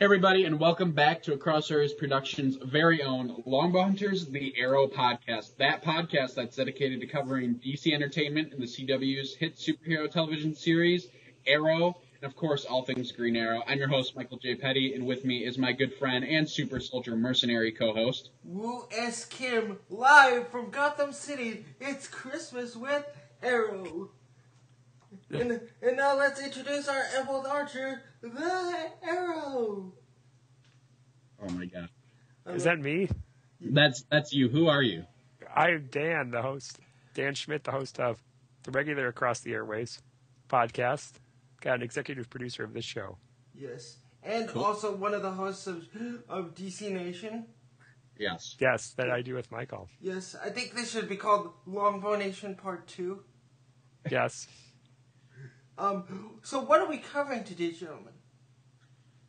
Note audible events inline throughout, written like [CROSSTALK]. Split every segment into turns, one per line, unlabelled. everybody, and welcome back to Across Areas Productions' very own Longbow Hunters: The Arrow podcast. That podcast that's dedicated to covering DC Entertainment and the CW's hit superhero television series Arrow, and of course, all things Green Arrow. I'm your host, Michael J. Petty, and with me is my good friend and super soldier mercenary co-host.
Woo S. Kim, live from Gotham City. It's Christmas with Arrow. And, and now let's introduce our Emerald Archer, the Arrow.
Oh my God,
I'm
Is
like,
that me?
that's that's you. Who are you?
I'm Dan, the host. Dan Schmidt, the host of the regular Across the Airways podcast. Got an executive producer of this show.
yes? And also one of the hosts of, of DC Nation.
Yes.
Yes, that I do with Michael.
Yes, I think this should be called Longbow Nation Part Two.
Yes.
Um, so what are we covering today, gentlemen?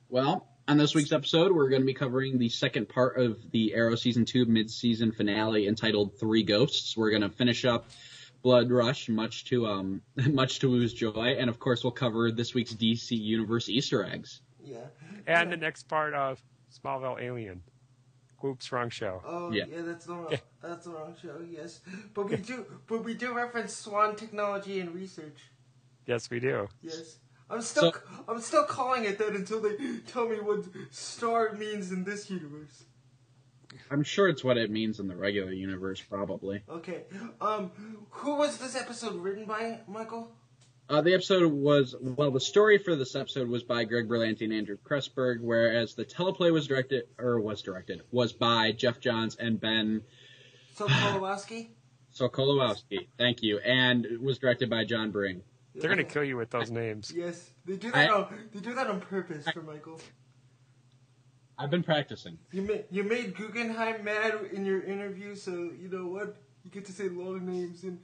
Well, on this week's episode, we're going to be covering the second part of the Arrow Season 2 mid-season finale entitled Three Ghosts. We're going to finish up Blood Rush, much to um, [LAUGHS] much to Wu's joy, and of course, we'll cover this week's DC Universe Easter eggs.
Yeah.
And the next part of Smallville Alien. Whoops, wrong show.
Oh yeah,
Yeah.
that's the wrong, that's the wrong show. Yes, but we do but we do reference Swan technology and research.
Yes, we do.
Yes, I'm still
So-
I'm still calling it that until they tell me what star means in this universe.
I'm sure it's what it means in the regular universe, probably.
Okay, um, who was this episode written by, Michael?
Uh, the episode was well, the story for this episode was by Greg Berlanti and Andrew Kressberg, whereas the teleplay was directed or was directed was by Jeff Johns and Ben
So Kowalski.
Sokolowski. Thank you, and it was directed by John Bring.
They're going to kill you with those names.
Yes, they do that.
I-
on, they do that on purpose for Michael.
I've been practicing.
You made you made Guggenheim mad in your interview, so you know what? You get to say long names and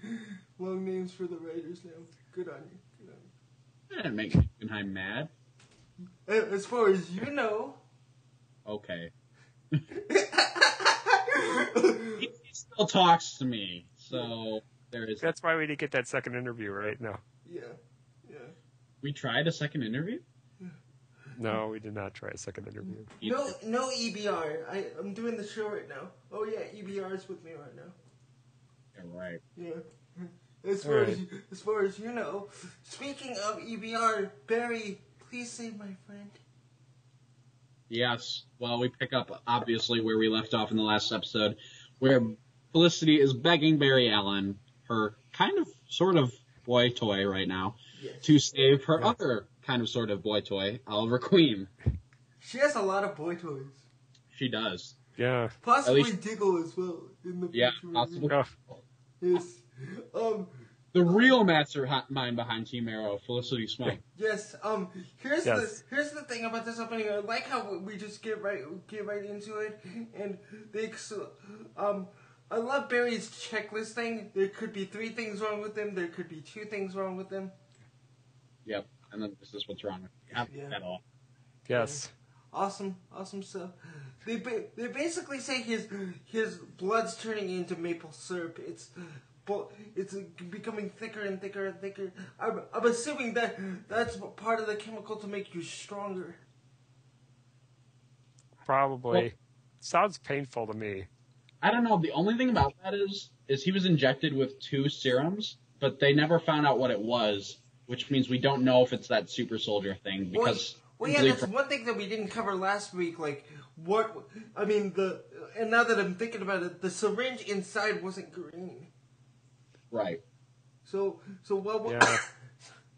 long names for the writers now. Good on you. Good on you.
I didn't make Guggenheim mad.
A- As far as you know, [LAUGHS]
Okay. he, he still talks to me, so there is.
That's why we didn't get that second interview, right? No.
yeah, yeah.
We tried a second interview.
No, we did not try a second interview.
No, no EBR. I I'm doing the show right now. Oh yeah, EBR is with me right now.
Yeah, right.
Yeah. As far as
Alright.
you- as far as you know, speaking of EBR, Barry, please save my friend.
Yes. Well, we pick up obviously where we left off in the last episode, where Felicity is begging Barry Allen, her kind of sort of boy toy right now,
Yes.
to save her other kind of sort of boy toy, Oliver Queen.
She has a lot of boy toys.
She does.
Yeah.
Possibly
least-
Diggle as well in the
Yeah,
future.
possible.
Oh,
Yes. Um.
The real mastermind behind Team Arrow, Felicity Smythe.
Yes. Um. Here's
Yes.
the here's the thing about this opening. I like how we just get right get right into it, and they ex- um. I love Barry's checklist thing. There could be three things wrong with him. There could be two things wrong with him.
Yep. And then this is what's wrong with yeah.
Yeah.
at all.
yes.
Awesome, awesome stuff. They ba- they basically say his his blood's turning into maple syrup. It's bu- it's becoming thicker and thicker and thicker. I'm I'm assuming that that's part of the chemical to make you stronger.
Probably.
Well-
Sounds painful to me.
I don't know. The only thing about that is, is he was injected with two serums, but they never found out what it was, which means we don't know if it's that super soldier thing because
well, yeah, that's one thing that we didn't cover last week. Like, what? I mean, the and now that I'm thinking about it, the syringe inside wasn't green.
right.
So, so what?
Yeah.
[COUGHS]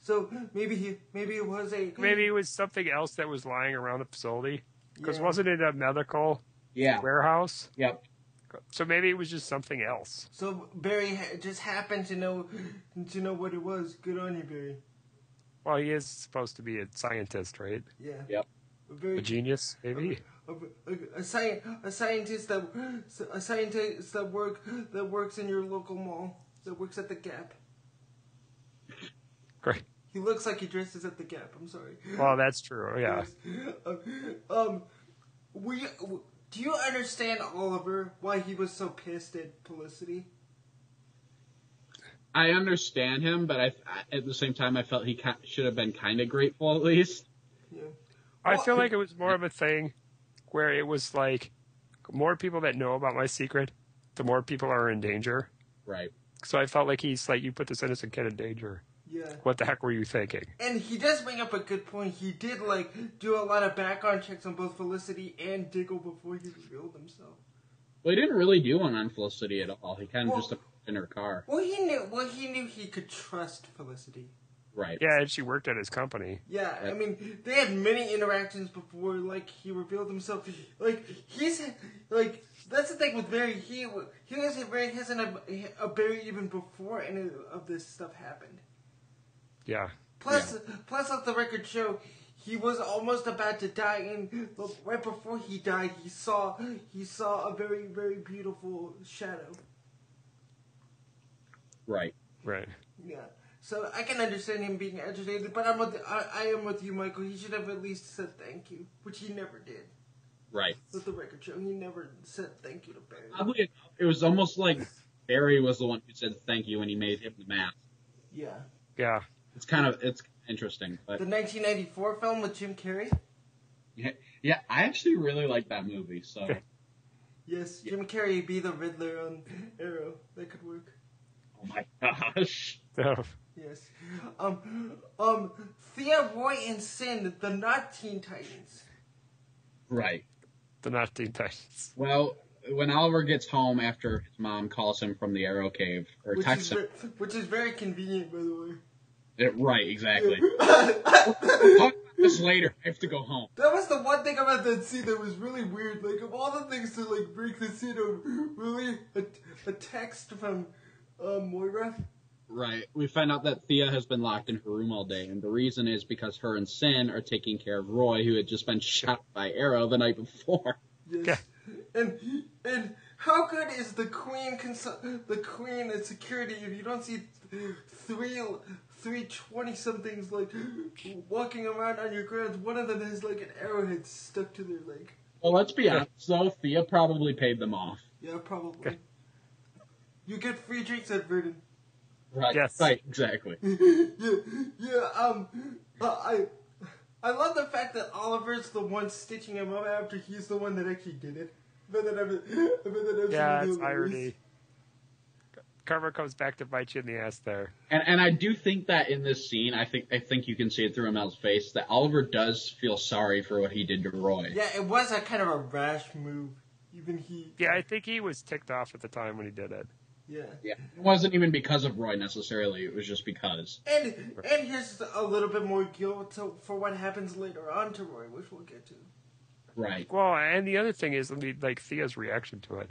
So maybe he, maybe it was a
Maybe it was something else that was lying around the facility. Because
Yeah.
wasn't it a medical
Yeah.
warehouse?
Yep.
So maybe it was just something else.
So Barry ha- just happened to know to know what it was. Good on you, Barry.
Well, he is supposed to be a scientist, right?
Yeah.
Yep.
A
A
very
genius, maybe.
a, a, a, sci- a scientist that a scientist that work that works in your local mall that works at the Gap.
Great.
He looks like he dresses at the Gap. I'm sorry.
Well, that's true. Yeah.
Yes. [LAUGHS] Um, um, we do you understand Oliver why he was so pissed at Felicity?
I understand him, but I, I- at the same time I felt he ki- should have been kind of grateful at least.
Yeah.
I
Well,
feel like it was more of a thing where it was like more people that know about my secret, the more people are in danger.
Right.
So I felt like he's like, you put this innocent kid in danger.
Yeah.
What the heck were you thinking?
And he does bring up a good point. He did like do a lot of background checks on both Felicity and Diggle before he revealed himself.
Well, he didn't really do one on Felicity at all. He kind of
Well-
just in her car.
Well, he knew. Well, he knew he could trust Felicity.
Right.
Yeah, and she worked at his company.
Yeah, I mean, they had many interactions before, like, he revealed himself. Like, he's, like, that's the thing with Barry. He, wa- he was very hesitant a Barry even before any of this stuff happened.
Yeah.
Plus, plus, let the record show, he was almost about to die, and right before he died, he saw, he saw a very, very beautiful shadow.
Right.
Right.
Yeah. So I can understand him being agitated, but I'm with, I, I am with you, Michael. He should have at least said thank you, which he never did.
Right.
Let the record show, he never said thank you to Barry.
Oddly enough, it was almost like Barry was the one who said thank you when he made him the mask.
Yeah.
Yeah. [LAUGHS]
It's kind of it's interesting, but
The 1994 film with Jim Carrey?
yeah, yeah, I actually really like that movie. So
Yes, Jim Carrey be the Riddler on Arrow. That could work.
oh my gosh,
Yes. Um, um, Thea, Roy, and Sin, the not Teen Titans.
right.
the not Teen Titans.
Well, when Oliver gets home after his mom calls him from the arrow cave or
Which is,
texts him,
ver- which is very convenient, by the way.
Eh, right? Exactly. Talk about this later. I have to go home.
That was the one thing about that scene that was really weird. Like of all the things to like break the scene, of really a, a text from uh, Moira.
Right. We find out that Thea has been locked in her room all day, and the reason is because her and Sin are taking care of Roy, who had just been [LAUGHS] shot by arrow the night before.
Yes. And and how good is the queen consu- the queen at security if you don't see th- three three twenty somethings like walking around on your grounds? One of them has like an arrowhead stuck to their leg.
Well, let's be honest, though. Thea probably paid them off.
Yeah, probably. You get free drinks at Verdun.
Right.
Yes.
Right. Exactly.
[LAUGHS] yeah, yeah. Um, uh, I, I love the fact that Oliver's the one stitching him up after he's the one that actually did it. But then I'm, but then I'm
Yeah, it's irony. Karma comes back to bite you in the ass there.
And and I do think that in this scene, I think I think you can see it through Amel's face that Oliver does feel sorry for what he did to Roy.
Yeah, it was a kind of a rash move. Even he.
Yeah, I think he was ticked off at the time when he did it.
Yeah.
Yeah. It wasn't even because of Roy necessarily. It was just because.
And and here's a little bit more guilt to, for what happens later on to Roy, which we'll get to.
Right.
Well, and the other thing is like Thea's reaction to it.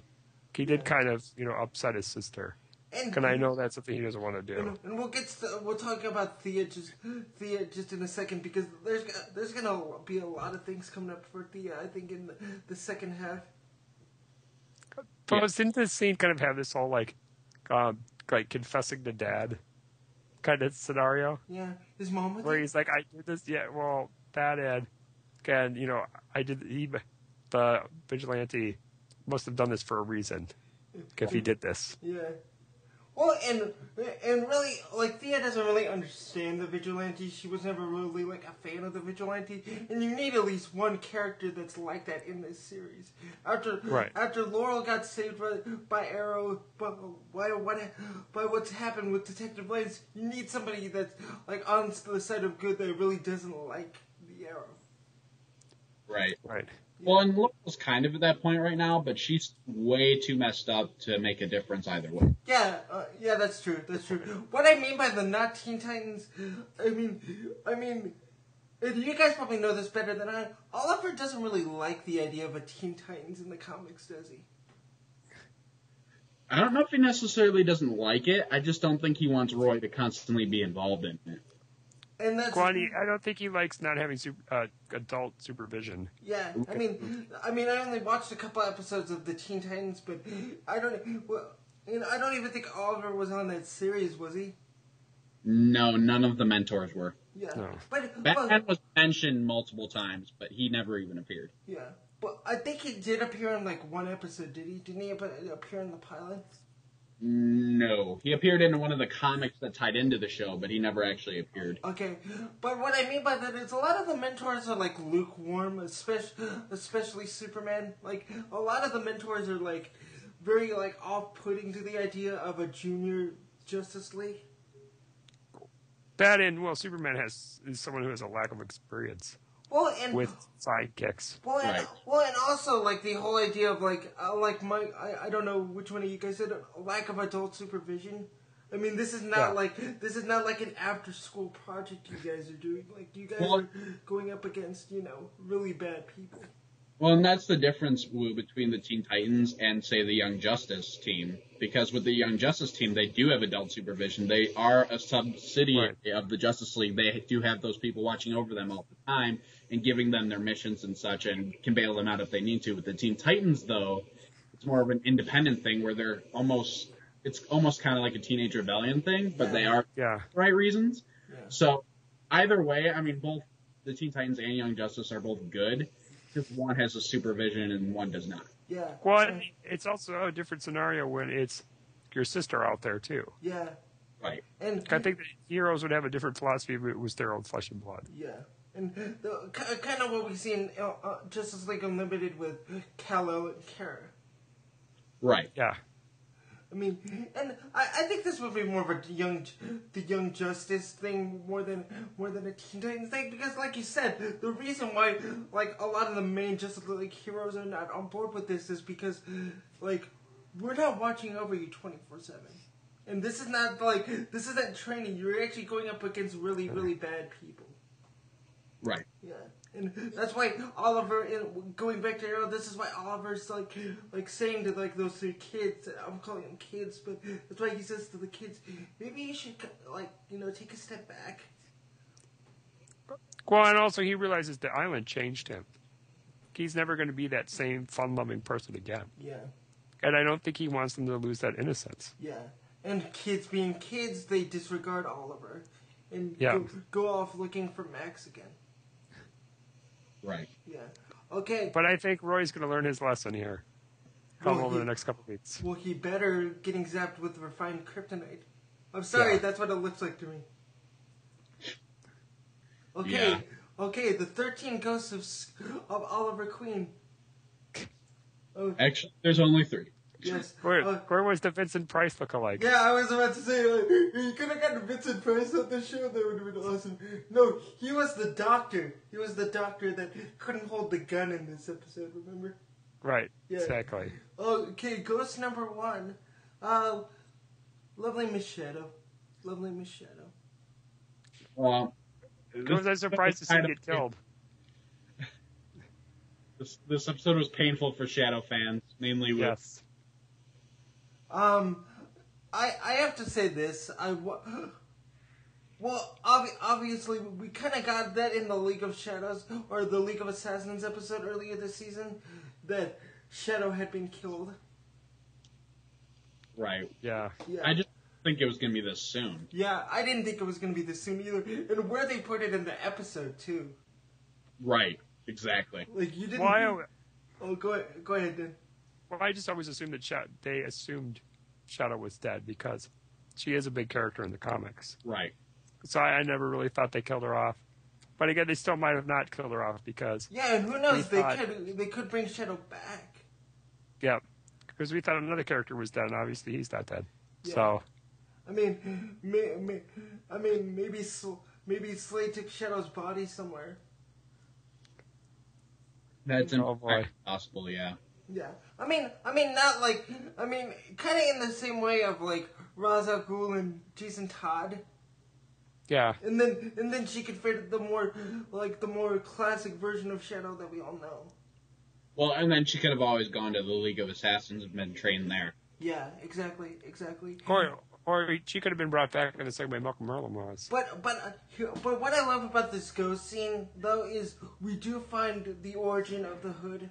He did kind of, you know, upset his sister.
And
And I know that's something he doesn't want to do.
And, and we'll get st- we'll talk about Thea just Thea just in a second because there's go- there's gonna be a lot of things coming up for Thea. I think in the, the second half.
But didn't this scene kind of have this whole like, um, like confessing to dad kind of scenario
Yeah, his mom with
where
him?
he's like, I did this. Yeah, well, that and and you know, I did. He, the vigilante, must have done this for a reason. If he did this,
Yeah. Well, and and really, like Thea doesn't really understand the vigilante. She was never really like a fan of the vigilante, and you need at least one character that's like that in this series. After
Right.
after Laurel got saved by, by Arrow, but why what by what's happened with Detective Blades, you need somebody that's like on the side of good that really doesn't like the Arrow.
Right.
right?
Well, and Laurel's kind of at that point right now, but she's way too messed up to make a difference either way.
Yeah, uh, yeah, that's true. That's true. What I mean by the not Teen Titans, I mean, I mean, and you guys probably know this better than I. Oliver doesn't really like the idea of a Teen Titans in the comics, does he?
I don't know if he necessarily doesn't like it. I just don't think he wants Roy to constantly be involved in it.
And that's
Kwani, I don't think he likes not having super, uh, adult supervision.
yeah. I mean, I mean, I only watched a couple episodes of the Teen Titans, but I don't. Well, you know, I don't even think Oliver was on that series, was he?
No, none of the mentors were.
Yeah.
No.
But well,
Batman was mentioned multiple times, but he never even appeared.
yeah. But I think he did appear in like one episode, did he? Didn't he ap- appear in the pilot?
No, he appeared in one of the comics that tied into the show, but he never actually appeared.
Okay, but what I mean by that is a lot of the mentors are like lukewarm, especially especially Superman. Like a lot of the mentors are like very like off-putting to the idea of a junior Justice League.
That and well, Superman has is someone who has a lack of experience
Well, and
with sidekicks.
Well, and,
Right.
well, and also like the whole idea of like uh, like my I, I don't know which one of you guys said uh, lack of adult supervision. I mean, this is not
Yeah.
like this is not like an after school project you guys are doing. Like you guys
Well-
are going up against you know really bad people.
Well, and that's the difference Wu, between the Teen Titans and say the Young Justice team, because with the Young Justice team, they do have adult supervision. They are a subsidiary of the Justice League. They do have those people watching over them all the time and giving them their missions and such, and can bail them out if they need to. With the Teen Titans, though, it's more of an independent thing where they're almost it's almost kind of like a teenage rebellion thing, but they are
Yeah,
for the right reasons.
Yeah.
So either way, I mean, both the Teen Titans and Young Justice are both good. Just one has a supervision and one does not.
Yeah.
well, and it's also a different scenario when it's your sister out there too.
Yeah.
Right.
And
I think that heroes would have a different philosophy if it was their own flesh and blood.
Yeah, and the, k- kind of what we see in uh, uh, Justice League Unlimited with Kal-El and Kara.
Right.
Yeah,
I mean, and I, I think this would be more of a young, the Young Justice thing more than more than a Teen Titans thing because, like you said, the reason why like a lot of the main Justice League heroes are not on board with this is because, like, we're not watching over you twenty four seven, and this is not like this isn't training. You're actually going up against really really bad people.
Right.
Yeah, and that's why Oliver. And going back to Arrow, this is why Oliver's like, like saying to like those three kids. I'm calling them kids, but that's why he says to the kids, maybe you should like you know take a step back.
well, and also he realizes the island changed him. He's never going to be that same fun-loving person again,
Yeah,
and I don't think he wants them to lose that innocence.
yeah. And kids being kids, they disregard Oliver, and
Yeah.
go, go off looking for Max again.
Right.
Yeah. Okay.
But I think Roy's going to learn his lesson here. Come
Well,
over
he-
the next couple of weeks.
well, he better getting zapped with refined kryptonite. I'm sorry,
Yeah.
that's what it looks like to me. Okay,
Yeah.
okay, the 13 ghosts of, S- of Oliver Queen. Oh,
Actually, there's only three.
yes.
Where,
Uh,
where was the Vincent Price lookalike?
yeah, I was about to say, like, you could have gotten Vincent Price on the show, that would have been awesome. No, he was the doctor. He was the doctor that couldn't hold the gun in this episode, remember?
Right,
Yeah.
exactly.
Okay, ghost number one. Uh, lovely Machado. Lovely Machado.
Well,
Was I
this-
surprised to see him
Um, kind
get
of-
killed?
This, this episode was painful for Shadow fans, mainly with
Yes.
Um, I I have to say this. I wa- well, ob- obviously we kind of got that in the League of Shadows or the League of Assassins episode earlier this season that Shadow had been killed.
right.
Yeah.
Yeah.
I just think it was gonna be this soon.
yeah, I didn't think it was gonna be this soon either, and where they put it in the episode too.
Right. Exactly.
Like you didn't.
Well, I, well,
Oh, go ahead, go ahead, Dan.
I just always assumed that Sha- they assumed Shadow was dead because she is a big character in the comics.
Right.
So I, I never really thought they killed her off. But again, they still might have not killed her off because,
Yeah, and who knows? They
thought-
could they could bring Shadow back.
yeah, because we thought another character was dead, and obviously he's not dead.
Yeah.
So,
I mean, may, may, I mean, maybe Sl- maybe Slade took Shadow's body somewhere.
That's in
Oh, boy.
fact possible. Yeah.
Yeah, I mean, I mean, not like, I mean, kind of in the same way of like Ra's al Ghul and Jason Todd,
yeah.
and then and then she could fit the more like the more classic version of Shadow that we all know.
Well, and then she could have always gone to the League of Assassins and been trained there.
Yeah, exactly, exactly.
Or, or she could have been brought back in the same way Malcolm Merlin was.
But but uh, here- but what I love about this ghost scene though is we do find the origin of the hood.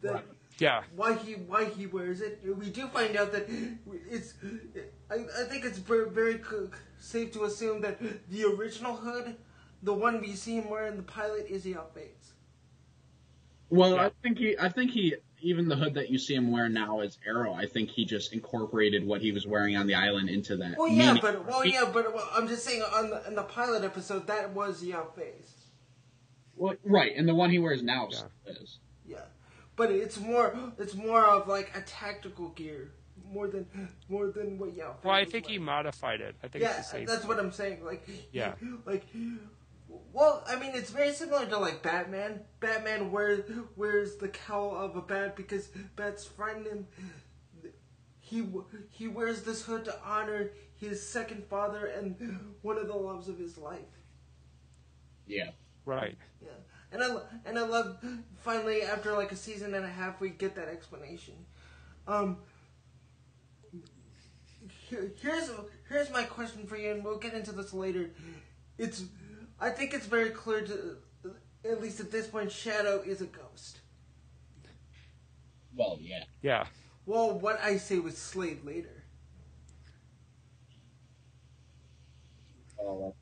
The,
Right.
Yeah.
why he why he wears it. We do find out that it's. I, I think it's very, very co- safe to assume that the original hood, the one we see him wearing in the pilot, is the outfits.
Well,
Yeah.
I think he, I think he even the hood that you see him wear now is Arrow. I think he just incorporated what he was wearing on the island into that.
Well, yeah,
Meaning-
but well, yeah, but well, I'm just saying on the, in the pilot episode that was your face.
Well, right, and the one he wears now
Yeah.
is.
Yeah, but it's more it's more of like a tactical gear more than more than what yeah.
Well, I think he modified it. I think
Yeah,
it's the same.
that's what I'm saying. Like
Yeah.
like well, I mean it's very similar to like Batman. Batman wears wears the cowl of a bat because bats frighten him. He w- he wears this hood to honor his second father and one of the loves of his life.
Yeah.
Right.
Yeah, and I lo- and I love finally after like a season and a half we get that explanation. Um, here- here's here's my question for you, and we'll get into this later. It's I think it's very clear to at least at this point Shadow is a ghost.
Well, yeah.
Yeah.
Well, what I say was Slade later.
Well,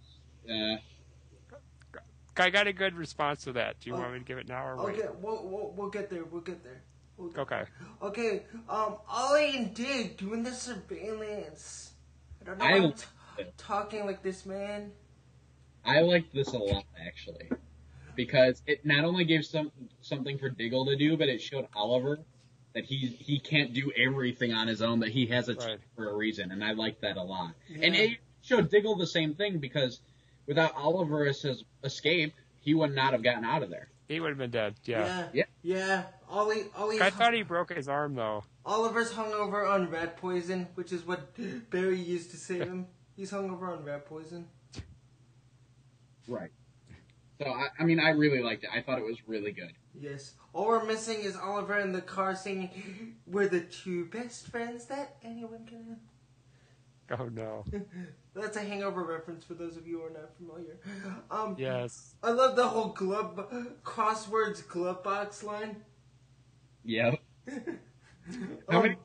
that's, uh,
I got a good response to that. Do you
Oh.
want me to give it now or wait?
Okay, we'll, we'll we'll get there. We'll get there. We'll get
Okay.
Okay, um, Ollie and Dig doing the surveillance. I don't know.
I
why I'm
don't-
t- talking like this, man.
I liked this a lot actually, because it not only gave some something for Diggle to do, but it showed Oliver that he he can't do everything on his own. That he has a team
Right.
for a reason, and I liked that a lot. And
Yeah.
it showed Diggle the same thing because without Oliver as his escape, he would not have gotten out of there.
He would have been dead. Yeah.
Yeah.
Yeah.
Yeah. Ollie, Ollie,
I thought he broke his arm though.
Oliver's hungover on rat poison, which is what [LAUGHS] Barry used to save him. He's hungover on rat poison.
Right. So I, I mean, I really liked it. I thought it was really good.
Yes. All we're missing is Oliver in the car singing, "We're the two best friends that anyone can have."
Oh no.
[LAUGHS] That's a hangover reference for those of you who are not familiar. Um,
Yes.
I love the whole glove crosswords glove box line.
Yeah. How
Um,
many?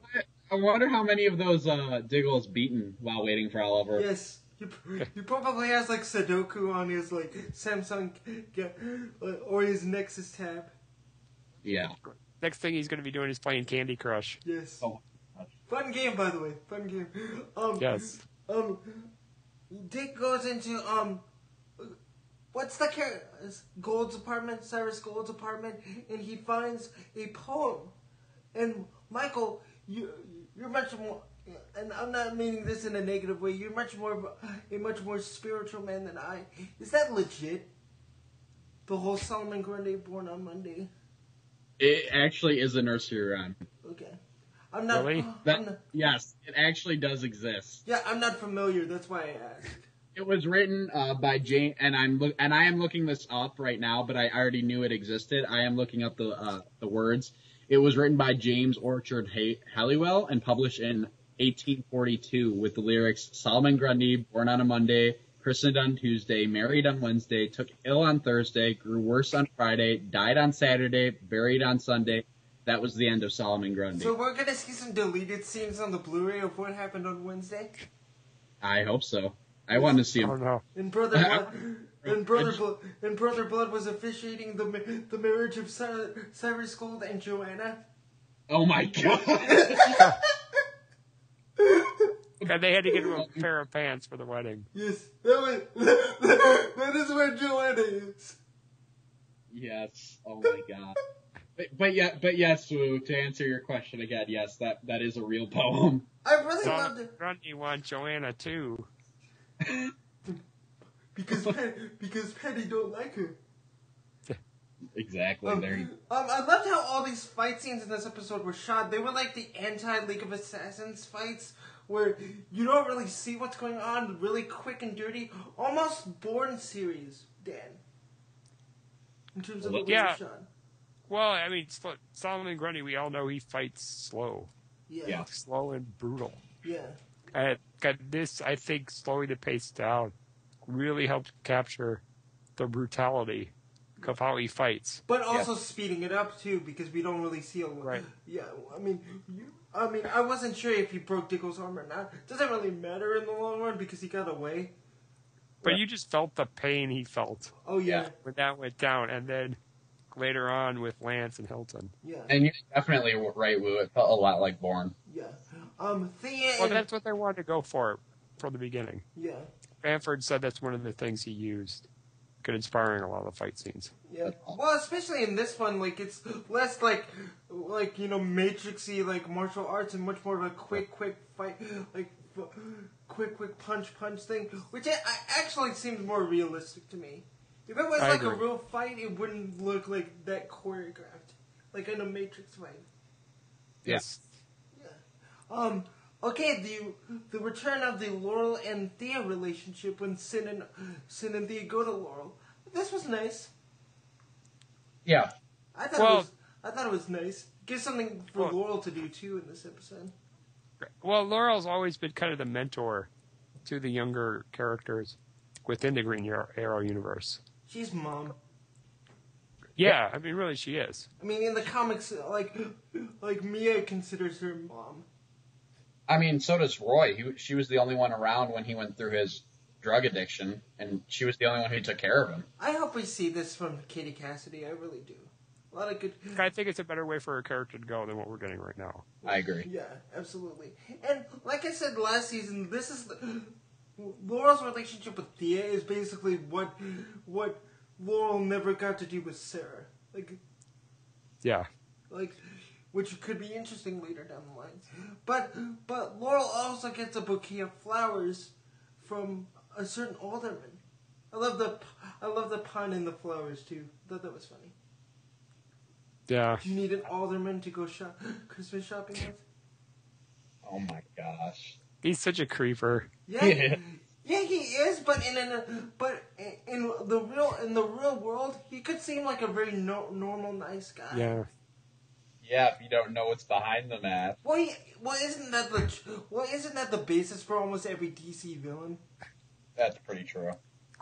I wonder how many of those uh, Diggle's beaten while waiting for Oliver.
Yes, he, pr- he probably has like Sudoku on his like Samsung ga- or his Nexus tab.
Yeah.
Next thing he's going to be doing is playing Candy Crush.
Yes.
Oh.
Fun game, by the way. Fun game. Um,
Yes.
Um, Dick goes into um, what's the character? Gold's apartment, Cyrus Gold's apartment, and he finds a poem. And Michael, you you're much more, and I'm not meaning this in a negative way. You're much more of a- a much more spiritual man than I. Is that legit? The whole Solomon Grundy born on Monday.
It actually is a nursery rhyme.
Okay, I'm not.
Really?
I'm
That,
not-
yes, it actually does exist.
yeah, I'm not familiar. That's why I asked.
It was written uh, by Jane, and I'm look, and I am looking this up right now, but I already knew it existed. I am looking up the uh, the words. It was written by James Orchard Ha- Halliwell and published in 1842 with the lyrics Solomon Grundy, born on a Monday, christened on Tuesday, married on Wednesday, took ill on Thursday, grew worse on Friday, died on Saturday, buried on Sunday. That was the end of Solomon Grundy.
So we're gonna see some deleted scenes on the Blu-ray of what happened on Wednesday.
I hope so. I want to see
Oh
him.
no.
And brother blood, and brother blood, and brother blood was officiating the ma- the marriage of Cy- Cyrus Gold and Joanna. [LAUGHS]
Oh my god! [LAUGHS]
And they had to get him a pair of pants for the wedding.
Yes, that was [LAUGHS] that is where Joanna is.
yes. Oh my god. But, but yeah, but yes, Wu. To answer your question again, yes, that that is a real [LAUGHS] poem.
I really loved
Solomon
it
Grundy won Joanna too.
because Pat, because Patty don't like her.
Exactly.
Um,
There. you-
um, I loved how all these fight scenes in this episode were shot. They were like the anti League of Assassins fights, where you don't really see what's going on, really quick and dirty, almost Bourne series, Dan. In terms of the way they
Yeah.
were shot.
Well, I mean, Sol- Solomon Grundy, we all know he fights slow,
Yeah.
Yeah.
slow and brutal.
Yeah.
I got this. I think slowing the pace down really helped capture the brutality of how he fights.
But also speeding it up too, because we don't really see a lot.
Right.
Yeah, I mean, you, I mean, I wasn't sure if he broke Dickle's arm or not. Doesn't really matter in the long run because he got away.
But
Yeah.
you just felt the pain he felt
Oh yeah.
Yeah.
when that went down, and then later on with Lance and Hilton.
Yeah,
And you're definitely right, Wu. It felt a lot like Bourne.
yeah. Um, Thea
Well,
and
that's what they wanted to go for from the beginning.
yeah,
Bamford said that's one of the things he used, good inspiring a lot of the fight scenes.
yeah. Well, especially in this one, like it's less like like you know matrixy like martial arts and much more of a quick, quick fight, like f- quick, quick punch, punch thing, which I, I actually seems more realistic to me. If it was
I
like a
agree.
real fight, it wouldn't look like that choreographed, like in a Matrix fight.
Yes.
Um. Okay. The the return of the Laurel and Thea relationship when Sin and Sin and Thea go to Laurel. This was nice.
Yeah.
I thought
Well-
it was. I thought it was nice. Give something for
Well-
Laurel to do too in this episode.
Well, Laurel's always been kind of the mentor to the younger characters within the Green Arrow- Arrow universe.
She's mom.
Yeah, I mean, really, she is.
I mean, in the comics, like [GASPS] like Mia considers her mom.
I mean, so does Roy. He, she was the only one around when he went through his drug addiction, and she was the only one who took care of him.
I hope we see this from Katie Cassidy. I really do. A lot of good. [LAUGHS]
I think it's a better way for her character to go than what we're getting right now.
I agree.
Yeah, absolutely. And like I said last season, this is the, [GASPS] Laurel's relationship with Thea is basically what what Laurel never got to do with Sarah. Like
Yeah.
like which could be interesting later down the line. But but Laurel also gets a bouquet of flowers from a certain alderman. I love the I love the pun in the flowers too. Thought that was funny.
Yeah.
You need an alderman to go shop Christmas shopping with.
Oh my gosh.
He's such a creeper.
Yeah,
Yeah.
yeah, he is. But in an, but in the real in the real world, he could seem like a very no, normal, nice guy.
Yeah.
Yeah, if you don't know what's behind the mask.
Well, he, well, isn't that the well, isn't that the basis for almost every DC villain?
That's pretty true.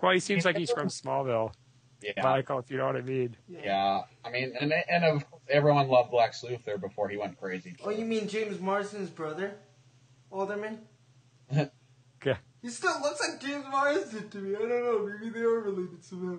Well, he seems like he's from Smallville,
Yeah.
Michael, if you know what I mean.
yeah. I mean, and and of course, everyone loved Lex Luthor before he went crazy.
Oh, you mean James Marsden's brother, Alderman?
Okay.
He still looks like James Marsden to me. I don't know. Maybe they are related somehow.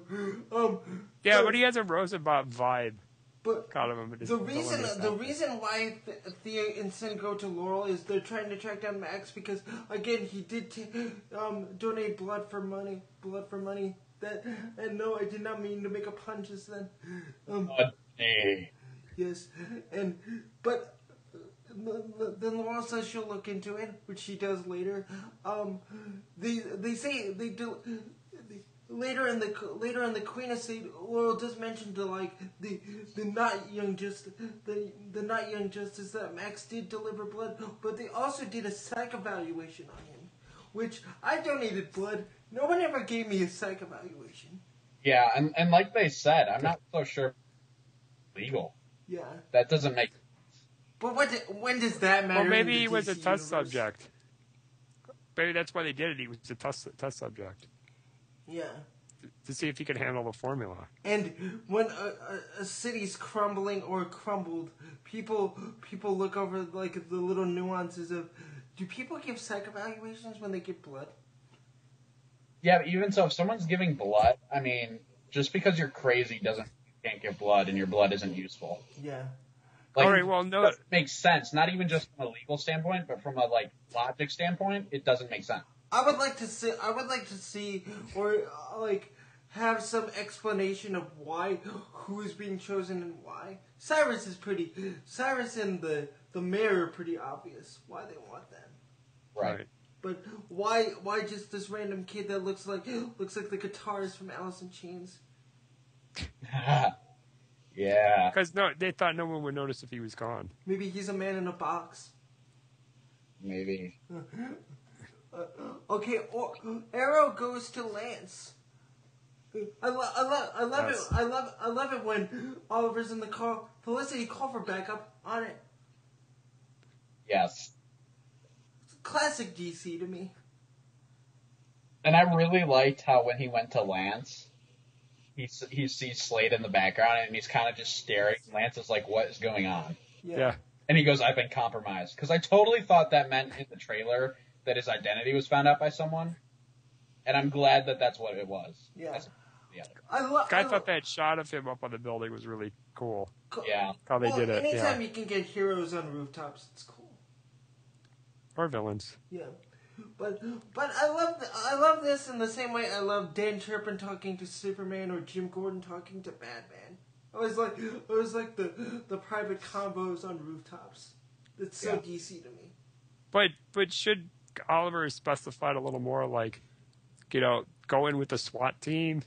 Um.
Yeah, but he has a Rosenbaum vibe.
But
Kind of him.
The reason the reason why Th- Thea and Sin go to Laurel is they're trying to track down Max because again he did t- um, donate blood for money, blood for money. That and no, I did not mean to make a pun just then. Um,
But, hey,
yes, and but uh, then Laurel says she'll look into it, which she does later. Um, they they say they do. They, Later in the later in the Queen Estate, Laurel does mention to like the the not young just the the not young justice that Max did deliver blood, but they also did a psych evaluation on him, which I donated blood. No one ever gave me a psych evaluation.
yeah, and and like they said, I'm not so sure. Legal.
Yeah,
That doesn't make.
but what do- when does that matter?
Well,
in
maybe
the
he was a
DC
test
universe?
subject. Maybe that's why they did it. He was a test, test subject
Yeah.
to see if he could handle the formula.
And when a, a, a city's crumbling or crumbled, people people look over like the little nuances of, do people give psych evaluations when they get blood?
Yeah, but even so, if someone's giving blood, I mean, just because you're crazy doesn't you can't give blood, and your blood isn't useful.
Yeah.
Like,
All right, well, no-
it makes sense. Not even just from a legal standpoint, but from a like logic standpoint, it doesn't make sense.
I would like to see. I would like to see, or uh, like, have some explanation of why, who is being chosen and why. Cyrus is pretty. Cyrus and the the mayor are pretty obvious why they want them.
Right.
But why why just this random kid that looks like looks like the guitarist from Alice in Chains?
[LAUGHS] yeah.
Because no, they thought no one would notice if he was gone.
Maybe he's a man in a box.
Maybe.
Okay, or, Arrow goes to Lance. I, lo- I, lo- I love
Yes.
it. I love I love it when Oliver's in the car. Felicity called for backup on it.
Yes.
Classic DC to me.
And I really liked how when he went to Lance, he s- he sees Slade in the background, and he's kind of just staring. Lance is like, "What is going on?"
Yeah.
And he goes, "I've been compromised." Because I totally thought that meant in the trailer that his identity was found out by someone, and I'm glad that that's what it was.
Yeah.
That's- the other.
I love.
I thought that shot of him up on the building was really cool.
Yeah.
How they
well,
did it, yeah.
Anytime you can get heroes on rooftops, it's cool.
Or villains.
Yeah. But but I love th- I love this in the same way I love Dan Turpin talking to Superman or Jim Gordon talking to Batman. I was like I was like the the private combos on rooftops. It's so
Yeah.
DC to me.
But but should Oliver specify it a little more like, you know, go in with the SWAT team.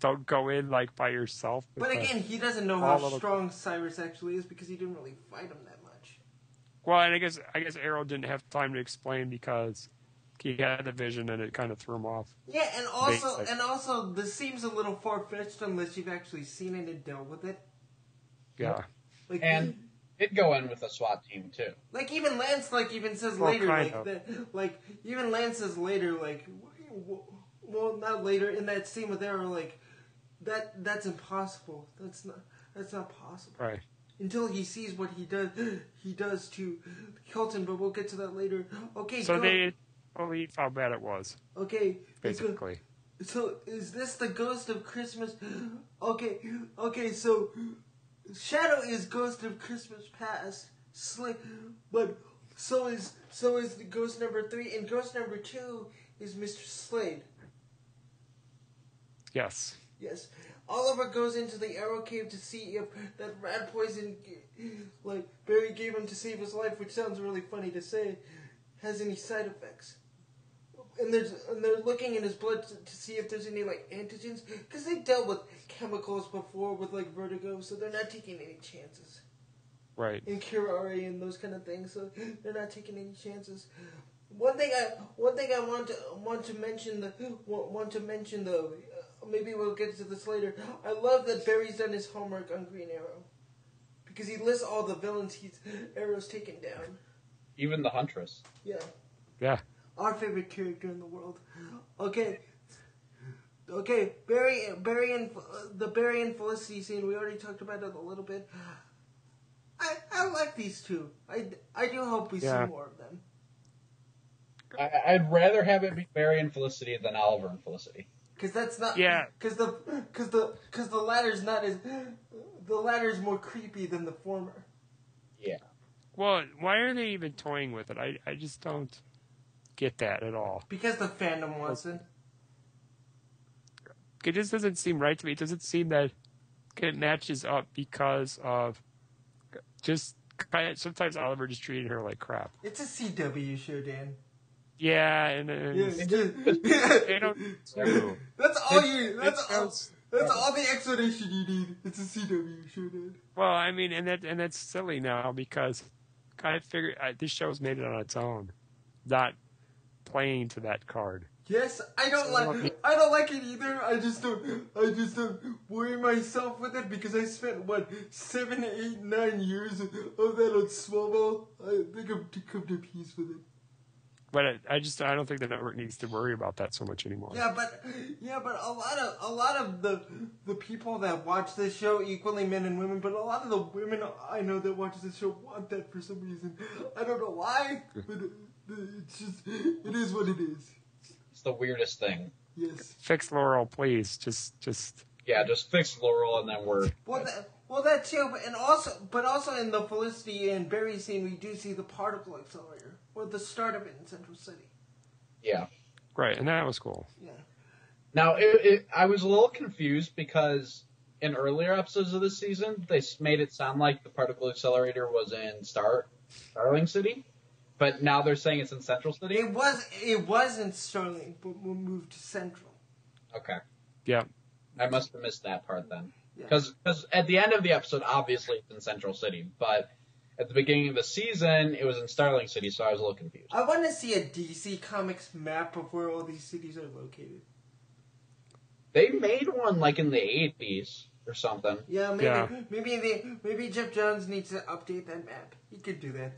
Don't go in like by yourself. with
But
the-
again, he doesn't know
all
how
of the-
strong Cyrus actually is because he didn't really fight him that much.
well, and I guess I guess Arrow didn't have time to explain because he had the vision and it kind of threw him off.
Yeah, and also
Basic.
and also this seems a little far fetched unless you've actually seen it and dealt with it.
Yeah,
Like
And did go in with a SWAT team too.
Like even Lance, like even says
Well,
later,
kind
like
of.
that, like even Lance says later, like, w- w- well, not later in that scene with Arrow, like that that's impossible. That's not that's not possible
right.
until he sees what he does [GASPS] he does to Colton. But we'll get to that later. Okay,
So
go-
they didn't believe how bad it was
okay. because-
basically.
so is this the ghost of Christmas? [GASPS] Okay, okay. So Shadow is ghost of Christmas past. Slick, but so is so is the ghost number three, and ghost number two is Mr. Slade.
Yes.
Yes. Oliver goes into the arrow cave to see if that rat poison, g- like Barry gave him to save his life, which sounds really funny to say, has any side effects. And there's and they're looking in his blood to, to see if there's any like antigens, because they dealt with chemicals before with like vertigo, so they're not taking any chances.
Right.
And curare and those kind of things, so [GASPS] they're not taking any chances. One thing I one thing I want to want to mention the want want to mention though, uh, maybe we'll get to this later. I love that Barry's done his homework on Green Arrow, because he lists all the villains he's Arrow's taken down.
Even the Huntress.
Yeah,
Yeah.
our favorite character in the world. Okay. Okay, Barry, Barry and uh, the Barry and Felicity scene. We already talked about it a little bit. I, I like these two. I, I do hope we
Yeah.
see more of them.
I, I'd rather have it be Barry and Felicity than Oliver and Felicity.
Cause that's not.
Yeah.
Cause the cause the cause the latter's not as the latter's more creepy than the former.
Yeah.
Well, why are they even toying with it? I I just don't get that at all.
Because the fandom wants it.
it just doesn't seem right to me. It doesn't seem that it matches up because of just kind of, sometimes Oliver just treated her like crap.
It's a CW show, Dan.
Yeah, and, and
Yeah, it's just-
they don't. do.
that's all you. That's
it
all.
sounds-
That's all the explanation you need. It's a CW show, Dan.
Well, I mean, and that and that's silly now because I figure I, this show's made it on its own, not playing to that card.
Yes, I don't like. I don't like it either. I just don't. I just don't worry myself with it because I spent what seven, eight, nine years of that on Swobo. I think I'm to come to peace with it.
But I, I just I don't think the network needs to worry about that so much anymore.
Yeah, but yeah, but a lot of a lot of the the people that watch this show, equally men and women, but a lot of the women I know that watch this show want that for some reason. I don't know why, but it's just it is what it is.
It's the weirdest thing.
Yes.
Fix Laurel, please. Just just
Yeah, just fix Laurel and then we're
Well, that, well, that too, but and also, but also in the Felicity and Barry scene, we do see the particle accelerator or the start of it in Central City.
yeah.
right, and that was cool.
Yeah,
Now, it, it, I was a little confused because in earlier episodes of this season, they s- made it sound like the particle accelerator was in Star Starling City, but now they're saying it's in Central City.
it was it was in Starling, but we moved to Central.
Okay,
Yeah,
I must have missed that part then,
Yeah.
because at the end of the episode, obviously it's in Central City, but at the beginning of the season, it was in Starling City, so I was a little confused.
I want to see a DC Comics map of where all these cities are located.
They made one like in the '80s or something.
Yeah, maybe
Yeah.
maybe they, maybe Jeff Jones needs to update that map. He could do that.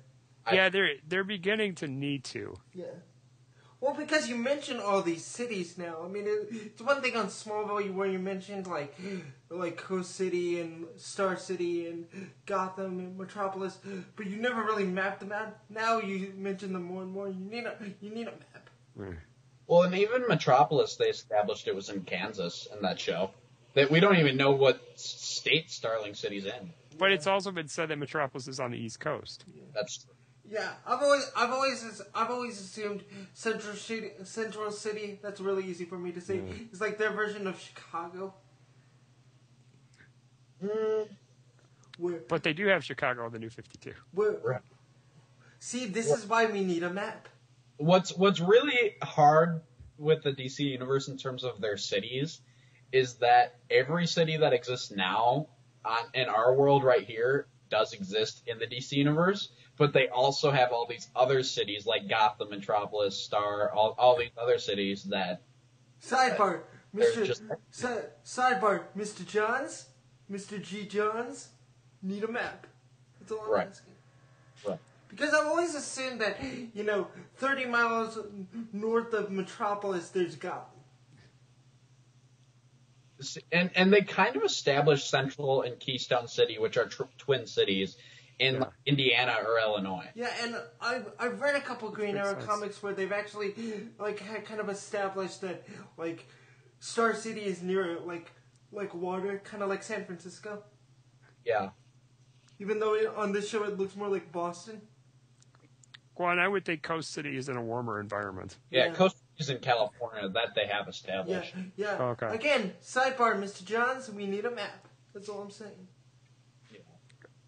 I-
yeah. They're they're beginning to need to.
Yeah. Well, because you mention all these cities now. I mean, it, it's one thing on Smallville you- where you mentioned like, like Coast City and Star City and Gotham and Metropolis, but you never really mapped them out. Now you mention them more and more. You need a you need a map.
Mm.
Well, and even Metropolis, they established it was in Kansas in that show. That we don't even know what s- state Starling City's in.
But it's also been said that Metropolis is on the East Coast.
That's
Yeah, I've always, I've always, I've always assumed Central City, Central City. That's really easy for me to say.
Mm.
It's like their version of Chicago,
Mm.
where,
But they do have Chicago on the New 52.
where.
Right.
See, this is why we need a map.
what's what's really hard with the DC universe in terms of their cities is that every city that exists now on, in our world right here does exist in the DC universe, but they also have all these other cities like Gotham, Metropolis, Star, all, all these other cities that
Sidebar,
There's
Mr.
just-
Si- sidebar, Mr. Johns, Mr. G. Johns, need a map. That's all I'm
Right.
asking.
Right.
Because I've always assumed that you know, 30 miles n- north of Metropolis, there's Gotham.
and and they kind of established Central and Keystone City, which are tr- twin cities in
Yeah.
like, Indiana or Illinois.
Yeah, and I've I've read a couple Green
makes
Arrow
sense.
comics where they've actually like had kind of established that like Star City is near like like water, kind of like San Francisco.
Yeah,
Even though it, on this show it looks more like Boston.
Well, and I would think Coast City is in a warmer environment.
yeah.
Yeah.
Coast is in California that they have
Yeah,
established.
yeah.
Okay.
Again, sidebar, Mr. Johns, we need a map. That's all I'm saying.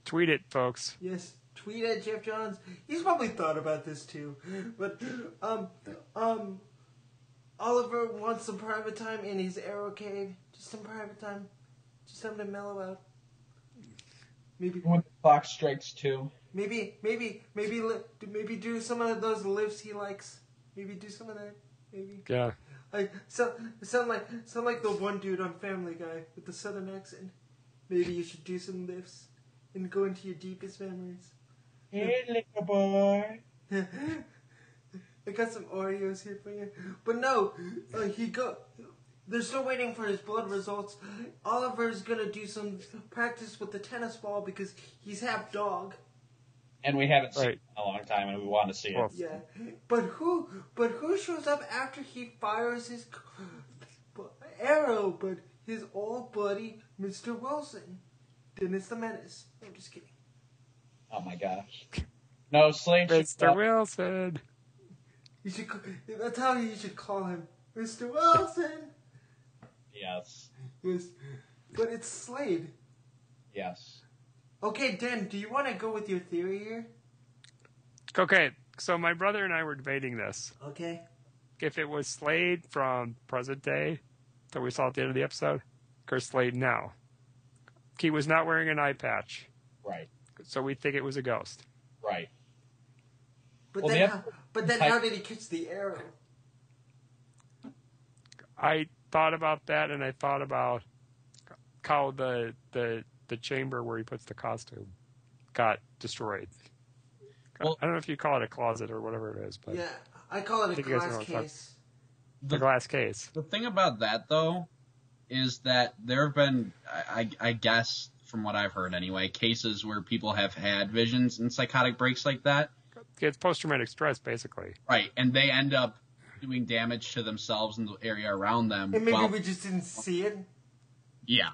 Tweet it, folks.
Yes, tweet at Jeff Johns. He's probably thought about this too. But um um Oliver wants some private time in his arrow cave. Just some private time. Just something to mellow out. Maybe
When the clock strikes two,
maybe maybe maybe li- maybe do some of those lifts he likes. Maybe do some of that. Maybe
Yeah.
like sound sound like sound like the one dude on Family Guy with the southern accent. Maybe you should do some lifts and go into your deepest memories.
hey little boy.
I got some Oreos here for you. But no, uh, he go. They're still waiting for his blood results. Oliver's gonna do some practice with the tennis ball because he's half dog.
And we haven't seen
Right.
it in a long time, and we want to see it.
Well,
Yeah, but who? But who shows up after he fires his c- bu- arrow? But his old buddy, Mr. Wilson, Dennis the Menace. I'm just kidding.
oh my gosh. No, Slade. should
Mr.
stop.
Wilson.
You should. ca- That's how you should call him, Mr. Wilson.
Yes,
Yes, but it's Slade.
yes.
Okay, Dan, do you want to go with your theory here?
Okay, so my brother and I were debating this.
Okay.
If it was Slade from present day that we saw at the end of the episode, or Slade now. He was not wearing an eye patch,
Right,
so we think it was a ghost.
right.
But
Well,
then,
the
how,
other-
but then,
I-
how did he catch the arrow?
I thought about that, and I thought about how the the the chamber where he puts the costume got destroyed.
Well-
I don't know if you call it a closet or whatever it is, but
Yeah, I call it a
Think you guys
glass
know what I'm
case.
the glass case.
The thing about that though is that there have been, I, I I guess, from what I've heard anyway, cases where people have had visions and psychotic breaks like that,
It's post traumatic stress, basically.
right? And they end up doing damage to themselves and the area around them.
And maybe
while-
we just didn't see it
yeah,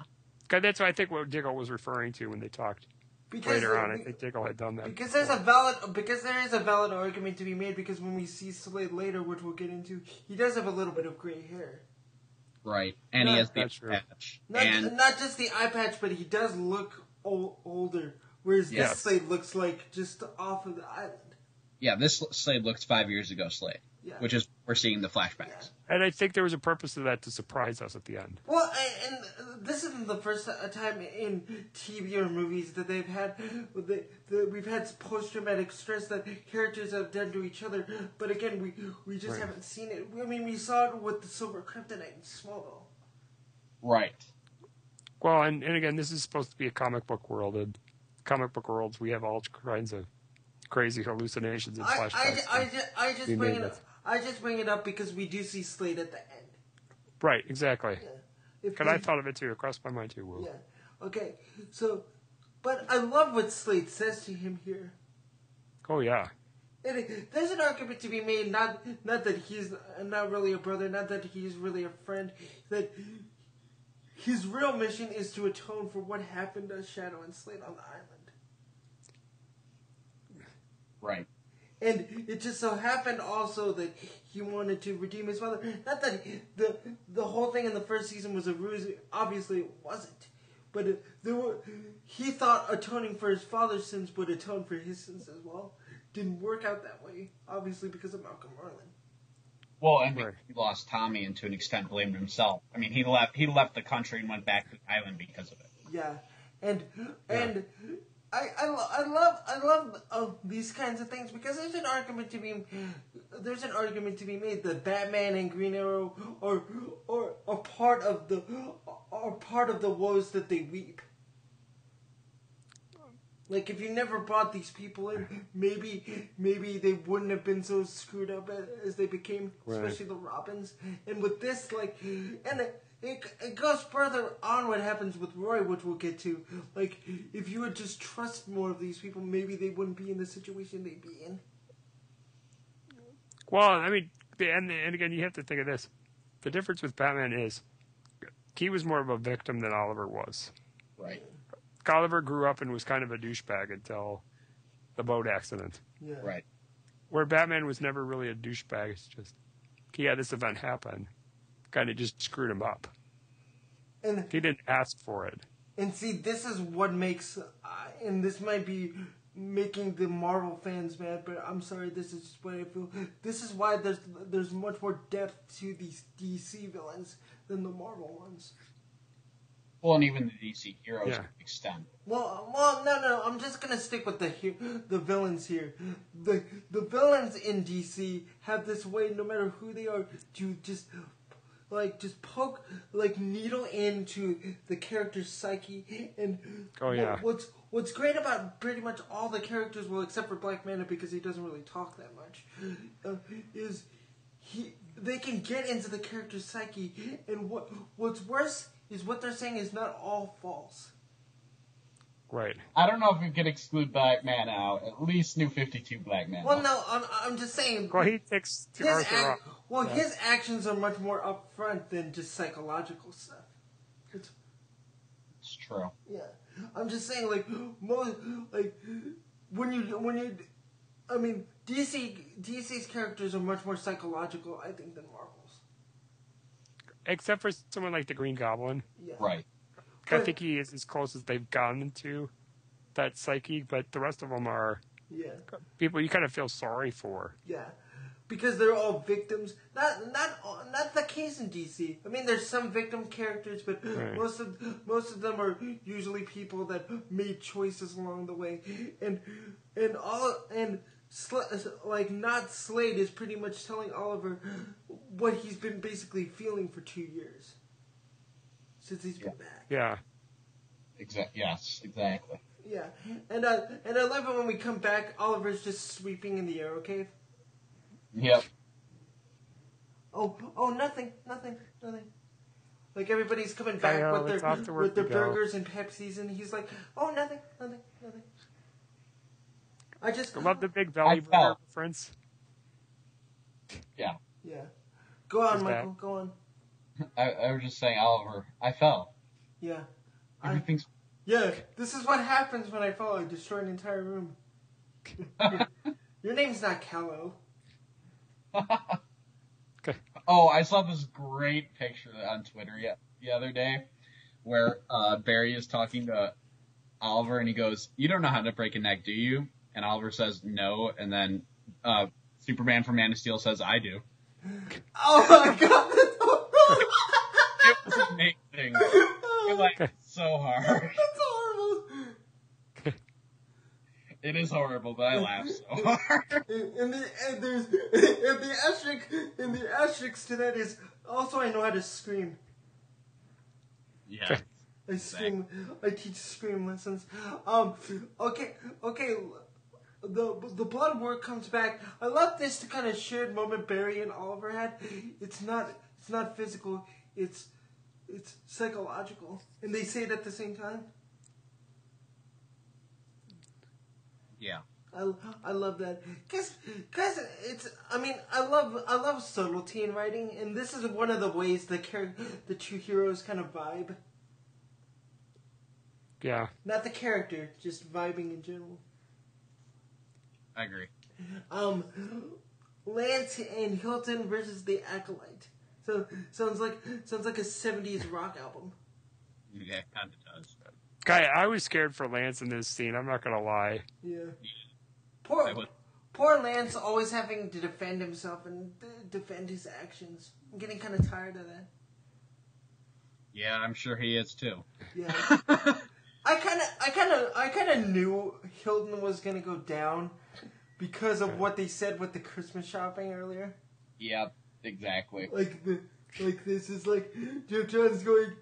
'Cause That's what I think what Diggle was referring to when they talked
because
later on. I
be-
think Diggle had done that.
because there's a valid because there is a valid argument to be made because when we see Slade later, which we'll get into, he does have a little bit of gray hair.
right. And
No,
he has the
that's true.
patch.
Not
and
not just the eye patch, but he does look old, older. Whereas
Yes.
this Slade looks like just off of the island.
yeah, this Slade looks five years ago Slade,
Yeah.
which is we're seeing the flashbacks.
and I think there was a purpose to that to surprise us at the end.
Well, a- and uh, this isn't the first uh, time in TV or movies that they've had that that we've had post-traumatic stress that characters have done to each other. But again, we we just
Right.
haven't seen it. I mean, we saw it with the Silver Kryptonite in Smallville.
Right.
Well, and, and again, this is supposed to be a comic book world, and comic book worlds we have all kinds of crazy hallucinations and
I I,
flashbacks.
I, ju- I just
We
bring
made
it
it.
up. I just bring it up because we do see Slade at the end.
right, exactly.
If
Because I
we-
thought of it too. It crossed my mind too. Will.
Yeah. Okay. So, but I love what Slade says to him here.
Oh yeah.
And there's an argument to be made, not not that he's not really a brother, not that he's really a friend, that his real mission is to atone for what happened to Shadow and Slate on the island.
Right.
And it just so happened also that he wanted to redeem his father. Not that the the whole thing in the first season was a ruse. Obviously, it wasn't. But it- there were, he thought atoning for his father's sins would atone for his sins as well. Didn't work out that way, obviously because of Malcolm Merlin.
Well, and
Right.
he lost Tommy and to an extent blamed himself. I mean, he left he left the country and went back to the island because of it.
Yeah, and and I I, lo- I love I love oh, these kinds of things because there's an argument to be there's an argument to be made that Batman and Green Arrow are or are part of the are part of the woes that they weep. Like if you never brought these people in, maybe maybe they wouldn't have been so screwed up a- as they became,
Right.
especially the Robins. And with this, like, and it, it, it goes further on what happens with Roy, which we'll get to. Like, if you would just trust more of these people, maybe they wouldn't be in the situation they'd be in.
Well, I mean, and and again, you have to think of this. The difference with Batman is he was more of a victim than Oliver was.
Right.
Oliver grew up and was kind of a douchebag until the boat accident.
Yeah.
Right.
Where Batman was never really a douchebag. It's just he had this event happen, kind of just screwed him up.
And
He didn't ask for it.
And see, this is what makes, uh, and this might be making the Marvel fans mad, but I'm sorry, this is just what I feel. This is why there's there's much more depth to these DC villains than the Marvel ones.
Well, and even the DC heroes
Yeah.
to an extent.
Well, well, no, no. I'm just gonna stick with the he- the villains here. The the villains in DC have this way, no matter who they are, to just like just poke like needle into the character's psyche. And
Oh, yeah.
what's what's great about pretty much all the characters, well, except for Black Manta because he doesn't really talk that much, uh, is he they can get into the character's psyche. And what what's worse is what they're saying is not all false.
Right.
I don't know if we could exclude Black Man out. At least New Fifty Two Black Man.
Well, no, I'm, I'm just saying.
Well, he takes
his
Arthur
ac-
up.
well, his actions are much more upfront than just psychological stuff. It's,
it's true.
yeah, I'm just saying, like most, like when you when you, I mean, DC DC's characters are much more psychological, I think, than Marvel's.
Except for someone like the Green Goblin.
Yeah.
Right.
I
But-
think he is as close as they've gotten to that psyche, but the rest of them are
Yeah.
people you kind of feel sorry for.
Yeah, because they're all victims. Not not all- not the case in DC. I mean, there's some victim characters, but
Right.
most of most of them are usually people that made choices along the way, and and all and. Sl- like not Slade is pretty much telling Oliver what he's been basically feeling for two years since he's been back.
Yeah.
Exact. Yes. Exactly.
Yeah, and uh, and I love it when we come back. Oliver's just sweeping in the arrow cave.
Yep.
Oh, oh, nothing, nothing, nothing. Like everybody's coming
Okay,
back
uh,
with
let's off to
their
work
with their
we go.
burgers and Pepsis, and he's like, "Oh, nothing, nothing, nothing." I just
I love the big belly
I
burger
felt-
reference.
Yeah.
yeah. Go on,
He's back.
Michael. Go on.
I, I was just saying, Oliver. I fell.
Yeah, I- [LAUGHS]
Everything's.
yeah. This is what happens when I fall. I destroy an entire
[LAUGHS]
room. Your name's not Callow.
Oh, I saw this great picture on Twitter ye- the other day where uh, Barry is talking to Oliver and he goes, You don't know how to break a neck, do you? And Oliver says, No. And then uh, Superman from Man of Steel says, I do.
Oh my god! That's horrible.
It was amazing. It, like, so hard.
[LAUGHS] that's horrible.
It is horrible, but I laughed [LAUGHS] so hard.
And, and, the, and there's [LAUGHS] and the asterisk and the asterisk to that is also I know how to scream.
Yeah.
I scream. I teach scream lessons. Um. Okay. Okay. The the blood work comes back. I love this kind of shared moment Barry and Oliver had. It's not it's not physical. It's it's psychological, and they say it at the same time.
Yeah.
I, I love that because because it's I mean I love I love subtlety in writing and this is one of the ways the char- the two heroes kind of vibe
Yeah.
not the character just vibing in general
I agree.
um Lance and Hilton versus the acolyte so sounds like sounds like a seventies rock album
Yeah, it kind of does.
Guy, I was scared for Lance in this scene. I'm not gonna lie.
yeah
I
poor
would-
poor Lance always having to defend himself and d- defend his actions I'm getting kind of tired of that
Yeah, I'm sure he is too.
[LAUGHS] yeah. I kind of, I kind of, I kind of knew Hilton was gonna go down because of what they said with the Christmas shopping earlier.
[LAUGHS] yep, exactly.
Like, the, like this is like Jeff Johns going,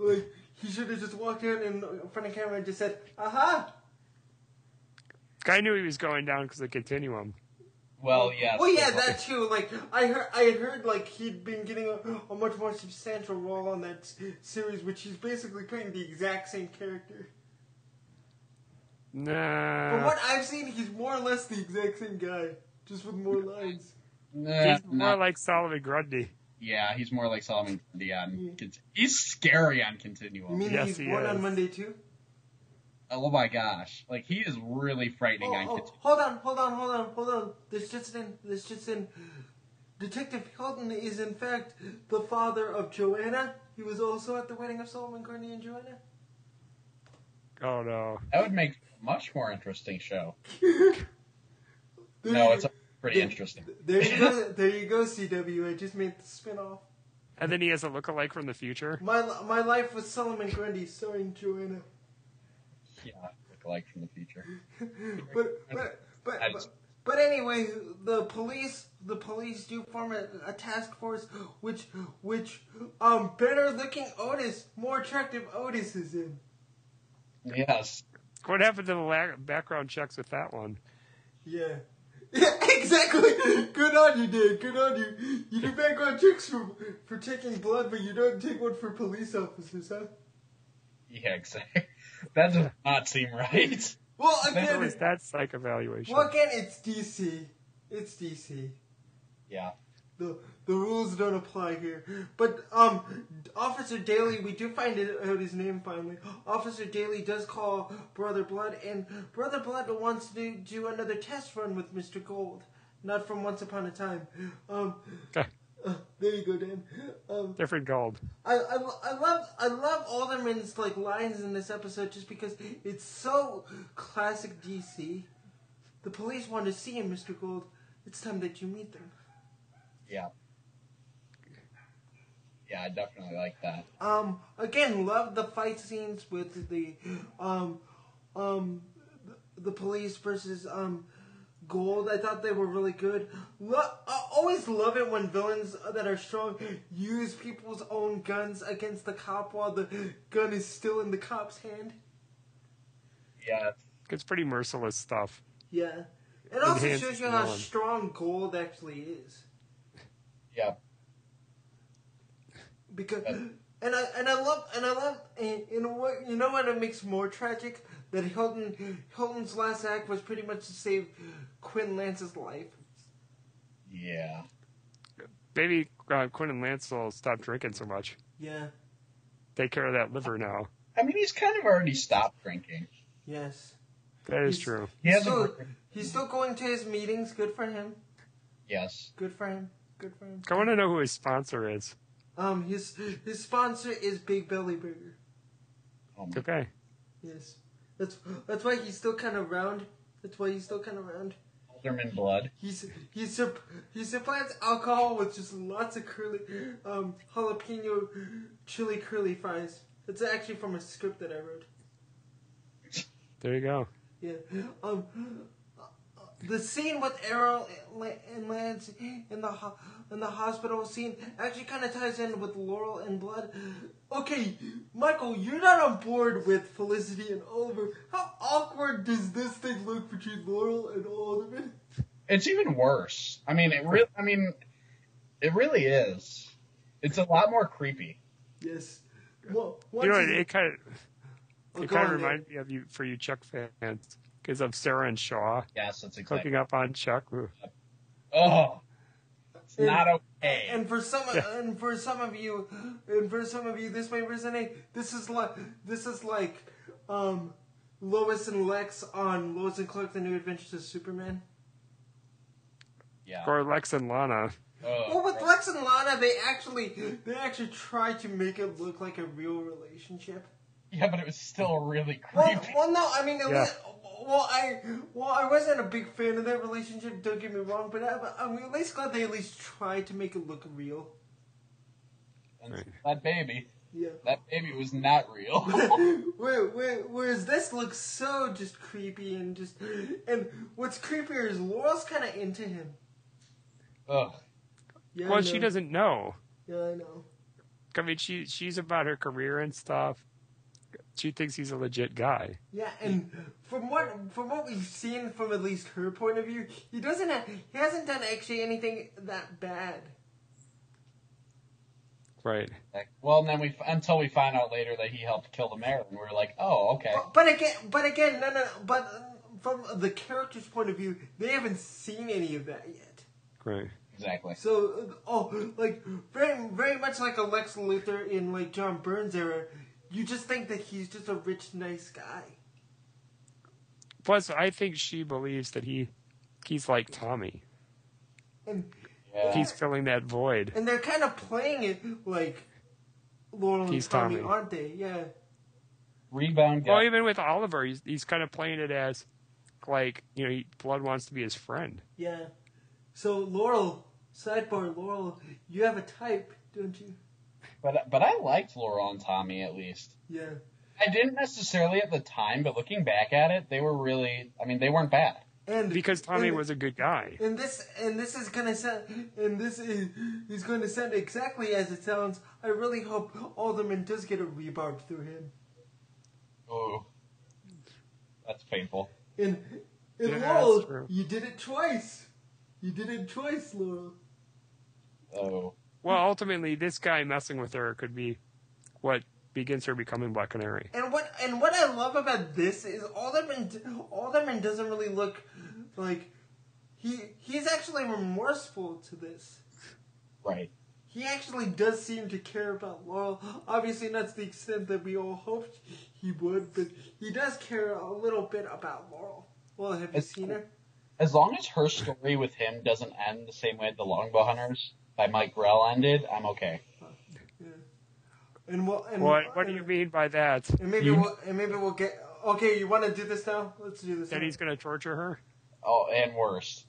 like he should have just walked in and in front of camera and just said, "Aha!"
Guy knew he was going down because of the continuum.
Well, yes.
Well, Oh, yeah, that too. Like, I heard, I had heard like he'd been getting a, a much more substantial role on that s- series, which he's basically playing the exact same character.
Uh.
From
Nah.
what I've seen, he's more or less the exact same guy, just with more lines.
Nah,
He's
nah.
more like Solomon Grundy.
eh, yeah, he's more like Solomon Grundy
Mm-hmm.
on. Cont- he's scary on
You
Continuum.
mean
Yes,
he's
he
born on
is.
Monday too?
Oh my gosh, like he is really frightening
Oh,
on
oh,
Continuum.
hold on, hold on, hold on, hold on. This just in. This just in. Detective Hilton is in fact the father of Joanna. He was also at the wedding of Solomon Grundy and Joanna.
Oh no.
That would make a much more interesting show.
There
No,
you-
it's pretty interesting.
Mm-hmm.
[LAUGHS]
There you go. There you go. CW. I just made the spinoff.
And then he has a lookalike from the future.
My my life with Solomon Grundy, starring Joanna.
Yeah, look like from the future.
but, but, but, but, but anyway, the police, the police do form a, a task force, which, which, um, better looking Otis, more attractive Otis is in.
Yes.
What happened to the la- background checks with that one?
Yeah. [LAUGHS] Yeah, exactly. Good on you, Dave. Good on you. You do background checks for for taking blood, but you don't take one for police officers, huh?
Yeah, exactly. [LAUGHS] That does not seem right. [LAUGHS]
Well,
At
again,
least that's like evaluation.
well, again, it's DC. It's DC.
Yeah.
the the rules don't apply here. But um, Officer Daly, we do find it- out his name finally. Officer Daly does call Brother Blood, and Brother Blood wants to do, do another test run with Mister Gold, not from Once Upon a Time. Um, uh, there you go, Dan. Um,
[LAUGHS] Different gold.
I, I, lo- I love I love Alderman's like lines in this episode just because it's so classic DC. The police want to see him, Mister Gold. It's time that you meet them.
Yeah. Yeah, I definitely like that.
Um, again, love the fight scenes with the, um, um, the police versus um, Gold. I thought they were really good. Lo- I always love it when villains that are strong use people's own guns against the cop while the gun is still in the cop's hand.
Yeah.
It's pretty merciless stuff.
Yeah, it also
Enhanced
shows you how
villain.
strong Gold actually is.
Yeah.
because and I and I love and I love and, and what you know what it makes more tragic that Hilton Hilton's last act was pretty much to save Quinn Lance's life.
Yeah.
Maybe uh, Quinn and Lance will stop drinking so much.
Yeah.
Take care of that liver now.
I mean, he's kind of already stopped drinking.
Yes.
That is
He's-
true.
He
He's
has
still,
a
he's still going to his meetings. Good for him.
yes.
Good for him. Good for him.
I want to know who his sponsor is.
Um, his his sponsor is Big Belly Burger.
Oh my,
Okay.
Yes. That's that's why he's still kind of round. That's why he's still kind of round.
Alderman Blood.
He's he sup- he supplants alcohol with just lots of curly um jalapeno chili curly fries. It's actually from a script that I wrote.
There you go.
Yeah. Um the scene with Errol and Lance in the ho- in the hospital scene actually kind of ties in with Laurel and Blood. Okay, Michael, you're not on board with Felicity and Oliver. How awkward does this thing look between Laurel and Oliver?
It's even worse. I mean, it really. I mean, it really is. It's a lot more creepy.
Yes. Well,
You know,
once
it,
he-
it kind of
Oh,
it
go
kind
on,
of
Dave.
reminds me of you for you Chuck fans. 'Cause because of Sarah and Shaw
Yes, that's exactly.
hooking up on Chuck. Ooh.
Oh, it's
And-
not okay.
And for some,
Yeah.
and for some of you, and for some of you, this may resonate. This is like, this is like, um, Lois and Lex on Lois and Clark: The New Adventures of Superman.
yeah. Oh,
Or Lex and Lana.
Ugh.
Well, with Lex and Lana, they actually, they actually try to make it look like a real relationship.
yeah, but it was still really creepy.
Well, well, no, I mean, at
Yeah.
least, well, I, well, I wasn't a big fan of that relationship. Don't get me wrong, but I, I'm at least glad they at least tried to make it look real.
And That baby,
Yeah.
that baby was not real.
[LAUGHS] Where, where, whereas this looks so just creepy and just and what's creepier is Laurel's kind of into him.
Ugh.
Yeah, I
Well,
know.
she doesn't know.
Yeah, I know.
I mean, she she's about her career and stuff. She thinks he's a legit guy.
Yeah, and from what from what we've seen from at least her point of view, he doesn't have, he hasn't done actually anything that bad.
Right.
Like, Well, and then we until we find out later that he helped kill the mayor, and we're like, oh, okay.
But, but again, but again, no, no, no. But uh, from the character's point of view, they haven't seen any of that yet.
Right.
Exactly.
So, uh, oh, like very, very much like a Lex Luthor in like John Burns era. You just think that he's just a rich, nice guy.
Plus, I think she believes that he he's like Tommy.
And
Yeah.
He's filling that void.
and they're kind of playing it like Laurel and
He's
Tommy,
Tommy.
aren't they? Yeah.
Rebound guy.
Well, even with Oliver, he's he's kind of playing it as like you know, he, Blood wants to be his friend.
Yeah. So Laurel, sidebar Laurel, you have a type, don't you?
But but I liked Laurel and Tommy at least.
Yeah.
I didn't necessarily at the time, but looking back at it, they were really. I mean, they weren't bad.
And
Because Tommy
and-
was a good guy.
And this and this is gonna sound and this is, is going to sound exactly as it sounds. I really hope Alderman does get a rebarb through him.
Ooh, that's painful.
And and
Yeah, that's
Laurel,
true.
you did it twice. You did it twice, Laurel.
Oh,
Well, ultimately, this guy messing with her could be what begins her becoming Black Canary.
And what and what I love about this is Alderman Alderman doesn't really look like he he's actually remorseful to this.
right.
He actually does seem to care about Laurel. Obviously, not to the extent that we all hoped he would, but he does care a little bit about Laurel. Well, have you
It's-
seen her?
As long as her story with him doesn't end the same way the Longbow Hunters by Mike Grell ended, I'm okay.
And we'll, and
What What do you mean by that?
And maybe
You-
we'll and maybe we'll get. Okay, you want to do this now? Let's do this.
that
now.
he's going to torture her?
Oh, and worse.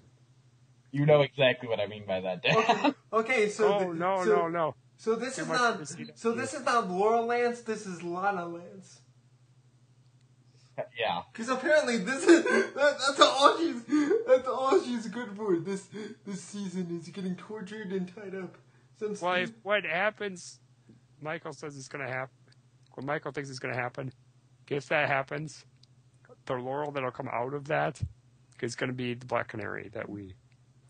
You know exactly what I mean by that, Dan.
Okay, okay, so
Oh
th-
no,
so,
no, no!
So this
Too
is
much
not.
to see.
So this is not Laurel Lance. This is Lana Lance.
[LAUGHS] yeah.
Because apparently this is that, that's all she's that's all she's good for. This this season is getting tortured and tied up. Some
Well, if what happens, Michael says it's going to happen. What Michael thinks is going to happen. If that happens, the Laurel that'll come out of that is going to be the Black Canary that we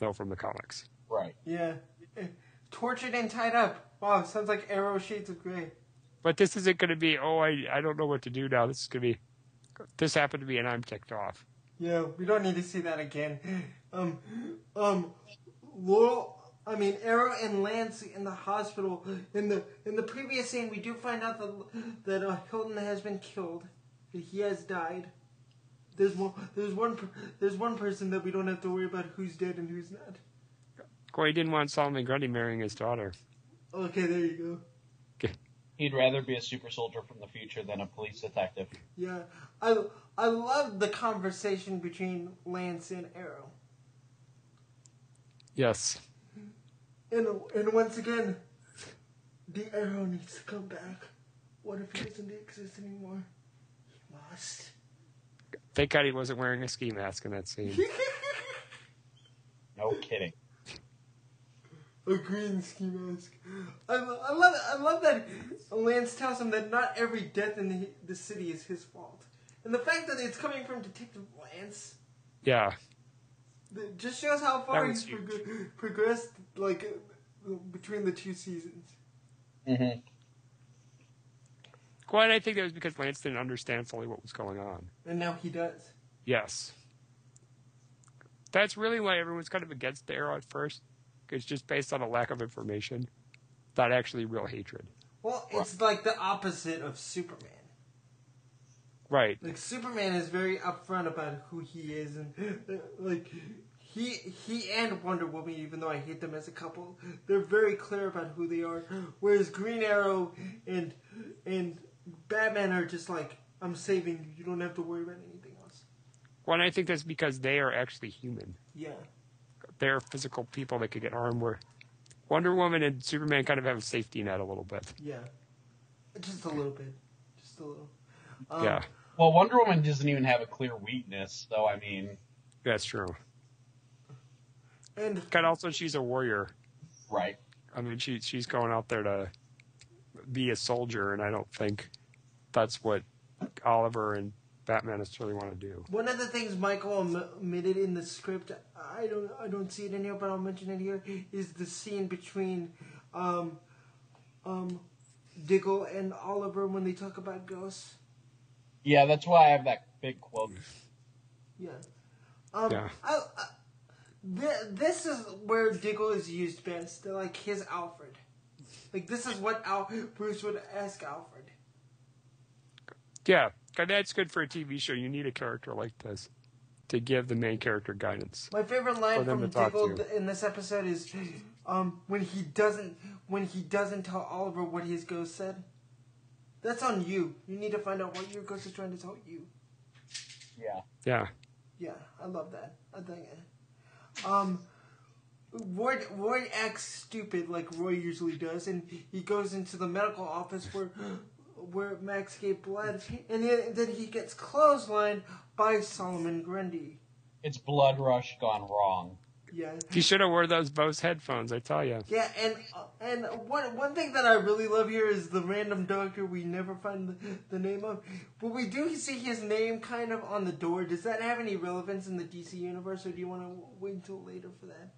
know from the comics.
Right.
yeah, Eh, tortured and tied up. Wow, sounds like Arrow Shades of Grey.
But this isn't going to be. Oh, I I don't know what to do now. This is going to be. This happened to me, and I'm ticked off.
Yeah, we don't need to see that again. Um, um, Laurel. I mean, Arrow and Lance in the hospital. In the in the previous scene, we do find out that that uh, Hilton has been killed. That he has died. There's one. There's one. per- There's one person that we don't have to worry about who's dead and who's not.
Corey didn't want Solomon Grundy marrying his daughter.
Okay, there you go.
He'd rather be a super soldier from the future than a police detective.
Yeah, I I love the conversation between Lance and Arrow.
Yes.
And and once again, the arrow needs to come back. What if he doesn't exist anymore? He must. [LAUGHS]
Thank God he wasn't wearing a ski mask in that scene.
[LAUGHS]
No kidding.
A green ski mask. I, lo- I love I love that Lance tells him that not every death in the, the city is his fault, and the fact that it's coming from Detective Lance
Yeah.
that just shows how far
That
he's
was
prog- progressed, like uh, between the two seasons.
hmm
Quite, I think that was because Lance didn't understand fully what was going on.
And now he does.
Yes. That's really why everyone's kind of against the Arrow at first. 'cause It's just based on a lack of information, not actually real hatred.
Well, it's like the opposite of Superman.
Right.
Like Superman is very upfront about who he is, and [GASPS] uh, like he he and Wonder Woman, even though I hate them as a couple, they're very clear about who they are. Whereas Green Arrow and and Batman are just like, I'm saving you. You don't have to worry about anything else.
Well, and I think that's because they are actually human.
Yeah.
They're physical people that could get harmed. Where Wonder Woman and Superman kind of have a safety net a little bit.
Yeah. Just a little bit. Just a little. Um,
yeah,
Well, Wonder Woman doesn't even have a clear weakness, so I mean,
that's true.
And
And also, she's a warrior.
right?
I mean, she she's going out there to be a soldier, and I don't think that's what Oliver and Batman necessarily want to do.
One of the things Michael om- omitted in the script, I don't, I don't see it in here, but I'll mention it here, is the scene between, um, um, Diggle and Oliver when they talk about ghosts.
Yeah, that's why I have that big quote.
Yeah. Um,
Yeah.
I, I, th- this is where Diggle is used best. They're like his Alfred. Like this is what Al- Bruce would ask Alfred.
Yeah, and that's good for a TV show. You need a character like this to give the main character guidance.
My favorite
For
line
them
from
to talk
Diggle
to.
th- in this episode is, um, when he doesn't when he doesn't tell Oliver what his ghost said. That's on you. You need to find out what your ghost is trying to tell you.
Yeah.
Yeah,
Yeah, I love that. I think. uh, Um, Ward Ward acts stupid like Roy usually does, and he goes into the medical office where where Max gave blood, and then, then he gets clotheslined by Solomon Grundy.
It's Blood Rush gone wrong.
Yeah.
he should have wore those Bose headphones. I tell you.
Yeah, and and one one thing that I really love here is the random doctor we never find the, the name of. But we do see his name kind of on the door. Does that have any relevance in the DC universe, or do you want to wait until later for that?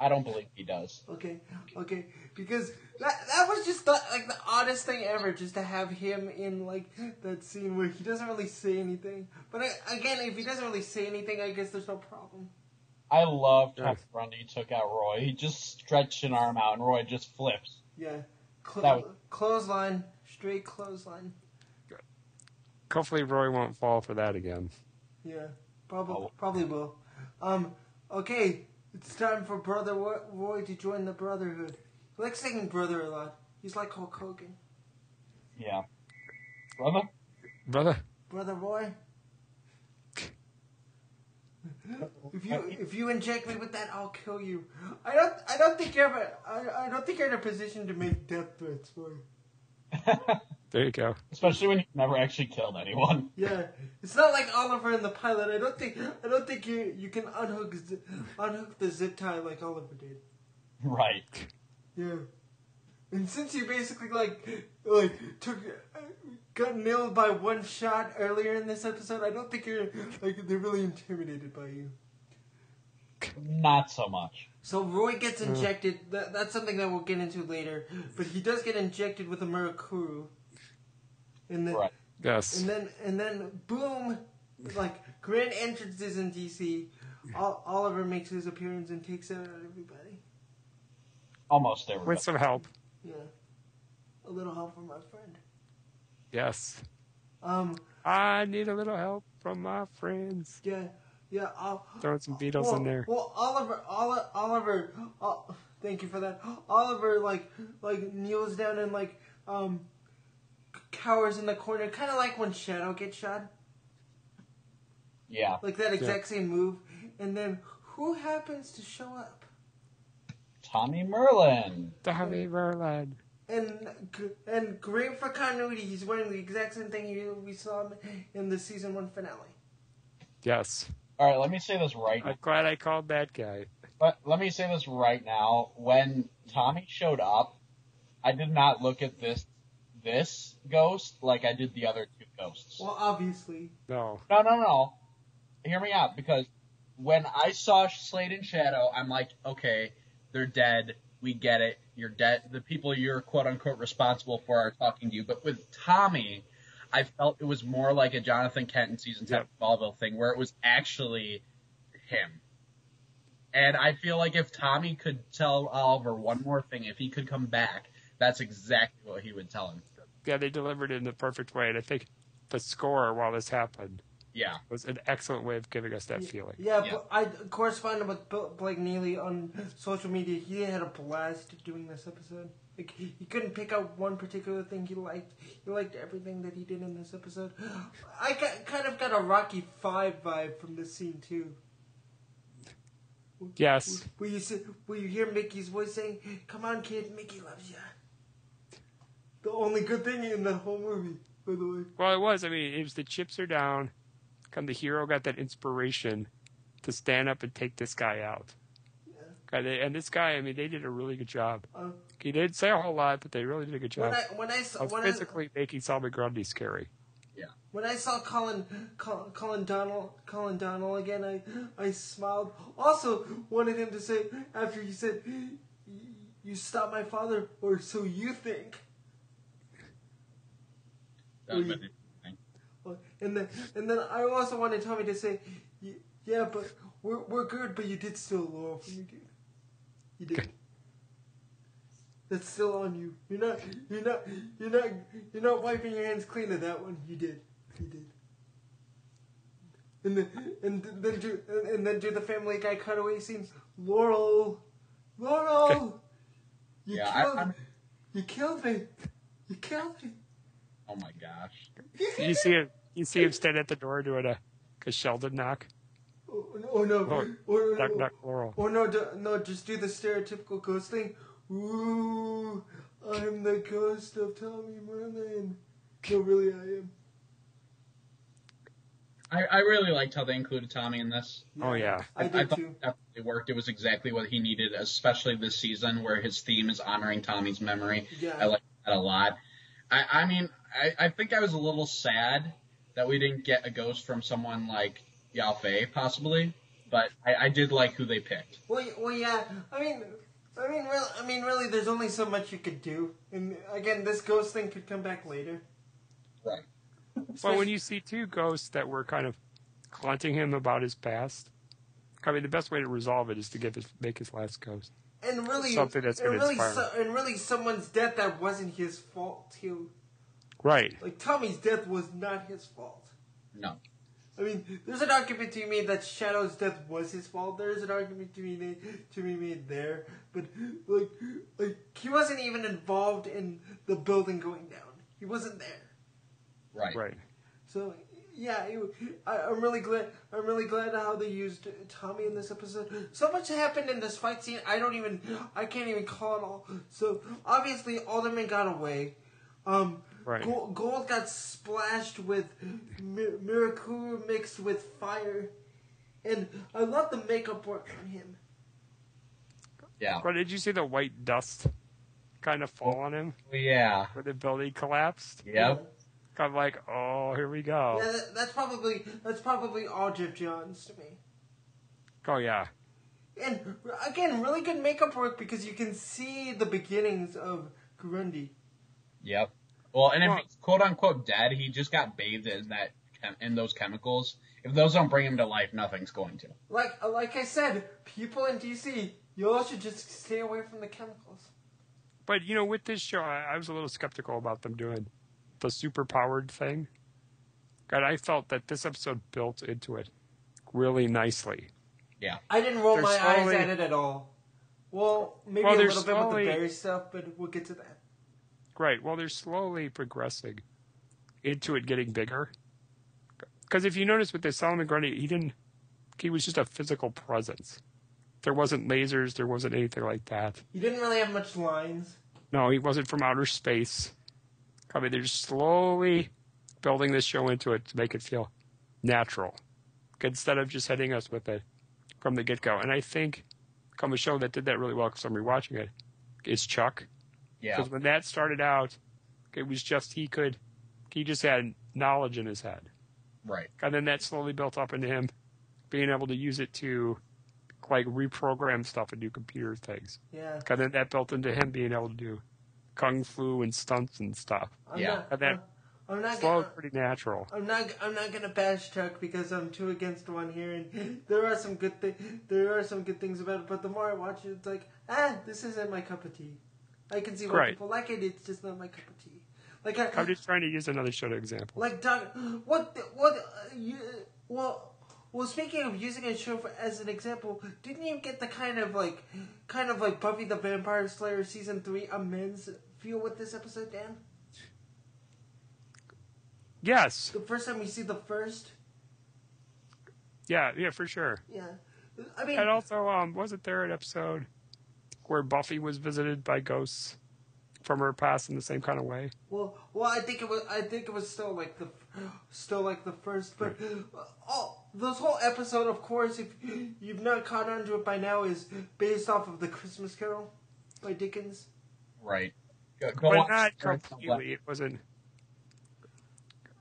I don't believe he does.
Okay, okay, because that that was just the, like the oddest thing ever, just to have him in like that scene where he doesn't really say anything. But I, again, if he doesn't really say anything, I guess there's no problem.
I loved
Yeah.
how Grundy took out Roy. He just stretched an arm out, and Roy just flips.
Yeah,
That
Cl-
was-
clothesline, straight clothesline.
Hopefully, Roy won't fall for that again.
Yeah, probably
Oh.
probably will. Um, okay, it's time for Brother Wo- Roy to join the Brotherhood. I like saying brother a lot. He's like Hulk Hogan.
Yeah. Brother? [LAUGHS]
Brother,
Brother Roy. If you if you inject me with that, I'll kill you. I don't I don't think you're ever, I, I don't think you're in a position to make death threats, Roy.
there you go.
Especially when you've never actually killed anyone.
Yeah, it's not like Oliver in the pilot. I don't think I don't think you you can unhook z- unhook the zip tie like Oliver did.
Right.
Yeah. And since you basically like like took got nailed by one shot earlier in this episode, I don't think you're like they're really intimidated by you.
Not so much.
So Roy gets injected. That, that's something that we'll get into later. But he does get injected with a Murakuru. And then
Right.
Yes.
and then and then boom, like grand entrances in DC. Ol- Oliver makes his appearance and takes out everybody.
Almost everybody.
With some help.
Yeah, a little help from my friend.
Yes.
Um.
I need a little help from my friends.
Yeah, yeah. I'll,
Throwing some Beatles
well,
in there.
Well, Oliver, Oli- Oliver, Ol- thank you for that. Oliver, like, like kneels down and like, um, cowers in the corner, kind of like when Shadow gets shot,
Yeah.
like that exact same move. And then who happens to show up?
Tommy Merlin.
Tommy Merlin.
And g- and great for continuity, he's wearing the exact same thing you- we saw him in the season one finale.
Yes.
All right, let me say this right.
I'm glad I called that guy.
Let, let me say this right now. When Tommy showed up, I did not look at this this ghost like I did the other two ghosts.
Well, obviously,
No.
No, no, no. Hear me out because when I saw Slade and Shadow, I'm like, okay, they're dead. We get it. You're dead. The people you're quote unquote responsible for are talking to you. But with Tommy, I felt it was more like a Jonathan Kent in season ten
Yep.
Smallville thing, where it was actually him. And I feel like if Tommy could tell Oliver one more thing, if he could come back, that's exactly what he would tell him.
Yeah, they delivered it in the perfect way, and I think the score while this happened
Yeah,
was an excellent way of giving us that feeling.
Yeah,
Yeah.
but I corresponded with Bill, Blake Neely on social media. He had a blast doing this episode. Like he couldn't pick out one particular thing he liked. He liked everything that he did in this episode. I got, kind of got a Rocky Five vibe from this scene too.
Yes,
Will you see, will you hear Mickey's voice saying, "Come on, kid, Mickey loves you." The only good thing in the whole movie, by the way.
well, it was. I mean, it was the chips are down. Come the hero got that inspiration to stand up and take this guy out. And, they, and this guy, I mean, they did a really good job.
Uh,
He didn't say a whole lot, but they really did a good
when
job
I when I s-
of
when I,
physically making Salman Grundy scary.
When I saw Colin, Col- Colin Donnell, Colin Donnell again, I, I smiled. Also, wanted him to say after he said, "You stopped my father, or so you think."
that would have
Well,
been interesting.
And then, and then I also wanted Tommy to say, "Y- "Yeah, but we're we're good, but you did steal Laurel from me, dude. You did. That's still on you. You're not, you're not, you're not, you're not wiping your hands clean of that one. You did, you did." And then, and then do, and then do the Family Guy cutaway scene. Laurel, Laurel, you
Yeah, I-
killed,
I'm-
you killed me, you killed me.
Oh my gosh.
You see him, you see him stand at the door doing a, a Sheldon knock.
Oh, oh no!
Oh,
oh,
Knock,
oh,
knock, Laurel.
Oh no, d- no, just do the stereotypical ghost thing. Ooh, I'm the ghost of Tommy Merlin. No, really, I am.
I, I really liked how they included Tommy in this.
Oh, yeah.
I did
thought
too.
it definitely worked. It was exactly what he needed, especially this season where his theme is honoring Tommy's memory.
Yeah.
I like that a lot. I, I mean, I, I think I was a little sad that we didn't get a ghost from someone like Yao Fei, possibly, but I, I did like who they picked.
Well, y- well, yeah. I mean, I mean, really, I mean, really, there's only so much you could do. And again, this ghost thing could come back later.
Right.
Well, when you see two ghosts that were kind of haunting him about his past, I mean, the best way to resolve it is to give his make his last ghost.
And really,
Something that's
and
gonna
really,
inspire
so, and really, someone's death that wasn't his fault too.
Right.
Like Tommy's death was not his fault.
No.
I mean, there's an argument to be made that Shadow's death was his fault. There is an argument to be made to be made there, but like, like he wasn't even involved in the building going down. He wasn't there.
Right.
Right.
So yeah, it, I, I'm really glad. I'm really glad how they used Tommy in this episode. So much happened in this fight scene. I don't even. I can't even call it all. So obviously, Alderman got away. Um,
Right.
Gold, gold got splashed with mi- Mirakuru mixed with fire, and I love the makeup work on him.
Yeah.
But did you see the white dust kind of fall on him
Yeah.
when the building collapsed?
Yep.
Kind of like, oh, here we go.
Yeah, that, that's probably that's probably all Jeff Johns to me.
Oh yeah.
And again, really good makeup work because you can see the beginnings of Grundy.
Yep. Well, and if
Well-
he's quote unquote dead, he just got bathed in that chem- in those chemicals. If those don't bring him to life, nothing's going to.
Like uh, like I said, people in DC, y'all should just stay away from the chemicals.
But you know, with this show, I, I was a little skeptical about them doing the superpowered thing. God, I felt that this episode built into it really nicely.
I didn't roll
They're
my
slowly-
eyes at it at all. Well, maybe
Well,
a
they're
little bit with the
slowly-
berry stuff, but we'll get to that.
Right. Well, they're slowly progressing into it getting bigger. Because if you notice with the Solomon Grundy, he didn't. He was just a physical presence. There wasn't lasers. There wasn't anything like that.
You didn't really have much lines.
No, he wasn't from outer space. I mean, they're just slowly building this show into it to make it feel natural instead of just hitting us with it from the get go. And I think come a show that did that really well because I'm rewatching it is Chuck.
Yeah.
Because when that started out, it was just he could, he just had knowledge in his head.
Right.
And then that slowly built up into him being able to use it to like reprogram stuff and do computer things.
Yeah,
And then that built into him being able to do kung fu and stunts and stuff.
I'm
Yeah.
not.
And then-
I'm not
Slow,
gonna.
is pretty natural.
I'm not. I'm not gonna bash Chuck because I'm two against one here, and [LAUGHS] there are some good thi- There are some good things about it, but the more I watch it, it's like ah, this isn't my cup of tea. I can see why
Right.
people like it. It's just not my cup of tea. Like I,
I'm just trying to use another show to example.
like Doc, what the, what uh, you well well speaking of using a show for, as an example, didn't you get the kind of like kind of like Buffy the Vampire Slayer season three amends feel with this episode, Dan?
Yes.
The first time we see the first,
Yeah. Yeah. For sure.
yeah, I mean,
And also, um, wasn't there an episode where Buffy was visited by ghosts from her past in the same kind of way?
well, well, I think it was I think it was still like the still like the first, but uh, all this whole episode, of course, if you've not caught on to it by now, is based off of the Christmas Carol by Dickens.
Right. Go, go
but
watch
not
Sarah Silverman.
completely. It wasn't.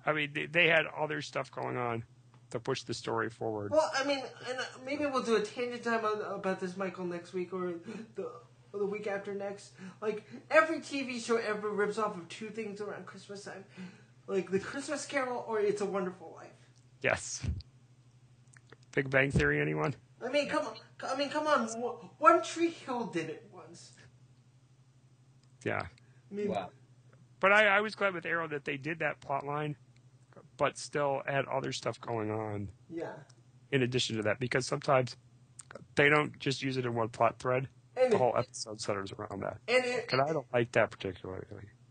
I mean, they, they had other stuff going on to push the story forward.
Well, I mean, and uh, maybe we'll do a tangent time on, about this, Michael, next week or the or the week after next. Like every TV show ever rips off of two things around Christmas time, like the Christmas Carol or It's a Wonderful Life.
Yes. Big Bang Theory, anyone?
I mean, come on, I mean, come on. One- One Tree Hill did it once.
Yeah.
I mean,
Wow.
But I, I was glad with Arrow that they did that plot line, but still had other stuff going on
yeah.
in addition to that because sometimes they don't just use it in one plot thread.
And
The whole episode centers around that.
and it,
And I don't like that particularly.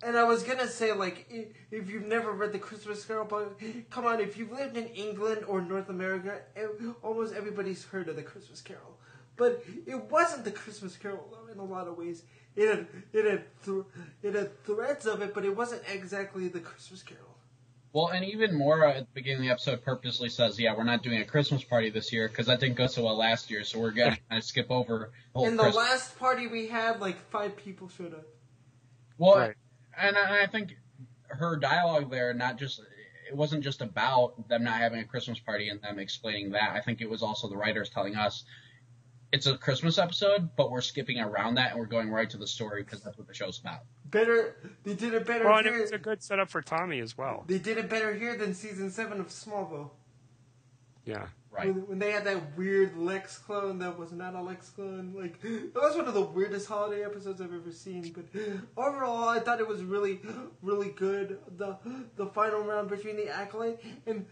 And I was gonna say, like, i- if you've never read the Christmas Carol, but come on, if you've lived in England or North America, ev- almost everybody's heard of the Christmas Carol. But it wasn't the Christmas Carol though, in a lot of ways. It had it had thr it had threads of it, but it wasn't exactly the Christmas Carol.
Well, and even Mora at the beginning of the episode purposely says, "Yeah, we're not doing a Christmas party this year because that didn't go so well last year, so we're gonna kinda skip over the whole
And the
Christmas."
last party we had, like five people showed up.
well,
Right.
and I, I think her dialogue there, not just it wasn't just about them not having a Christmas party and them explaining that. I think it was also the writers telling us it's a Christmas episode, but we're skipping around that and we're going right to the story because that's what the show's about.
Better, they did it better
Well, and it
here.
was a good setup for Tommy as well.
They did it better here than season seven of Smallville.
Yeah.
Right.
When, when they had that weird Lex clone that was not a Lex clone, like that was one of the weirdest holiday episodes I've ever seen. But overall, I thought it was really, really good. The the final round between the accolade and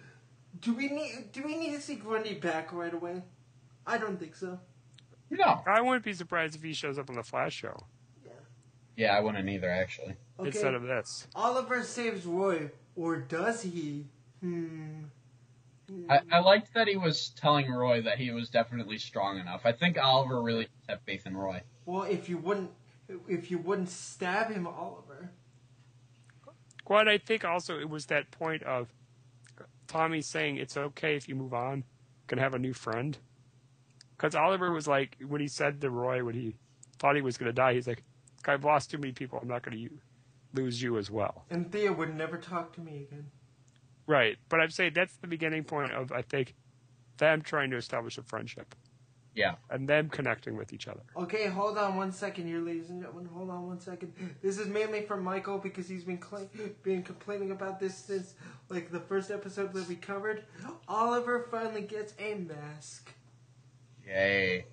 do we need do we need to see Grundy back right away? I don't think so.
No.
I wouldn't be surprised if he shows up on the Flash show
Yeah.
Yeah, I wouldn't either actually.
Okay.
instead of this.
Oliver saves Roy, or does he? Hmm.
I, I liked that he was telling Roy that he was definitely strong enough. I think Oliver really had faith in Roy.
Well, if you wouldn't, if you wouldn't stab him, Oliver.
Well, and I think also it was that point of Tommy saying it's okay if you move on, can have a new friend. Because Oliver was like, when he said to Roy, when he thought he was going to die, he's like, I've lost too many people. I'm not going to lose you as well.
And Thea would never talk to me again.
Right. But I'm saying that's the beginning point of, I think, them trying to establish a friendship
Yeah.
and them connecting with each other.
Okay, hold on one second here, ladies and gentlemen. Hold on one second. This is mainly for Michael because he's been cla- been complaining about this since like the first episode that we covered. Oliver finally gets a mask,
Yay.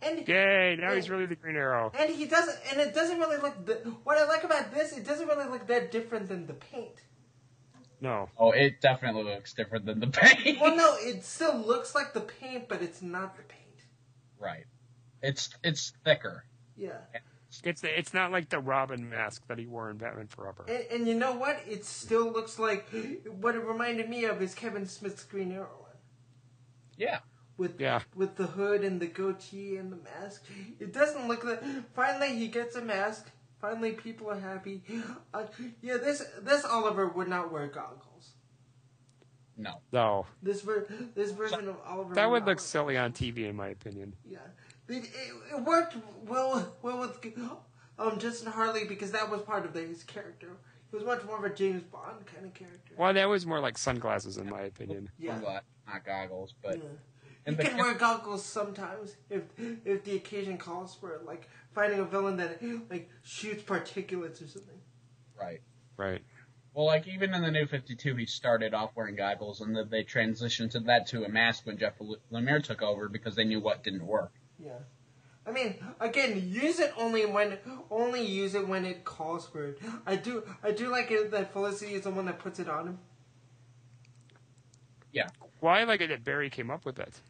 and
Yay. Now he's really the Green Arrow.
and he doesn't, and it doesn't really look. Th- what I like about this, it doesn't really look that different than the paint.
No.
Oh, it definitely looks different than the [LAUGHS] paint.
Well, no, it still looks like the paint, but it's not the paint.
right. It's it's thicker.
Yeah.
It's, it's not like the Robin mask that he wore in Batman Forever.
And, and you know what? It still looks like what it reminded me of is Kevin Smith's Green Arrow one.
Yeah.
with
Yeah.
with the hood and the goatee and the mask. It doesn't look like. Finally, he gets a mask. Finally, people are happy. [GASPS] Uh, yeah, this this Oliver would not wear goggles.
No.
No.
This ver- this version of Oliver
That would
not
look
wear-
silly on TV, in my opinion.
Yeah, it, it, it worked well well with um Justin Harley because that was part of the, his character. He was much more of a James Bond kind of character.
Well, that was more like sunglasses, in my opinion.
Yeah.
Sunglass- uh, Not goggles, but
Yeah. You
and the
can wear goggles sometimes if if the occasion calls for it, like finding a villain that like shoots particulates or something.
right.
Right.
Well, like even in the New Fifty Two, he started off wearing goggles, and then they transitioned to that to a mask when Jeff Lemire took over because they knew what didn't work.
Yeah. I mean, again, use it only when only use it when it calls for it. I do I do like it that Felicity is the one that puts it on him.
Yeah,
Well, I like it that Barry came
[LAUGHS]
up with it.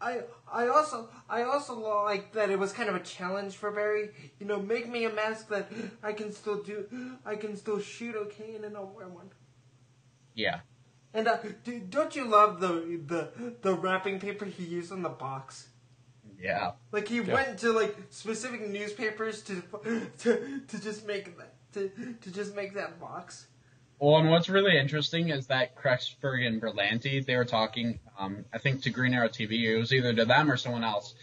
I I also I also like that it was kind of a challenge for Barry. You know, make me a mask that I can still do I can still shoot okay and then I'll wear one.
yeah.
And uh, do, don't you love the the the wrapping paper he used on the box?
Yeah.
Like he
Yeah.
went to like specific newspapers to [LAUGHS] to to just make that to to just make that box.
Well, and what's really interesting is that Kressberg and Berlanti, they were talking, um, I think to Green Arrow TV, it was either to them or someone else,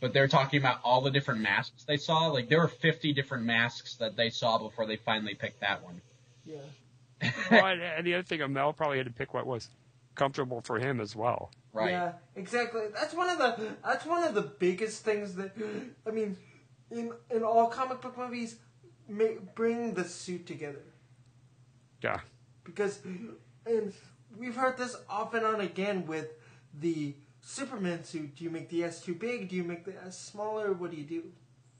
but they were talking about all the different masks they saw. Like there were 50 different masks that they saw before they finally picked that one.
Yeah.
Well, and, and the other thing, Mel probably had to pick what was comfortable for him as well.
Right.
Yeah, exactly. That's one of the that's one of the biggest things that I mean, in in all comic book movies, ma- bring the suit together
Yeah,
because, and we've heard this off and on again with the Superman suit. Do you make the S too big? Do you make the S smaller? What do you do?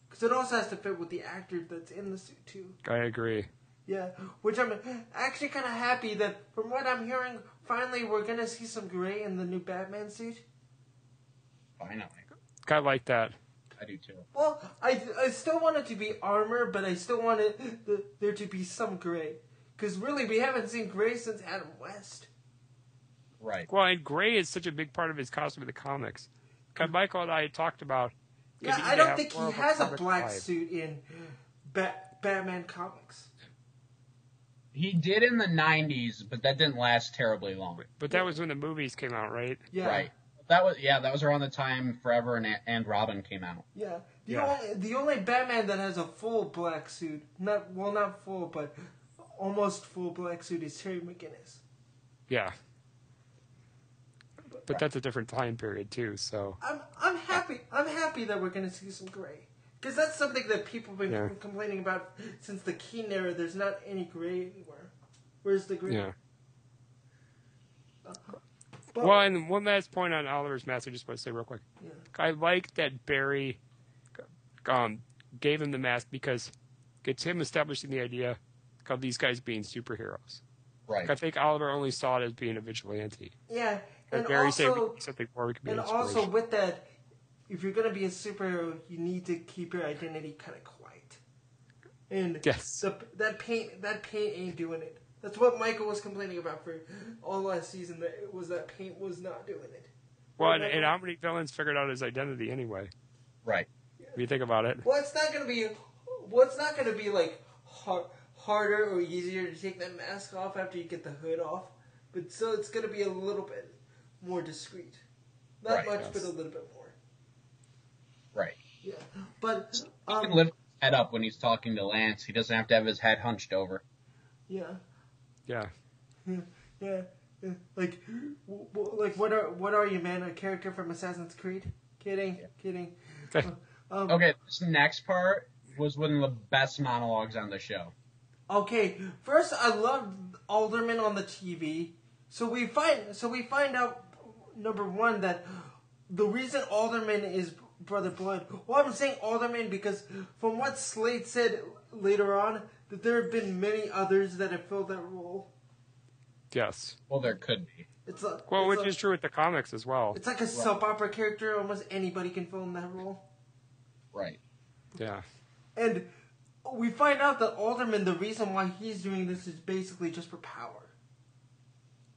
Because it also has to fit with the actor that's in the suit too.
I agree.
Yeah, which I'm actually kind of happy that from what I'm hearing, finally we're gonna see some gray in the new Batman suit.
Finally.
I like that.
I do too.
Well, I, I still want it to be armor, but I still want it the, there to be some gray. Because really, we haven't seen gray since Adam West.
Right.
Well, and gray is such a big part of his costume in the comics. 'Cause Michael and I talked about.
Yeah,
needed
I
to
don't
have
think he
more of
has a
comic
black
vibe.
suit in Bat- Batman comics.
He did in the 90s, but that didn't last terribly long.
But that was when the movies came out, right?
Yeah.
Right. That was, yeah, that was around the time Forever and, and Robin came out.
Yeah. The,
Yeah.
Only, the only Batman that has a full black suit, not well, not full, but almost full black suit is Terry McGinnis.
Yeah. But that's a different time period too. So
I'm I'm happy. I'm happy that we're gonna see some gray because that's something that people have been
Yeah.
complaining about since the Keen era. There's not any gray anywhere. Where's the gray?
yeah.
But,
Well, and one last point on Oliver's mask. I just want to say real quick.
Yeah.
I like that Barry, um, gave him the mask because it's him establishing the idea of these guys being superheroes.
Right.
I think Oliver only saw it as being a vigilante.
yeah,
And,
and
Barry said we
also
can do something more. We can be an
and also
inspiration.
with that, if you're gonna be a superhero, you need to keep your identity kind of quiet. And
Yes.
the, that paint that paint ain't doing it. That's what Michael was complaining about for all last season. That it was that paint was not doing it.
Well, and, and how many villains figured out his identity anyway?
Right.
If you think about it,
Well, it's not gonna be. Well, it's not gonna be like har harder or easier to take that mask off after you get the hood off, but so it's gonna be a little bit more discreet. Not
Right,
much,
yes.
but a little bit more.
Right.
Yeah, but
He can
um,
lift his head up when he's talking to Lance. He doesn't have to have his head hunched over.
yeah,
yeah,
yeah, yeah. Like, w- w- like what are what are you, man? A character from Assassin's Creed? Kidding, kidding. Um,
Okay, this next part was one of the best monologues on the show.
Okay, first I love Alderman on the TV. So we find so we find out number one that the reason Alderman is Brother Blood. Well, I'm saying Alderman because from what Slade said later on, that there have been many others that have filled that role.
yes.
Well, there could be.
It's like
Well,
it's
which
like,
is true with the comics as well.
it's like a soap opera character. Almost anybody can fill in that role.
Right.
Yeah,
And we find out that Alderman, the reason why he's doing this is basically just for power.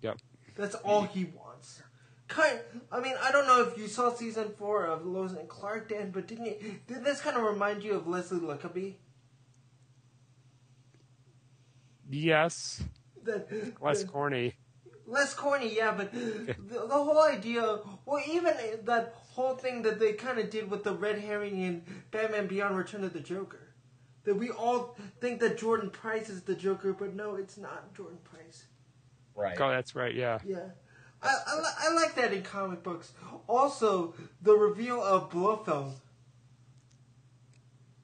yep.
That's all he wants. Kind, I mean, I don't know if you saw season four of Lois and Clark, Dan, but didn't you, did this kind of remind you of Leslie Luckabee?
Yes,
That
less
that-
corny.
less corny, yeah, but the, the whole idea, well, even that whole thing that they kind of did with the red herring in Batman Beyond: Return of the Joker, that we all think that Jordan Price is the Joker, but no, it's not Jordan Price.
Right.
Oh, that's right. Yeah,
Yeah. I, I, li- I like that in comic books. Also, the reveal of Blofeld.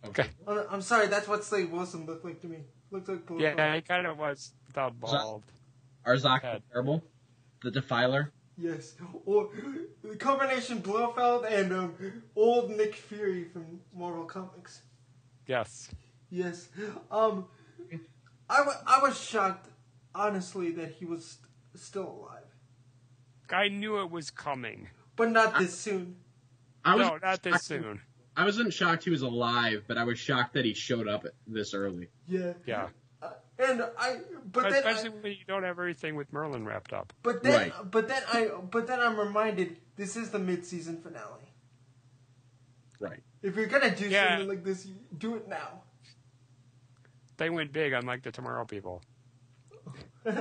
Okay.
I'm I'm sorry, that's what Slade Wilson looked like to me. Looks like Pokemon.
Yeah, it kind of was without bald.
Arzak
Bad.
the Terrible, the Defiler.
Yes. Or the combination Blofeld and um, old Nick Fury from Marvel Comics.
Yes.
Yes. Um, I, w- I was shocked, honestly, that he was st- still alive.
I knew it was coming.
But not this soon.
I was
No, not this soon.
I wasn't shocked he was alive, but I was shocked that he showed up this early.
Yeah.
Yeah.
Uh, and I, but then, I,
Especially when you don't have everything with Merlin wrapped up.
but then,
Right.
but then I, but then I'm reminded this is the mid-season finale.
Right.
If you're gonna do
Yeah.
something like this, do it now. [LAUGHS]
They went big, unlike the Tomorrow People.
I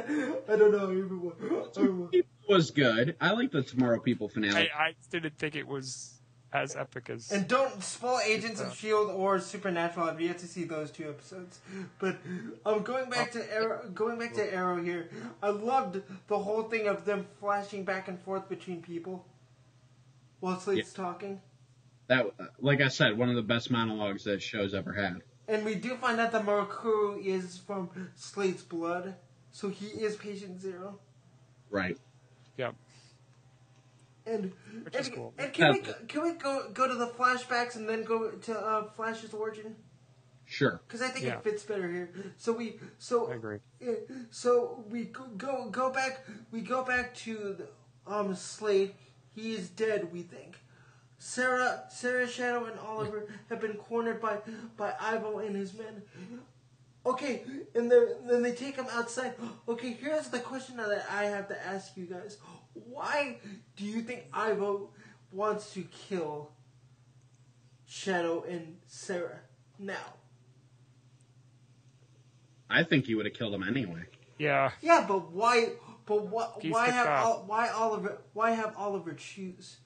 don't know even what. I don't know.
It was good. I like the Tomorrow People
I,
finale.
I didn't think it was as epic as.
And don't spoil Agents of Shield E or Supernatural. I've yet to see those two episodes. But um, going back
Oh.
to Arrow, going back to Arrow here, I loved the whole thing of them flashing back and forth between people while Slate's talking.
that, uh, like I said, one of the best monologues that show's ever had.
And we do find out that Marakuru is from Slade's blood, so he is Patient Zero.
Right.
Yep.
And
Which is
and,
cool.
and can we
Yeah.
can we go go to the flashbacks and then go to uh, Flash's origin?
Sure.
because I think
Yeah.
it fits better here. So we so
I agree.
Yeah, so we go- go go back we go back to the, um Slade. He is dead. We think. Sarah, Sarah Shadow, and Oliver have been cornered by by Ivo and his men. Okay, and they're- then they take him outside. Okay, here's the question that I have to ask you guys: Why do you think Ivo wants to kill Shadow and Sarah now?
I think he would have killed him anyway.
Yeah.
Yeah, but why? But what?
He's
Why
the
have
cop.
Ol- why Oliver? Why have Oliver choose?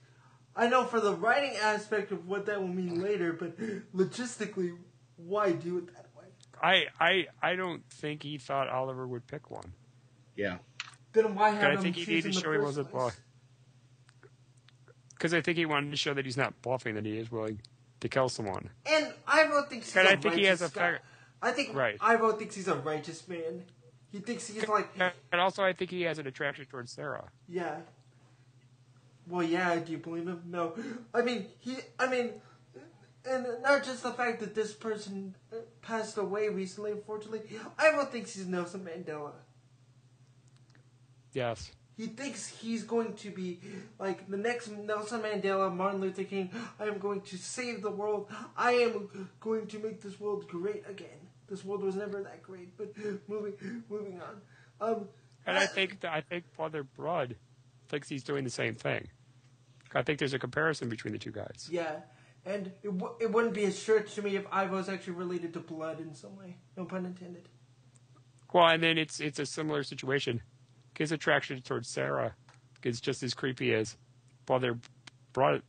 I know for the writing aspect of what that will
Mm.
mean later, but logistically, why do it that way?
I, I, I don't think he thought Oliver would pick one.
Yeah.
Then why have
I
him
think he
choose
needed
in
to
the
show he
first
wasn't
place?
bluff- Because I think he wanted to show that he's not bluffing, that he is willing to kill someone.
And Ivo thinks he's
And
a
I think he
righteous
has a
guy.
fair-
I think
Right.
Ivo thinks he's a righteous man. He thinks he's like
And also, I think he has an attraction towards Sarah.
Yeah. Well, yeah. Do you believe him? No. I mean, he. I mean, and not just the fact that this person uh, passed away recently. Unfortunately, I don't think he's Nelson Mandela.
Yes.
He thinks he's going to be like the next Nelson Mandela, Martin Luther King. I am going to save the world. I am going to make this world great again. This world was never that great, but moving, moving on. Um,
And I think that I think Father Blood thinks he's doing the same thing. I think there's a comparison between the two guys.
Yeah, and it, w- it wouldn't be a stretch to me if Ivo's actually related to blood in some way. No pun intended.
Well, and then it's it's a similar situation. His attraction towards Sarah is just as creepy as Father Brother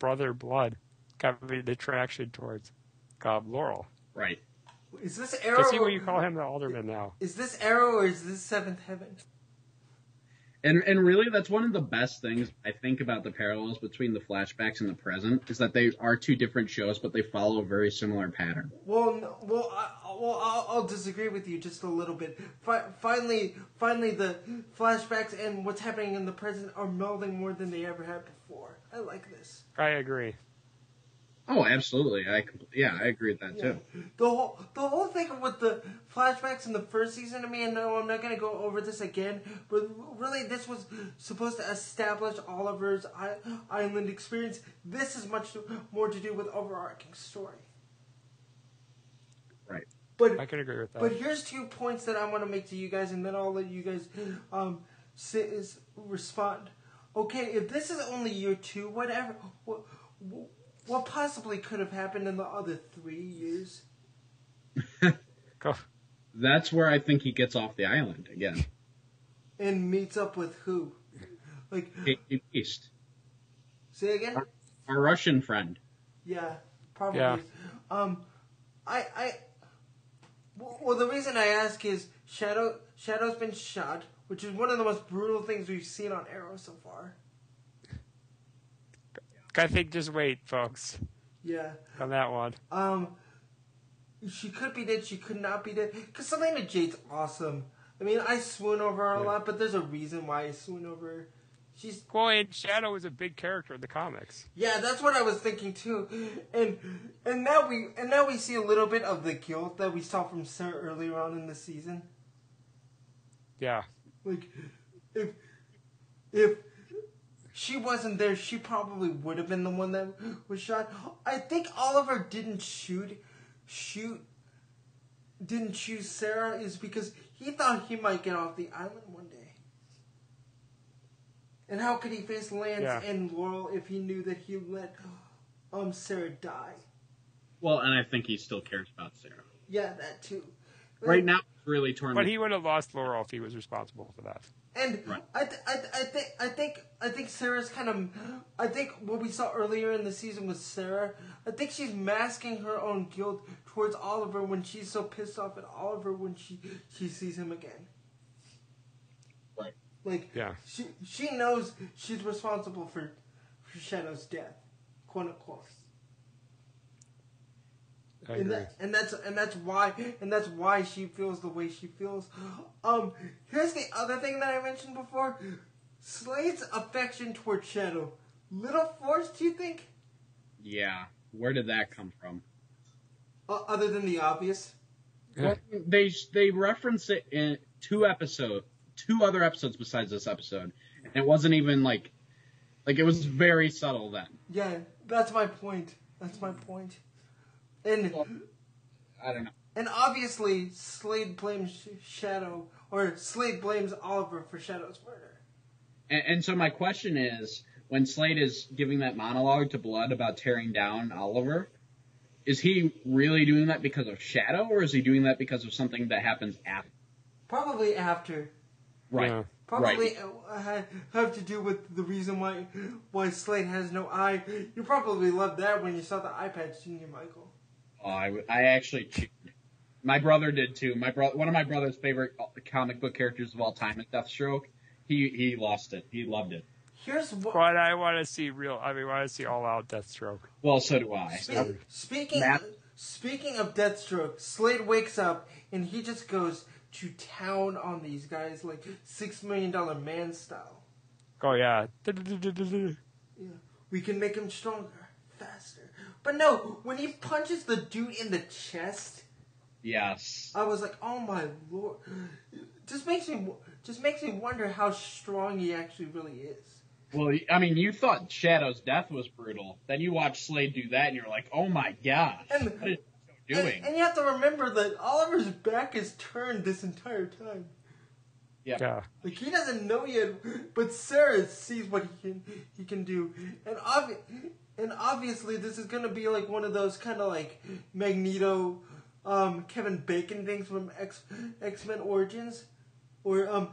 Brother Blood got the attraction towards uh, Laurel.
Right.
Is this
I
arrow?
see what you call him the alderman now.
Is this arrow or is this Seventh Heaven?
And and really, that's one of the best things I think about the parallels between the flashbacks and the present is that they are two different shows, but they follow a very similar pattern.
Well, no, well, I, well, I'll, I'll disagree with you just a little bit. Fi- finally, finally, the flashbacks and what's happening in the present are melding more than they ever had before. I like this.
I agree.
Oh, absolutely. I compl- yeah, I agree with that
Yeah.
too.
The whole the whole thing with the flashbacks in the first season to me, and no, I'm not gonna go over this again. But really, this was supposed to establish Oliver's i- island experience. This is much more to do with overarching story.
Right.
But
I can agree with that.
but here's two points that I want to make to you guys, and then I'll let you guys um sit, is, respond. Okay, if this is only year two, whatever, what, what possibly could have happened in the other three years?
Go.
That's where I think he gets off the island again.
and meets up with who? [LAUGHS] Like,
Kate East,
say again?
our Russian friend.
Yeah, probably.
Yeah.
Um, I, I, well, well, the reason I ask is Shadow, Shadow's been shot, which is one of the most brutal things we've seen on Arrow so far.
I think just wait, folks,
Yeah.
on that one.
Um, she could be dead. She could not be dead. Cause Selena Jade's awesome. I mean, I swoon over her a
Yeah.
lot, but there's a reason why I swoon over. her. She's
Well, and Shadow is a big character in the comics.
yeah, that's what I was thinking too. And and now we and now we see a little bit of the guilt that we saw from Sarah earlier on in the season.
Yeah.
Like, if if she wasn't there, she probably would have been the one that was shot. I think Oliver didn't shoot shoot didn't shoot Sarah is because he thought he might get off the island one day. And how could he face Lance
Yeah.
and Laurel if he knew that he let um Sarah die?
Well, and I think he still cares about Sarah.
Yeah, that too.
Right now, it's really torn.
But he would have lost Laurel if he was responsible for that.
And
Right.
I, th- I, th- I think I think I think Sarah's kind of I think what we saw earlier in the season with Sarah. I think she's masking her own guilt towards Oliver when she's so pissed off at Oliver when she she sees him again.
Right.
Like
Yeah.
she she knows she's responsible for for Shadow's death, quote unquote.
I
And,
agree.
that, and that's and that's why and that's why she feels the way she feels. Um, here's the other thing that I mentioned before: Slade's affection toward Shadow, little forced. Do you think?
Yeah. Where did that come from?
Uh, other than the obvious.
Yeah.
Well, they they reference it in two episode, two other episodes besides this episode, and it wasn't even like, like it was very subtle then.
Yeah, that's my point. That's my point. And
I don't know.
and obviously Slade blames Sh- Shadow, or Slade blames Oliver for Shadow's murder.
And, and so my question is, when Slade is giving that monologue to Blood about tearing down Oliver, is he really doing that because of Shadow, or is he doing that because of something that happens after?
Probably after.
Right.
Yeah.
Probably uh, ha- have to do with the reason why why Slade has no eye. You probably loved that when you saw the eye patch, didn't you, Michael?
Oh, I, I actually cheated. My brother did too. My brother, one of my brother's favorite uh, comic book characters of all time is Deathstroke. He he lost it. He loved it.
Here's what.
But I want to see real. I mean, I want to see all out Deathstroke.
Well, so do I.
Spe- speaking
Matt?
speaking of Deathstroke, Slade wakes up and he just goes to town on these guys like six million dollar man style.
Oh yeah.
Yeah, we can make him stronger, faster. But no, when he punches the dude in the chest,
Yes.
I was like, oh my lord, just makes me just makes me wonder how strong he actually really is.
Well, I mean, you thought Shadow's death was brutal. Then you watch Slade do that, and you're like, oh my gosh,
And-
what is he
And-
doing?
and you have to remember that Oliver's back is turned this entire time.
Yeah.
Like he doesn't know yet, but Sarah sees what he can he can do, and obvi- and obviously this is gonna be like one of those kind of like Magneto, um, Kevin Bacon things from X X Men Origins, or um,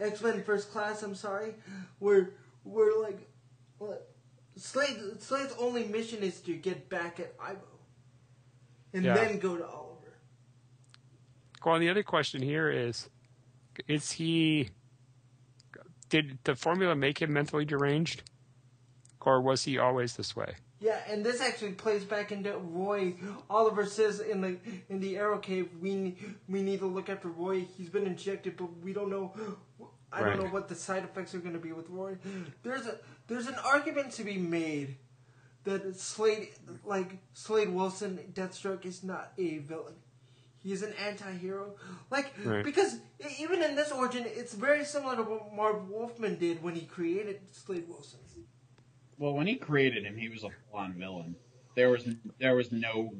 X Men First Class. I'm sorry, where where like, what, Slade Slade's only mission is to get back at Ivo, and
Yeah.
then go to Oliver.
Well, the other question here is, is he? Did the formula make him mentally deranged, or was he always this way?
Yeah, and this actually plays back into Roy. Oliver says in the in the arrow cave, we we need to look after Roy. He's been injected, but we don't know. I
Right.
don't know what the side effects are going to be with Roy. There's a there's an argument to be made that Slade like Slade Wilson Deathstroke is not a villain. He's an anti-hero. Like
Right.
because e- even in this origin, it's very similar to what Marv Wolfman did when he created Slade Wilson.
Well, when he created him, he was a full-on villain. There was there was no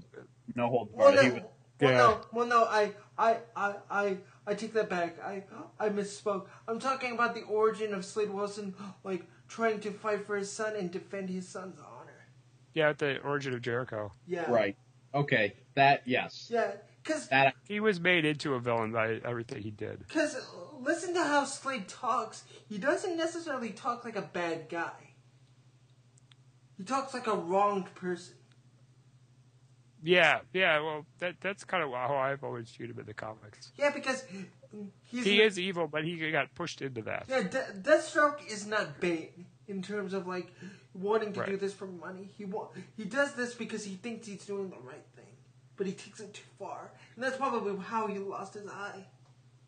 no hold
Well,
barred.
no,
He was,
well,
Yeah.
no, well, no. I, I, I, I, I take that back. I, I misspoke. I'm talking about the origin of Slade Wilson, like trying to fight for his son and defend his son's honor.
Yeah, at the origin of Jericho,
Yeah,
right. Okay. That yes.
Yeah, cause,
That
he was made into a villain by everything he did.
cause uh, listen to how Slade talks. He doesn't necessarily talk like a bad guy. He talks like a wronged person.
Yeah, yeah. Well, that that's kind of how I've always viewed him in the comics.
Yeah, because he's
He is evil, but he got pushed into that.
Yeah, De- Deathstroke is not bait in terms of like wanting to do
Right.
this for money. He wa- he does this because he thinks he's doing the right thing. but he takes it too far, and that's probably how he lost his eye.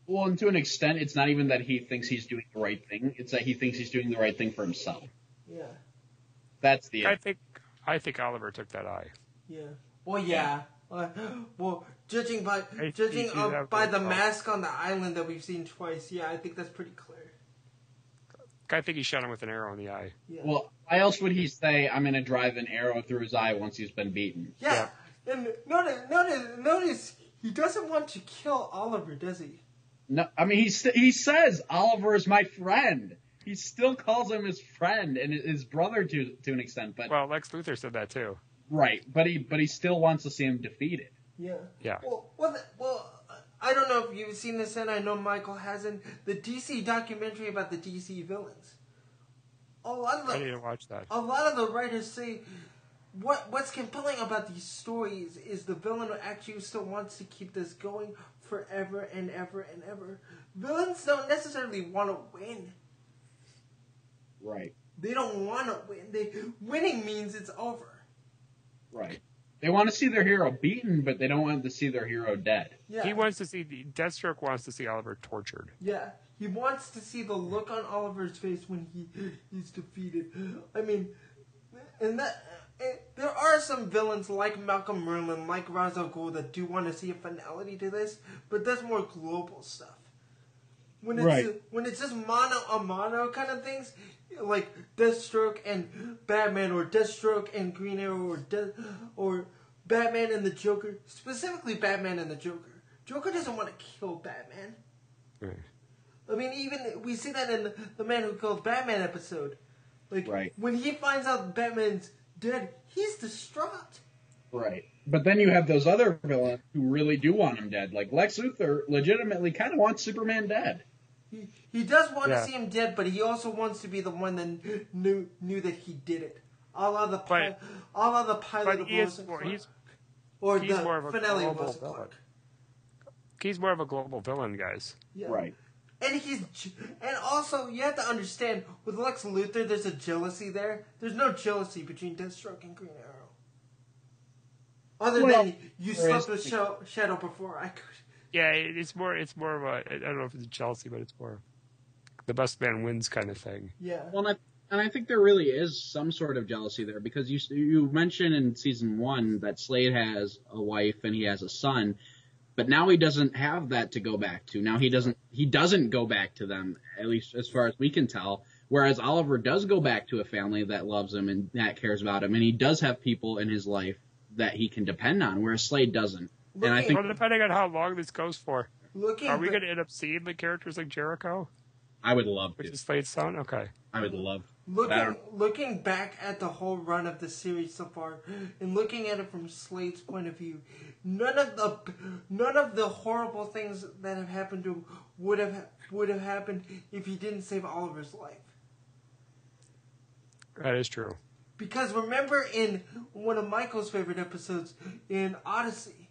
Well, and to an extent, it's not even that he thinks he's doing the right thing; it's that he thinks he's doing the right thing for himself.
Yeah,
That's the
I think I think Oliver took that eye.
yeah. Well, yeah. Uh, well, [GASPS] judging by
I
judging
see
uh,
that
by
was
the
wrong.
mask on the island that we've seen twice, yeah, I think that's pretty clear.
I think he shot him with an arrow in the eye.
Yeah.
Well, why else would he say, I'm going to drive an arrow through his eye once he's been beaten?
Yeah. And notice, notice, notice, he doesn't want to kill Oliver, does he?
No, I mean, he, s- he says, Oliver is my friend. He still calls him his friend and his brother to, to an extent, but
Well, Lex Luthor said that too.
right. But he, but he still wants to see him defeated.
Yeah.
Yeah.
Well, well, th- well, I don't know if you've seen this, and I know Michael hasn't. The DC documentary about the DC villains. A lot of
I
the
didn't watch that.
a lot of the writers say what what's compelling about these stories is the villain actually still wants to keep this going forever and ever and ever. Villains don't necessarily want to win.
Right.
They don't want to win. They winning means it's over.
Right. They want to see their hero beaten, but they don't want to see their hero dead.
Yeah.
He wants to see Deathstroke wants to see Oliver tortured.
Yeah, he wants to see the look on Oliver's face when he he's defeated. I mean, and that and there are some villains like Malcolm Merlin, like Ra's al Ghul, that do want to see a finality to this, but that's more global stuff. When it's
Right.
when it's just mono a mono kind of things, like Deathstroke and Batman, or Deathstroke and Green Arrow, or Death, or Batman and the Joker, specifically Batman and the Joker. Joker doesn't want to kill Batman. I mean, even we see that in the, the Man Who Killed Batman episode. Like,
Right.
when he finds out Batman's dead, he's distraught.
Right. But then you have those other villains who really do want him dead. Like Lex Luthor legitimately kind of wants Superman dead.
He, he does want
Yeah.
to see him dead, but he also wants to be the one that knew knew that he did it. A la the pilot,
But-
a la the pilot
but
of
he is
Wilson
more-
Clark,
he's-
or
he's
the
more of a
finale of
global
Wilson
villain.
Clark.
He's more of a global villain, guys.
Yeah.
Right.
And he's j- and also you have to understand with Lex Luthor, there's a jealousy there. There's no jealousy between Deathstroke and Green Arrow. Other
Well,
than you
there
slept
is-
with Shadow, Shadow before I could.
Yeah, it- it's more it's more of a I don't know if it's Chelsea, but it's more the best man wins kind of thing.
Yeah.
Well, and I, and I think there really is some sort of jealousy there because you you mentioned in season one that Slade has a wife and he has a son, but now he doesn't have that to go back to. Now he doesn't he doesn't go back to them at least as far as we can tell. Whereas Oliver does go back to a family that loves him and that cares about him, and he does have people in his life that he can depend on, whereas Slade doesn't. And I
Looking-
think
Well, depending on how long this goes for,
Looking.
are we
ba-
going to end up seeing the characters like Jericho,
I would love
which
to.
is Slade's son? Okay,
I would love.
Looking,
Batter-
looking back at the whole run of the series so far, and looking at it from Slade's point of view, none of the none of the horrible things that have happened to him would have would have happened if he didn't save Oliver's life.
that is true.
Because remember in one of Michael's favorite episodes in Odyssey,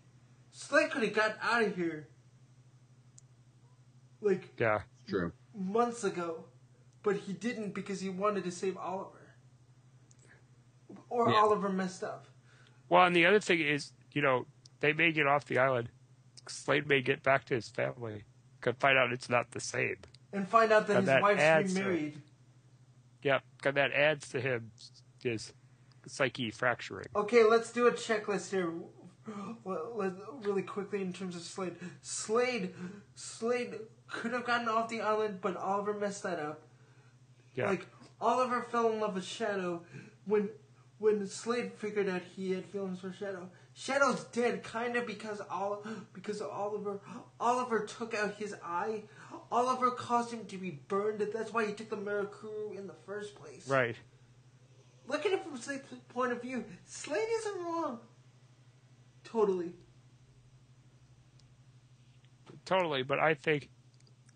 Slade could have gotten out of here like
Yeah,
True.
months ago, but he didn't because he wanted to save Oliver. Or
Yeah.
Oliver messed up.
Well, and the other thing is, you know, they may get off the island. Slade may get back to his family. Could find out it's not the same.
And find out that
And
his
that
wife's
adds to
remarried.
Yep. And that adds to him his psyche fracturing.
Okay, let's do a checklist here. [GASPS] Well, let- Really quickly, in terms of Slade, Slade, Slade could have gotten off the island, but Oliver messed that up.
Yeah.
Like Oliver fell in love with Shadow when when Slade figured out he had feelings for Shadow. Shadow's dead kinda because all because Oliver Oliver took out his eye. Oliver caused him to be burned. That's why he took the Mirakuru in the first place.
right.
Look at it from Slade's point of view. Slade isn't wrong. Totally.
Totally. But I think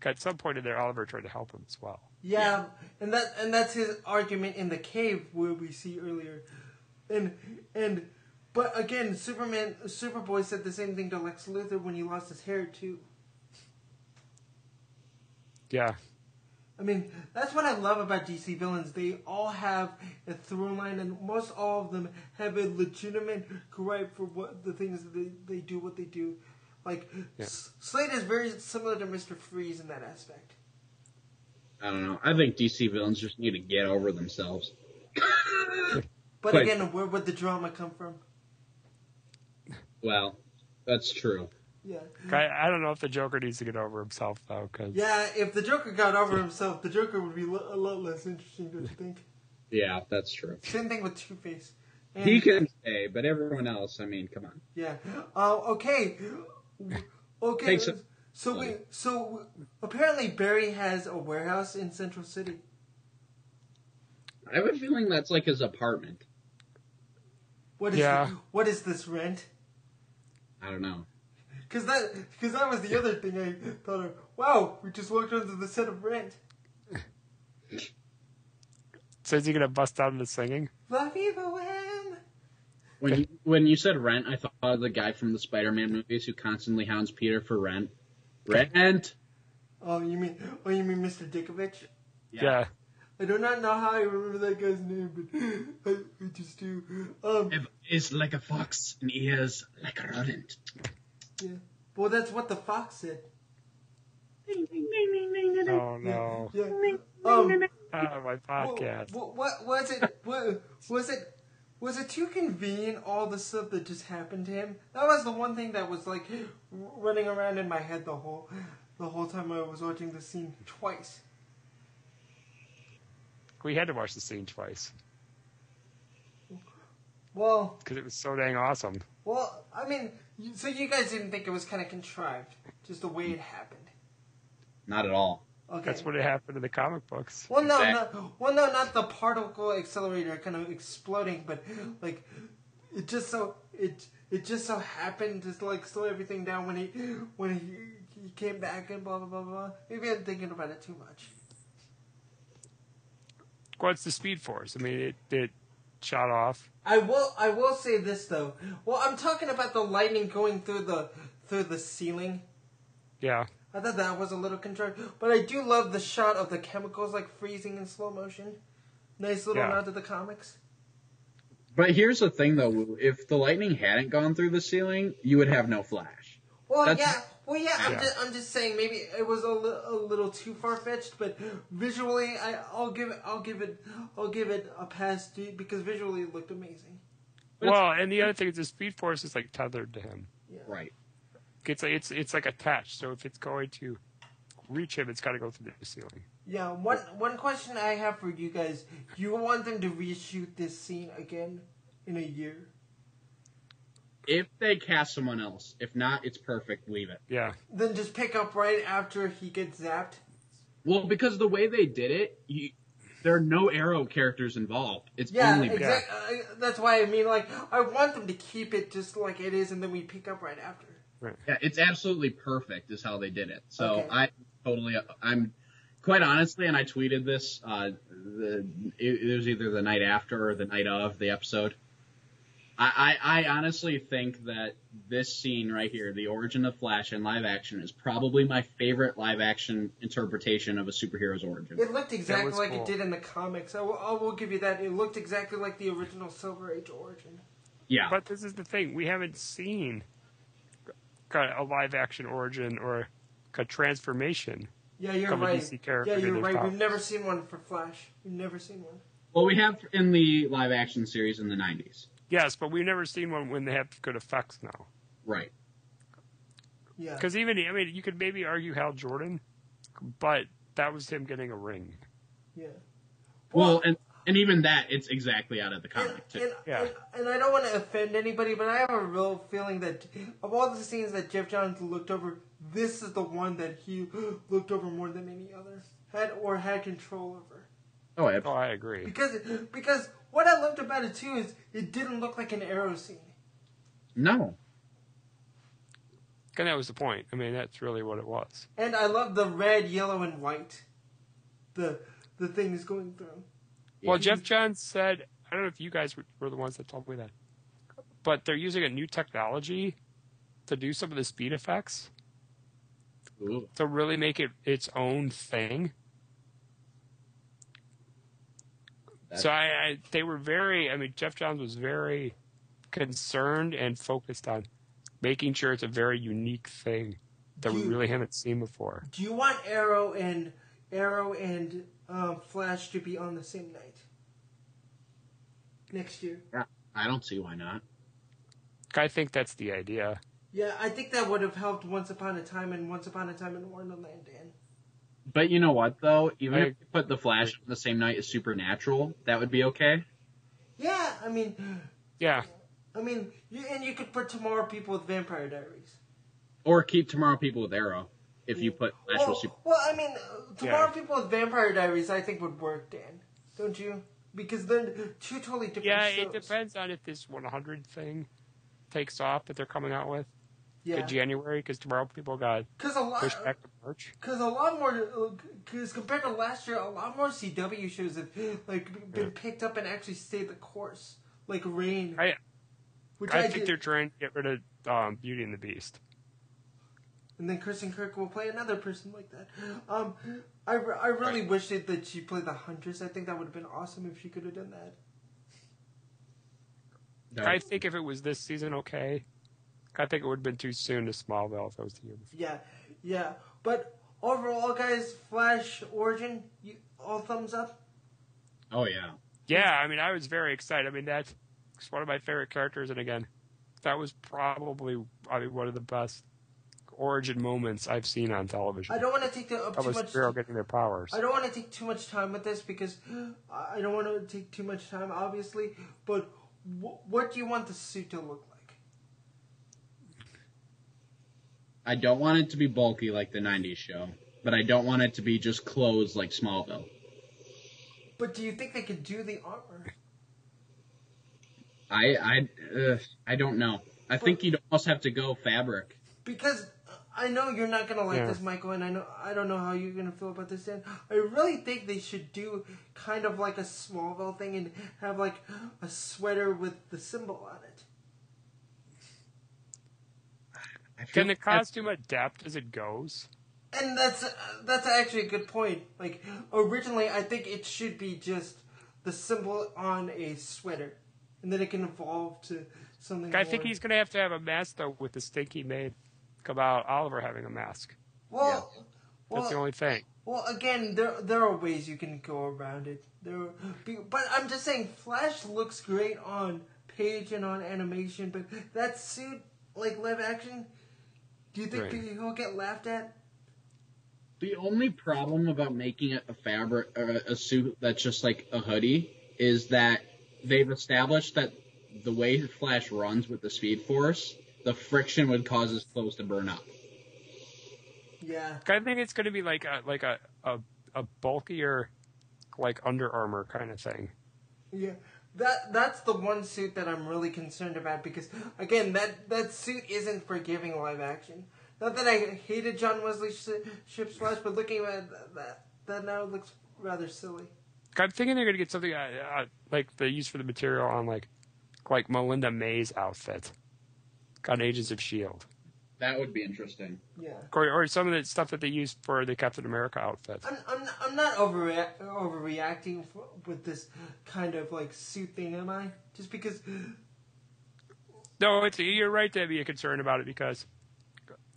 at some point in there, Oliver tried to help him as well.
Yeah, and that and that's his argument in the cave where we see earlier, and and but again, Superman, Superboy said the same thing to Lex Luthor when he lost his hair too.
Yeah.
I mean, that's what I love about DC villains. They all have a through line, and most all of them have a legitimate gripe for what the things that they, they do, what they do. Like,
Yeah.
S- Slade is very similar to Mister Freeze in that aspect.
I don't know. I think DC villains just need to get over themselves.
But
Right.
again, where would the drama come from?
Well, that's true.
Yeah,
I, I don't know if the Joker needs to get over himself though, because
Mm-hmm. yeah. If the Joker got over himself, the Joker would be lo- a lot less interesting, don't you think?
Yeah, that's true.
Same thing with Two Face.
He can stay, but everyone else, I mean, come on.
Yeah. Uh, okay. Okay.
Take some-
so we, so apparently Barry has a warehouse in Central City.
I have a feeling that's like his apartment.
What is
Yeah.
the- what is this rent?
I don't know.
Cause that cause that was the other thing I thought of. Wow, we just walked onto the set of Rent.
so is he gonna bust out into singing?
La Viva Wham.
When you, when you said rent, I thought of the guy from the Spider-Man movies who constantly hounds Peter for rent. Rent.
Oh, you mean oh you mean Mr. Dickovich? [LAUGHS] I do not know how I remember that guy's name, but [LAUGHS] I, I just do. Um,
Is like a fox and ears like a rodent.
yeah. Well, that's what the fox said.
Yeah. Oh no.
Yeah. Um,
Oh, my podcast.
What, what, was it? What, was it? Was it too convenient? All the stuff that just happened to him. That was the one thing that was like [GASPS] running around in my head the whole, the whole time I was watching the scene twice.
We had to watch the scene twice
Well,
because it was so dang awesome.
well, I mean, you- so you guys didn't think it was kind of contrived, just the way it happened.
Not at all.
Okay.
That's what happened to the comic books.
Well, no,
Exact-
no, well, no, not the particle accelerator kind of exploding, but like it just so it it just so happened to like slow everything down when he when he, he came back and blah blah blah blah. Maybe I'm thinking about it too much.
What's the Speed Force? I mean, it it shot off.
I will I will say this though. Well, I'm talking about the lightning going through the through the ceiling.
Yeah.
I thought that was a little contrived, but I do love the shot of the chemicals like freezing in slow motion. Nice little
Yeah.
nod to the comics.
But here's the thing though, Wu. if the lightning hadn't gone through the ceiling, you would have no flash.
Well,
That's-
yeah. Well, yeah. I'm
Yeah.
just, I'm just saying maybe it was a, li- a little too far fetched, but visually, I, I'll give it, I'll give it, I'll give it a pass due because visually it looked amazing.
But it's-
well, and the other thing is the Speed Force is like tethered to him.
Yeah.
Right.
It's like, it's it's like attached. So if it's going to reach him, it's got to go through the ceiling.
Yeah. One one question I have for you guys: You want them to reshoot this scene again in a year?
If they cast someone else, if not, it's perfect. Leave it.
Yeah.
Then just pick up right after he gets zapped.
Well, because the way they did it, you, there are no arrow characters involved. It's
Yeah,
only
exactly. Uh, That's why I mean, like, I want them to keep it just like it is, and then we pick up right after.
Yeah, it's absolutely perfect is how they did it. So
Okay.
I totally, I'm quite honestly, and I tweeted this. Uh, the, it, it was either the night after or the night of the episode. I, I, I honestly think that this scene right here, the origin of Flash in live action, is probably my favorite live action interpretation of a superhero's origin.
It looked exactly
was
like
cool.
it did in the comics. I will, I will give you that. It looked exactly like the original Silver Age origin.
Yeah,
But this is the thing: we haven't seen a live action origin or a transformation.
Yeah, you're
From a
right.
DC character
yeah,
to
you're
their
right.
pop.
We've never seen one for Flash. We've never seen one.
well, we have in the live action series in the '90s,
Yes, but we've never seen one when they have good effects now.
right?
Yeah.
Because even I mean, you could maybe argue Hal Jordan, but that was him getting a ring.
Yeah.
Well, and and even that, it's exactly out of the
and,
comic. Too.
and,
Yeah.
and, and I don't want to offend anybody, but I have a real feeling that of all the scenes that Jeff Johns looked over, this is the one that he [GASPS] looked over more than any other had or had control over.
oh, I-
Oh, I agree.
Because because what I loved about it too is it didn't look like an arrow scene.
no.
And that was the point. I mean, that's really what it was.
And I love the red, yellow, and white. The the thing is going through.
Well, Jeff Johns said, I don't know if you guys were, were the ones that told me that, but they're using a new technology to do some of the speed effects
Ooh.
to really make it its own thing.
That's-
so I, I they were very. I mean, Jeff Johns was very concerned and focused on making sure it's a very unique thing that we
Dude.
really haven't seen before.
Do you want Arrow and Arrow and um, Flash to be on the same night next year?
I don't see why not.
I think that's the idea.
Yeah, I think that would have helped Once Upon a Time and Once Upon a Time in Wonderland in.
But you know what though? Even
I-
if you put the Flash on the same night as Supernatural, that would be okay.
Yeah, I mean,
Yeah,
I mean, you, and you could put Tomorrow People with Vampire Diaries.
Or keep Tomorrow People with Arrow if you put Flash with
Well,
Super.
well, I mean, uh, Tomorrow
Yeah.
People with Vampire Diaries, I think would work, Dan. Don't you? Because they're two totally different
yeah.
shows.
It depends on if this 100 thing takes off that they're coming out with in
Yeah,
January because tomorrow people got
because a lot.
pushed back to March.
Because a lot more, because compared to last year, a lot more CW shows have like b- been picked up and actually stayed the course, like Rain.
I-
which
I think
did-
they're trying to get rid of um, Beauty and the Beast.
And then Kristen Kirk will play another person like that. Um, I, re- I really wish that, that she played the Huntress. I think that would have been awesome if she could have done that.
I think if it was this season, okay. I think it would have been too soon to Smallville if that was the year before.
Yeah, yeah. But overall, guys, Flash Origin, you, all thumbs up.
Oh yeah.
Yeah, I mean, I was very excited. I mean, that's it's one of my favorite characters, and again, that was probably I mean, one of the best origin moments I've seen on television.
I don't want to take the, up
that
too
was
much.
Superhero getting their powers.
I don't want to take too much time with this because [GASPS] I I don't want to take too much time, obviously. But wh- what do you want the suit to look like?
I don't want it to be bulky like the '90s show, but I don't want it to be just clothes like Smallville.
But do you think they could do the armor?
I I uh, I don't know. I think you'd almost have to go fabric.
Because I know you're not gonna like
Yeah.
this, Michael, and I know I don't know how you're gonna feel about this. Dan. I really think they should do kind of like a Smallville thing and have like a sweater with the symbol on it.
I feel
Can the
like that's-
costume adapt as it goes?
And that's uh, that's actually a good point. Like originally, I think it should be just the symbol on a sweater, and then it can evolve to something.
I think
more.
he's going to have to have a mask though, with the stink he made about Oliver having a mask.
well.
That's
Well,
the only thing.
well, again, there there are ways you can go around it. There, are, be- but I'm just saying, Flash looks great on page and on animation, but that suit, like live action, do you think
Right.
he'll get laughed at?
The only problem about making it a fabric or a suit that's just like a hoodie is that they've established that the way Flash runs with the Speed Force, the friction would cause his clothes to burn up.
Yeah.
I think it's going to be like a like a, a a bulkier, like Under Armour kind of thing.
Yeah, that that's the one suit that I'm really concerned about because again, that that suit isn't forgiving live action. Not that I hated John Wesley Shi- Ship's Flash, but looking at that, that, that now looks rather silly.
I'm thinking they're going to get something uh, uh, like they use for the material on like like Melinda May's outfit on Agents of Shield,
That would be interesting.
Yeah.
E or or some of the stuff that they use for the Captain America outfit.
I'm, I'm, I'm not overrea- overreacting f with this kind of like suit thing, am I? Just because,
No, it's you're right to be concerned about it because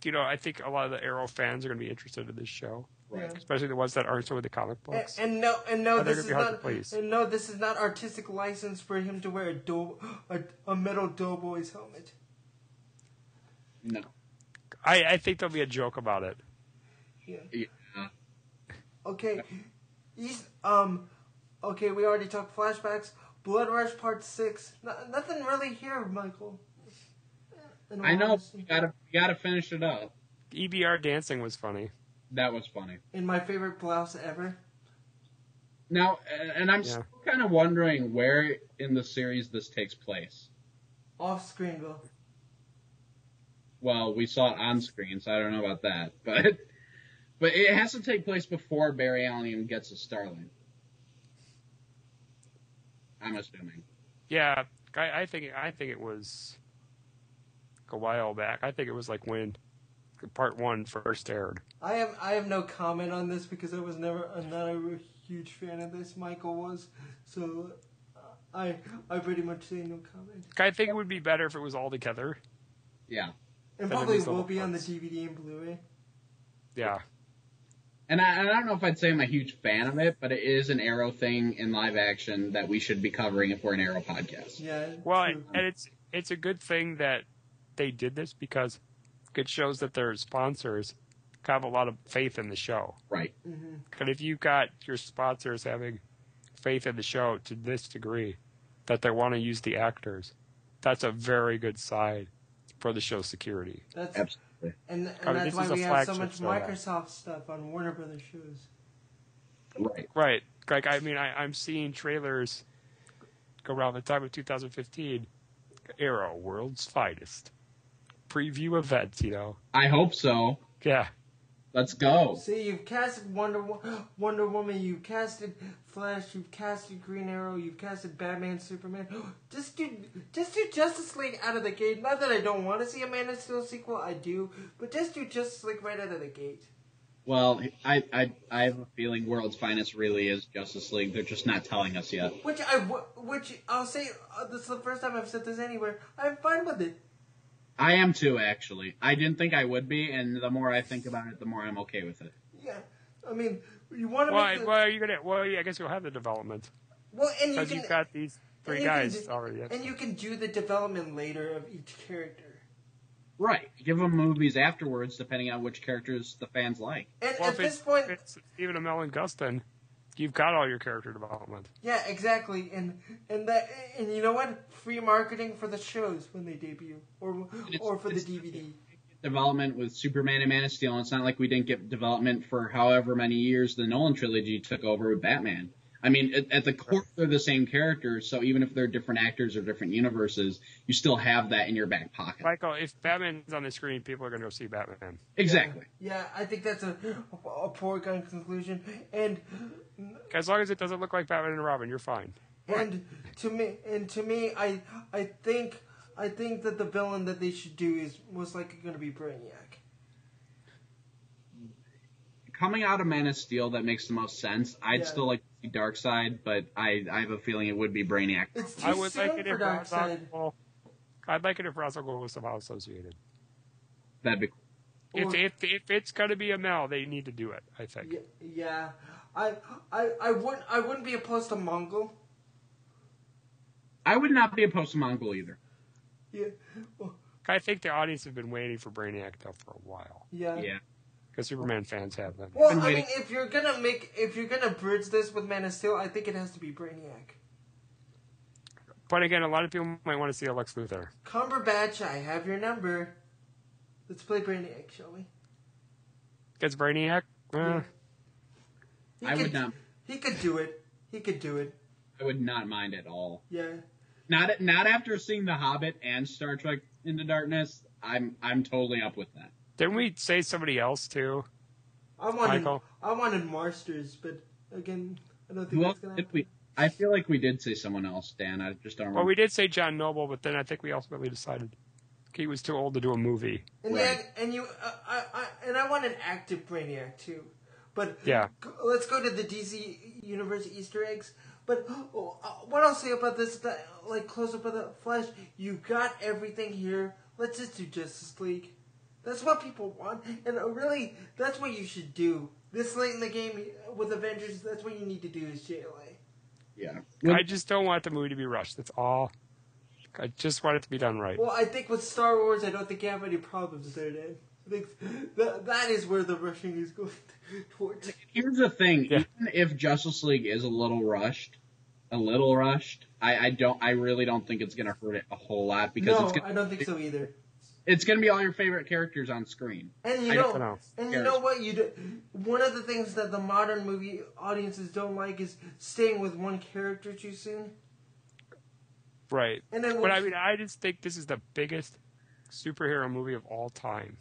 you know I think a lot of the Arrow fans are going to be interested in this show,
Right.
Yeah.
especially the ones that aren't so with the comic
and,
books.
and no, and no,
they're
this
gonna
is
be hard to
not,
please.
and no, this is not artistic license for him to wear a do- a, a metal doughboy's helmet.
No.
I, I think there'll be a joke about it.
Yeah.
Yeah.
Okay. East, um, okay, we already talked flashbacks. Blood Rush Part 6. No, nothing really here, Michael. In all
I know we
honesty.
gotta we gotta finish it up.
EBR E dancing was funny.
That was funny.
In my favorite blouse ever.
Now, a- and I'm still kind of wondering where in the series this takes place.
Off Screenville.
Well, we saw it on screen, so I don't know about that, [LAUGHS] but but it has to take place before Barry Allen even gets to Starling. I'm assuming.
Yeah, I, I think I think it was a while back. I think it was like when part one first aired.
I have I have no comment on this because I was never I'm not a huge fan of this. Michael was, so uh, I I pretty much say no comment.
I think it would be better if it was all together.
Yeah.
And
But at
probably
least all
will
the
be on the
parts.
DVD and Blu-ray.
Yeah.
And I, and I don't know if I'd say I'm a huge fan of it, but it is an Arrow thing in live action that we should be covering if we're an Arrow podcast.
Yeah.
Well,
true.
and, and it's it's a good thing that they did this because it shows that their sponsors have a lot of faith in the show.
Right.
And if you got your sponsors having faith in the show to this degree that they want to use the actors, that's a very good sign for the show's security.
that's
Absolutely.
and, and
mean,
that's
this
why
is a
we have so
flagship
much
show.
Microsoft stuff on Warner Brothers shows.
Right.
Right. Like I mean, I, I'm seeing trailers around the time of 2015. Arrow, world's finest preview event. You know,
I hope so.
yeah.
Let's go.
See, you've casted Wonder Wo- [GASPS] Wonder Woman, you've casted Flash, you've casted Green Arrow, you've casted Batman, Superman. [GASPS] Just do, just do Justice League out of the gate. Not that I don't want to see a Man of Steel sequel, I do, but just do Justice League right out of the gate.
Well, I, I I have a feeling World's Finest really is Justice League. They're just not telling us yet.
Which I, w- which I'll say, uh, this is the first time I've said this anywhere. I'm fine with it.
I am too, actually. I didn't think I would be, and the more I think about it, the more I'm okay with it.
Yeah, I mean, you want to
Why?
make the,
Why are you gonna? Well, yeah, I guess you'll have the development
well, and you
because
can
you've got these
and
three
you can
guys
do-
already.
and you can do the development later of each character.
Right. Give them movies afterwards, depending on which characters the fans like.
And
well,
at
if it's,
this point,
if it's even a Mel and Gustin, you've got all your character development.
Yeah, exactly, and and that and you know what? Free marketing for the shows when they debut, or or for the
it's-
DVD.
Development with Superman and Man of Steel, and it's not like we didn't get development for however many years the Nolan trilogy took over with Batman. I mean, at, at the core, they're the same characters, so even if they're different actors or different universes, you still have that in your back pocket.
Michael, if Batman's on the screen, people are going to go see Batman.
Exactly.
Yeah, I think that's a a poor gun conclusion, and
As long as it doesn't look like Batman and Robin, you're fine.
and to me and to me, I I think I think that the villain that they should do is most likely going to be Brainiac.
coming out of Man of Steel that makes the most sense. I'd
Yeah.
still like to see Darkseid, but I, I have a feeling it would be
[LAUGHS]
Brainiac.
It's too
I would
soon
like it
for
if Russell.
Darkseid.
Well, I'd like it if Russell Gold was somehow associated.
That'd be cool.
If
Or-
if, if it's going to be a Mel, they need to do it. I think.
Yeah, yeah. I I I wouldn't I wouldn't be opposed to Mongol.
I would not be opposed to Mongol either.
Yeah. Well,
I think the audience have been waiting for Brainiac though for a while
Yeah.
because Superman fans have them.
Well,
Been
I mean,
waiting-
if you're gonna make, if you're gonna bridge this with Man of Steel, I think it has to be Brainiac.
But again, a lot of people might want to see Alex Luthor.
Cumberbatch, I have your number. Let's play Brainiac, shall we?
Gets Brainiac. Eh.
He
Uh, I would not.
He could do it. He could do it.
I would not mind at all.
Yeah.
Not not after seeing The Hobbit and Star Trek Into Darkness. I'm I'm totally up with that.
Didn't we say somebody else too?
I wanted.
Michael.
I wanted Marsters, but again, I don't think
Who else
that's gonna
did
happen.
we? I feel like we did say someone else, Dan. I just don't
Well,
remember.
we did say John Noble, but then I think we ultimately decided he was too old to do a movie.
And
Right.
then, and you, uh, I, I, and I want an active Brainiac too. But
Yeah.
g- let's go to the DC Universe Easter eggs. But oh, uh, what I'll say about this, that, like close up of the Flash, you got everything here. Let's just do Justice League. That's what people want, and uh, really, that's what you should do. This late in the game with Avengers, that's what you need to do is JLA.
yeah.
I just don't want the movie to be rushed. That's all. I just want it to be done right.
Well, I think with Star Wars, I don't think you have any problems there, Dan. I think that, that is where the rushing is going [LAUGHS] towards.
Here's the thing.
Yeah.
Even if Justice League is a little rushed, a little rushed, I, I don't. I really don't think it's gonna hurt it a whole lot because
No,
it's gonna,
I don't think so either.
it's gonna be all your favorite characters on screen.
And
I
you
don't
know,
know.
and you know what? You do, one of the things that the modern movie audiences don't like is staying with one character too soon.
Right.
And then
But I mean, I just think this is the biggest superhero movie of all time.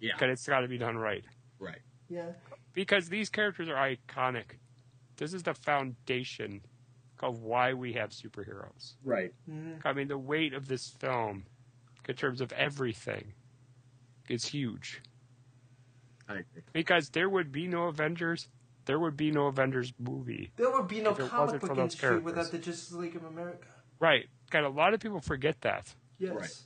Yeah.
And it's got to be done right.
Right.
yeah,
Because these characters are iconic. This is the foundation of why we have superheroes.
Right.
Mm.
I mean, the weight of this film, in terms of everything, is huge.
I agree.
Because there would be no Avengers there would be no Avengers movie.
There would be no
If it
comic
wasn't for
book
those
industry
characters.
without the Justice League of America.
Right. God, a lot of people forget that,
Yes.
Right.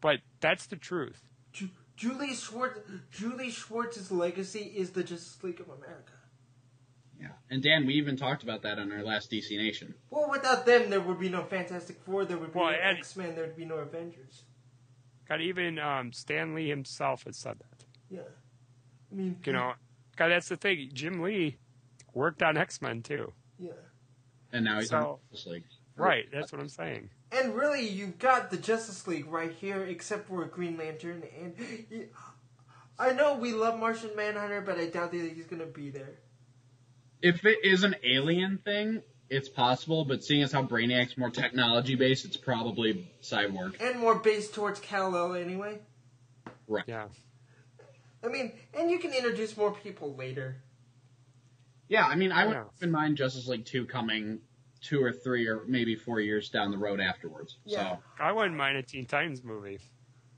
but that's the truth.
Ju- Julie Schwartz. Julie Schwartz's legacy is the Justice League of America.
Yeah. And Dan, we even talked about that on our last DC Nation.
Well, without them, there would be no Fantastic Four. There would be
Well,
no
and-
X Men. There would be no Avengers.
God, even um, Stan Lee himself has said that.
Yeah. I mean,
You know, God, that's the thing. Jim Lee worked on X Men too.
Yeah.
And now he's
So-
on this league.
Right. That's what I'm saying.
And really, you've got the Justice League right here, except for Green Lantern. And y- I know we love Martian Manhunter, but I doubt that he's gonna be there.
If it is an alien thing, it's possible, but seeing as how Brainiac's more technology based, it's probably Cyborg.
And more based towards Kal El anyway.
Right.
Yeah.
I mean, and you can introduce more people later.
Yeah, I mean, I would
Yeah.
keep in mind Justice League 2 coming two or three or maybe four years down the road afterwards.
Yeah.
So,
I wouldn't mind a Teen Titans movie.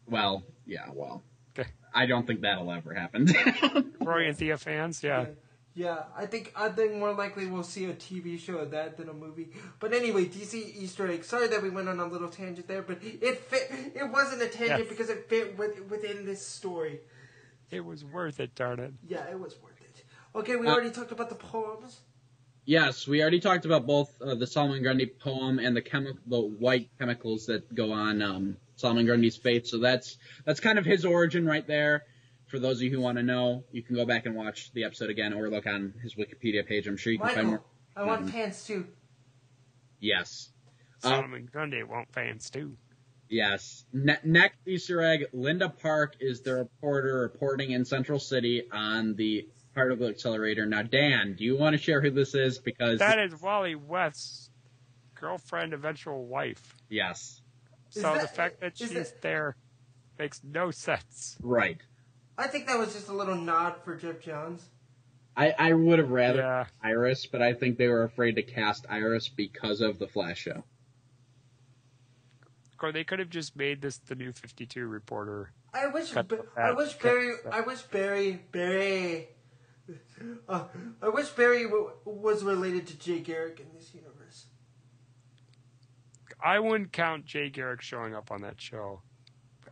well, yeah, well.
Okay.
I don't think that'll ever happen. [LAUGHS]
Roy and Thea fans, yeah.
Yeah, I think I think more likely we'll see a TV show of that than a movie. But anyway, DC Easter egg. Sorry that we went on a little tangent there, but it fit. It wasn't a tangent
Yes.
because it fit with, within this story.
It was worth it, darn it.
Yeah, it was worth it. Okay, we
Uh,
already talked about the poems.
yes, we already talked about both uh, the Solomon Grundy poem and the chemi- the white chemicals that go on um, Solomon Grundy's face. So that's that's kind of his origin right there. For those of you who want to know, you can go back and watch the episode again or look on his Wikipedia page. I'm sure you can find more.
Michael, I want
Mhm.
pants too.
Yes. Um,
Solomon Grundy won't fans too.
Yes. Ne- next Easter egg, Linda Park is the reporter reporting in Central City on the particle accelerator. Now, Dan, do you want to share who this is? Because
That is Wally West's girlfriend, eventual wife.
yes,
Is
So the
that-
fact that
is
she's
that-
there makes no sense.
right.
I think that was just a little nod for Jeff Johns.
I, I would have rather
Yeah.
Iris, but I think they were afraid to cast Iris because of the Flash show.
Or they could have just made this the new 52 reporter.
I wish,
Cut
Ba-
the fat.
I wish
Cut
Barry,
the fat.
I wish Barry, Barry. Uh, I wish Barry w- was related to Jay Garrick in this universe.
I wouldn't count Jay Garrick showing up on that show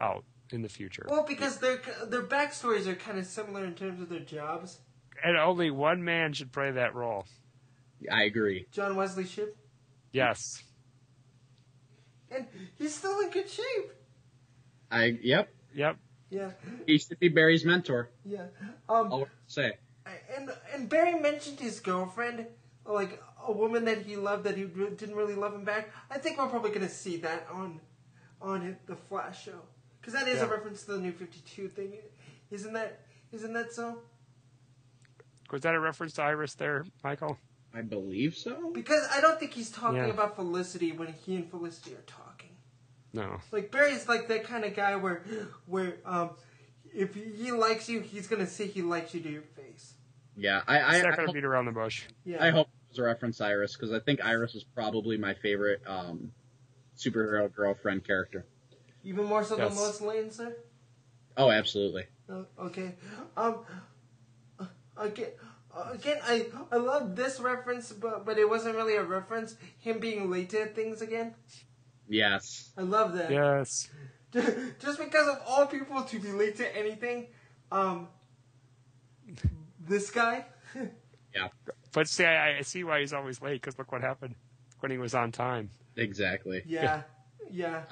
out in the future.
Well, because their their backstories are kind of similar in terms of their jobs.
And only one man should play that role.
I agree.
John Wesley Ship,
Yes.
and he's still in good shape.
I yep.
Yep.
Yeah,
He should be Barry's mentor.
yeah. Um,
I'll say
and and Barry mentioned his girlfriend, like a woman that he loved that he re- didn't really love him back. I think we're probably gonna see that on on the Flash show because that is a
Yeah.
reference to the New Fifty Two thing, isn't that? Isn't that so?
Was that a reference to Iris there, Michael?
I believe so.
Because I don't think he's talking
Yeah.
about Felicity when he and Felicity are talking.
No.
Like Barry's like that kind of guy where where um if he likes you, he's gonna say he likes you to your face.
Yeah, I I,
He's not
I
going to
hope-
beat around the bush.
Yeah.
I hope it was a reference to Iris because I think Iris was probably my favorite um, superhero girlfriend character.
Even more so than
Yes.
Lois Lane, sir.
Oh, absolutely.
Oh, okay. Um. uh, Again, uh, again, I I love this reference, but but it wasn't really a reference. Him being late to things again.
Yes.
I love that.
Yes.
[LAUGHS] Just because of all people to be late to anything, um, this guy. [LAUGHS]
But see, I, I see why he's always late because look what happened when he was on time.
Exactly.
yeah, yeah.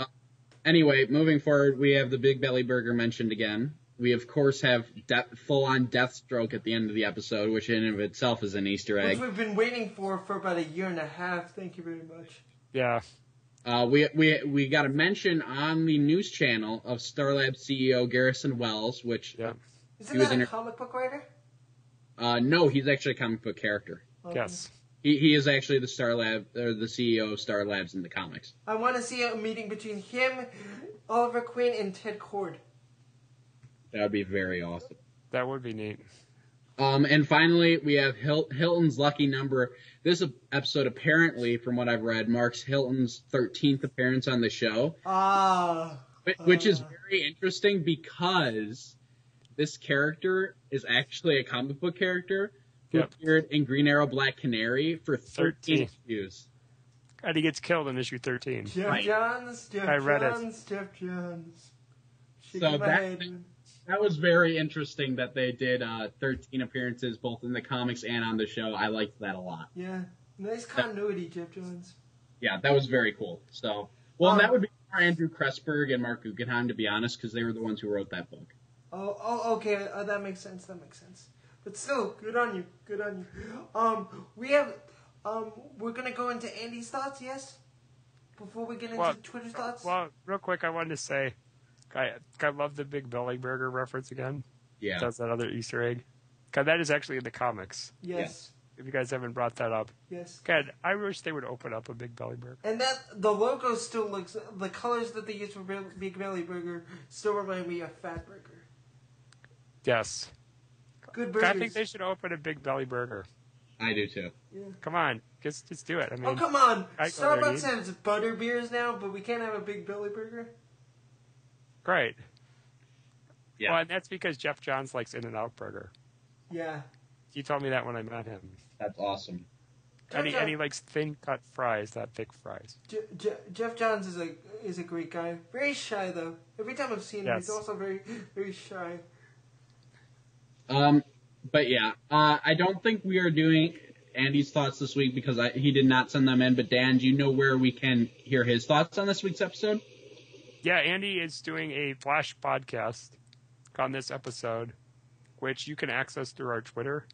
Anyway, moving forward, we have the Big Belly Burger mentioned again. We of course have de- full-on Deathstroke at the end of the episode, which in and of itself is an Easter
Which
egg.
we've been waiting for for about a year and a half. Thank you very much.
Yeah.
Uh, we we we got a mention on the news channel of Starlab CEO Garrison Wells, which
Yeah.
Isn't
He was
that a
in a-
comic book writer?
uh, no, he's actually a comic book character.
Um,
Yes.
He he is actually the Starlab or the CEO of Starlabs in the comics.
I want to see a meeting between him, Oliver Queen, and Ted Cord.
That would be very awesome.
That would be neat.
Um, and finally, we have Hil- Hilton's lucky number. This episode, apparently, from what I've read, marks Hilton's 13th appearance on the show,
Ah.
whi- which is
Uh.
very interesting because this character is actually a comic book character who
Yep.
appeared in Green Arrow Black Canary for 13
13.
issues.
And he gets killed in issue 13.
Jeff
Right.
Johns, Jeff
I read it.
Johns, Jeff Johns. Shake
So
my
that-
head.
That was very interesting that they did uh, 13 appearances both in the comics and on the show. I liked that a lot.
Yeah. Nice continuity, Jeff Johns.
Yeah, that was very cool. So, well,
Um,
that would be for Andrew Kressberg and Mark Guggenheim, to be honest, because they were the ones who wrote that book.
Oh, oh, okay. Uh, that makes sense. That makes sense. But still, good on you. Good on you. Um, we have, um, we're gonna go into Andy's thoughts. Yes. Before we get into
Well,
Twitter's thoughts.
Well, real quick, I wanted to say, I, I love the Big Belly Burger reference again.
Yeah.
Does that other Easter egg? God, that is actually in the comics.
yes.
If you guys haven't brought that up,
Yes.
God, I wish they would open up a Big Belly Burger.
And that the logo still looks. The colors that they use for Big- Big Belly Burger still remind me of Fat Burger.
Yes,
Good
God,
burgers.
I think they should open a Big Belly Burger.
I do too.
Yeah.
Come on, just just do it. I
Oh
mean,
come on!
I go there,
Starbucks
dude.
has butter beers now, but we can't have a Big Belly Burger.
great.
Yeah.
Well, and that's because Jeff Johns likes In and Out Burger.
Yeah.
He told me that when I met him.
That's awesome.
And he,
Turns out-
and he likes thin cut fries, not thick fries.
Je- Je- Jeff Johns is a is a great guy. Very shy though. Every time I've seen him, he's
Yes.
also very very shy.
Um, but yeah, uh, I don't think we are doing Andy's thoughts this week because I, he did not send them in. But Dan, do you know where we can hear his thoughts on this week's episode?
Yeah, Andy is doing a flash podcast on this episode, which you can access through our Twitter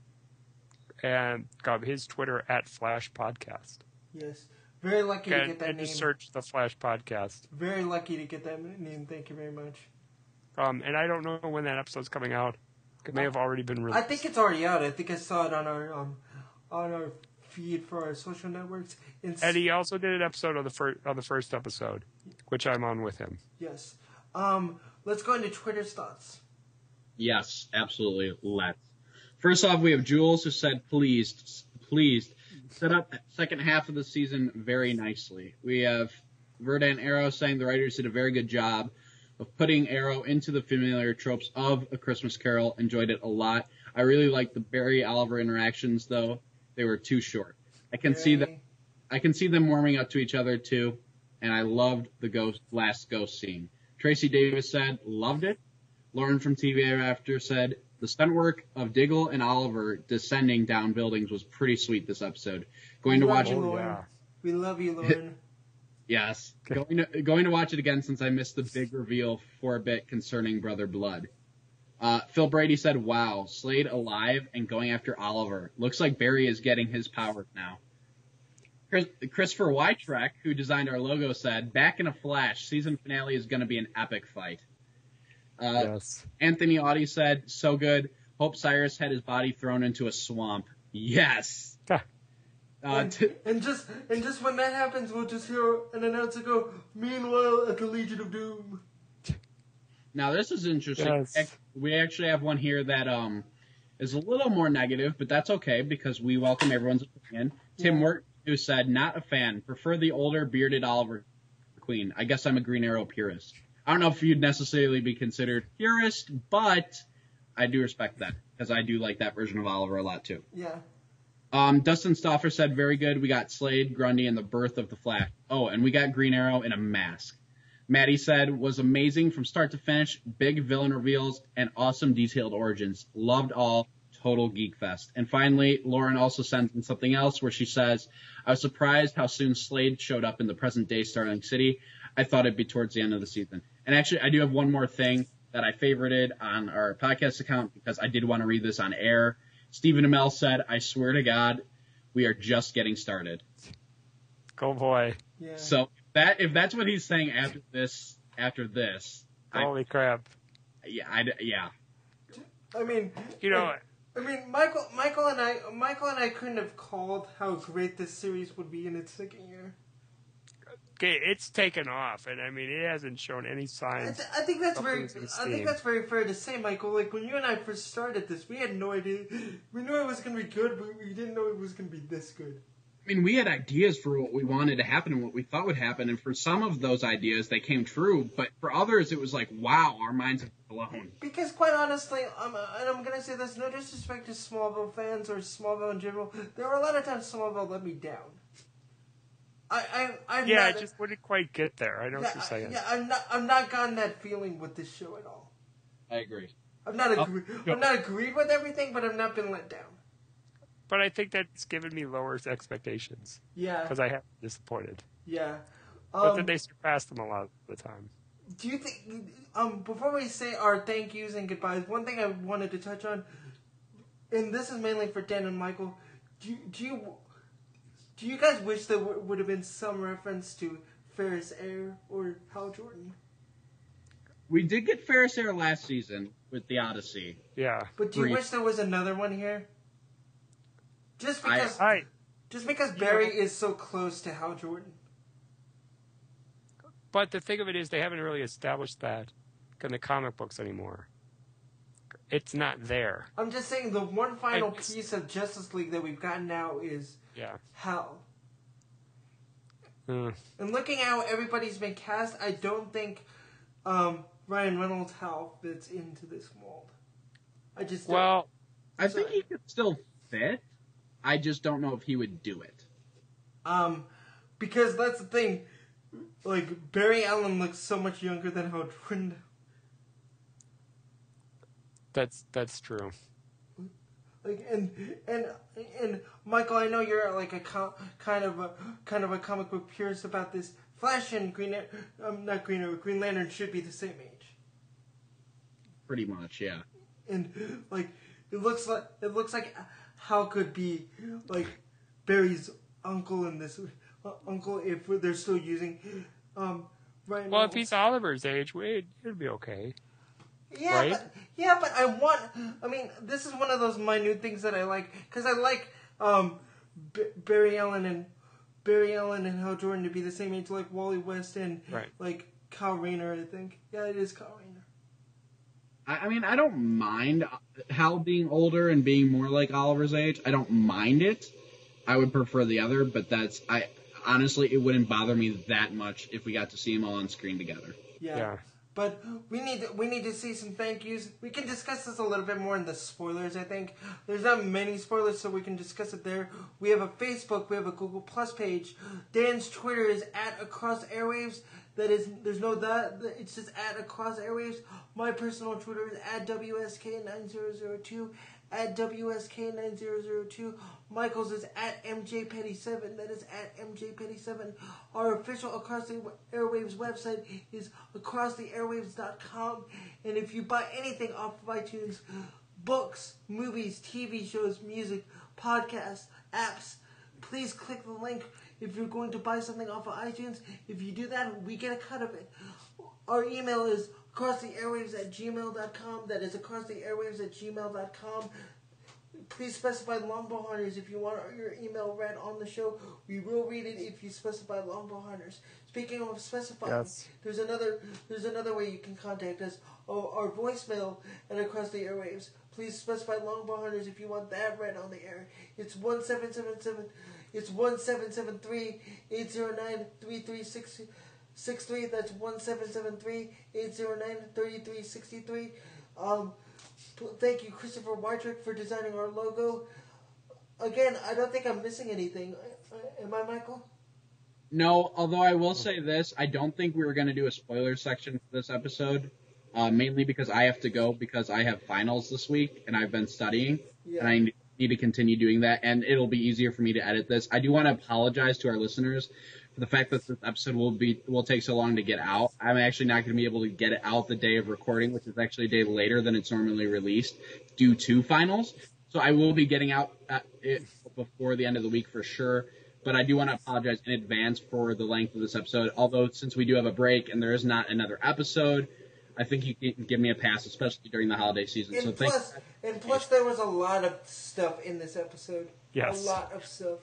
and um, his Twitter at Flash Podcast.
Yes. Very lucky to
And,
get that
and
name.
just search the Flash Podcast.
Very lucky to get that name. Thank you very much.
Um, and I don't know when that episode's coming out. It may have already been
I
released.
think it's already out. I think I saw it on our um on our feed for our social networks. In
And he also did an episode of the first of the first episode, which I'm on with him.
yes. Um. Let's go into Twitter's thoughts.
Yes, absolutely. Let's. First off, we have Jules who said, pleased, pleased, set up second half of the season very nicely. We have Verdant Arrow saying the writers did a very good job of putting Arrow into the familiar tropes of A Christmas Carol. Enjoyed it a lot. I really liked the Barry Oliver interactions, though. They were too short. I can see that
Very-
I can see them warming up to each other too, and I loved the ghost last ghost scene. Tracy Davis said, loved it. Lauren from TVA After said, the stunt work of Diggle and Oliver descending down buildings was pretty sweet this episode. Going to watch
Lovely.
it,
Oh, yeah. We love
[LAUGHS]
you, Lauren.
yes, going to, going to watch it again since I missed the big reveal for a bit concerning Brother Blood. Uh, Phil Brady said, wow, Slade alive and going after Oliver. Looks like Barry is getting his powers now. Chris, Christopher Weitrek, who designed our logo, said, "Back in a flash, season finale is going to be an epic fight." Uh,
yes.
Anthony Audie said, "So good. Hope Cyrus had his body thrown into a swamp." Yes.
Ha.
Uh,
and,
t-
and just and just when that happens, we'll just hear an announcer go. Meanwhile, at the Legion of Doom.
now this is interesting.
Yes.
Ac- We actually have one here that um is a little more negative, but that's okay because we welcome everyone's opinion. Tim
Yeah.
Wharton, who said, "Not a fan. Prefer the older bearded Oliver Queen. I guess I'm a Green Arrow purist. I don't know if you'd necessarily be considered purist, but I do respect that because I do like that version of Oliver a lot too.
Yeah.
Um, Dustin Stoffer said, very good. We got Slade, Grundy, and the birth of the Flash. Oh, and we got Green Arrow in a mask. Maddie said, was amazing from start to finish. Big villain reveals and awesome detailed origins. Loved all. Total geek fest. And finally, Lauren also sent in something else where she says, I was surprised how soon Slade showed up in the present day Starling City. I thought it'd be towards the end of the season. And actually, I do have one more thing that I favorited on our podcast account because I did want to read this on air. Stephen Amell said, I swear to God, we are just getting started.
Go boy.
Yeah.
So that if that's what he's saying after this, after this, I-
Holy crap.
yeah, I'd, yeah,
I mean,
You know,
I mean, Michael, Michael and I, Michael and I couldn't have called how great this series would be in its second year.
Okay, it's taken off, and I mean, it hasn't shown any
I,
signs.
th- I think that's very,
Something's been
I
seen.
think that's very fair to say, Michael. Like when you and I first started this, we had no idea. We knew it was gonna be good, but we didn't know it was gonna be this good.
mean, we had ideas for what we wanted to happen and what we thought would happen, and for some of those ideas, they came true. But for others, it was like, wow, our minds are blown.
Because quite honestly, um, and I'm gonna say this, no disrespect to Smallville fans or Smallville in general, there were a lot of times Smallville let me down. I, I, I'm
Yeah, I
not,
just wouldn't quite get there. I know what
yeah,
you're saying.
yeah, I'm not, I'm not gotten that feeling with this show at all.
I agree.
I'm not,
Oh,
agree,
no.
I'm not agreed with everything, but I've not been let down.
But I think that's given me lower expectations
Yeah,
because I have been disappointed.
yeah.
But
Um,
then they surpass them a lot of the time.
do you think um before we say our thank yous and goodbyes one thing i wanted to touch on and this is mainly for dan and michael do you do you, do you guys wish there w- would have been some reference to ferris air or hal jordan
We did get Ferris Air last season with the Odyssey.
Yeah.
but do you
Brief.
wish there was another one here just
I-
because
I
just because barry is so close to hal jordan
but the thing of it is they haven't really established that in the comic books anymore. It's not there.
i'm just saying the one final
It's-
piece of justice league that we've got now is
Yeah.
hal
Uh,
And looking at how everybody's been cast, I don't think um, Ryan Reynolds Hal fits into this mold. I just don't.
well,
I
So-
think he could still fit. I just don't know if he would do it.
um because that's the thing. Like Barry Allen looks so much younger than Hal Jordan.
that's that's true.
Like and and and Michael, I know you're like a co- kind of a kind of a comic book purist about this. Flash and Green, Lan- um, not Green, Arrow, Green Lantern should be the same age.
Pretty much, yeah.
and like it looks like it looks like Hal could be like Barry's uncle in this uh, uncle if they're still using um right
Well, if he's Oliver's age, wait, it'd be okay.
yeah
right?
but, yeah but I want I mean this is one of those minute things that I like because I like um B- Barry Allen and Barry Allen and Hal Jordan to be the same age like Wally West and
Right.
like Kyle Rayner I think yeah it is Kyle Rayner
I, I mean, I don't mind Hal being older and being more like Oliver's age. I don't mind it. I would prefer the other, but that's I honestly it wouldn't bother me that much if we got to see them all on screen together.
Yeah.
But we need to, we need to see some thank yous. We can discuss this a little bit more in the spoilers. I think there's not many spoilers, so we can discuss it there. We have a Facebook, we have a Google Plus page. Dan's Twitter is at Across Airwaves. That is, there's no that. It's just at Across Airwaves. My personal Twitter is at WSK9002. At WSK9002. Michael's is at MJPetty7. That is at MJPetty7. Our official Across the Airwaves website is acrosstheairwaves.com. And if you buy anything off of iTunes, books, movies, TV shows, music, podcasts, apps, please click the link if you're going to buy something off of iTunes. If you do that, we get a cut of it. Our email is acrosstheairwaves at gmail.com. That is acrosstheairwaves at gmail.com. Please specify longbow hunters if you want your email read on the show. We will read it if you specify longbow hunters. Speaking of specifying,
Yes.
there's another there's another way you can contact us. Oh, our voicemail and across the airwaves. Please specify longbow hunters if you want that read on the air. It's one seven seven seven. It's one seven seven three eight zero nine three three six six three. That's one seven seven three eight zero nine thirty three sixty three. Um. P- Thank you, Christopher Weitrick, for designing our logo. Again, I don't think I'm missing anything. Uh, uh, Am I, Michael?
No, although I will say this, I don't think we were going to do a spoiler section for this episode, uh, mainly because I have to go because I have finals this week and I've been studying,
Yeah.
and I need to continue doing that, and it'll be easier for me to edit this. I do want to apologize to our listeners for the fact that this episode will be will take so long to get out. I'm actually not going to be able to get it out the day of recording, which is actually a day later than it's normally released, due to finals. So I will be getting out uh, it before the end of the week for sure. But I do want to apologize in advance for the length of this episode. Although since we do have a break and there is not another episode, I think you can give me a pass, especially during the holiday season. so
And
thank
plus, and plus, there was a lot of stuff in this episode.
Yes.
A lot of stuff.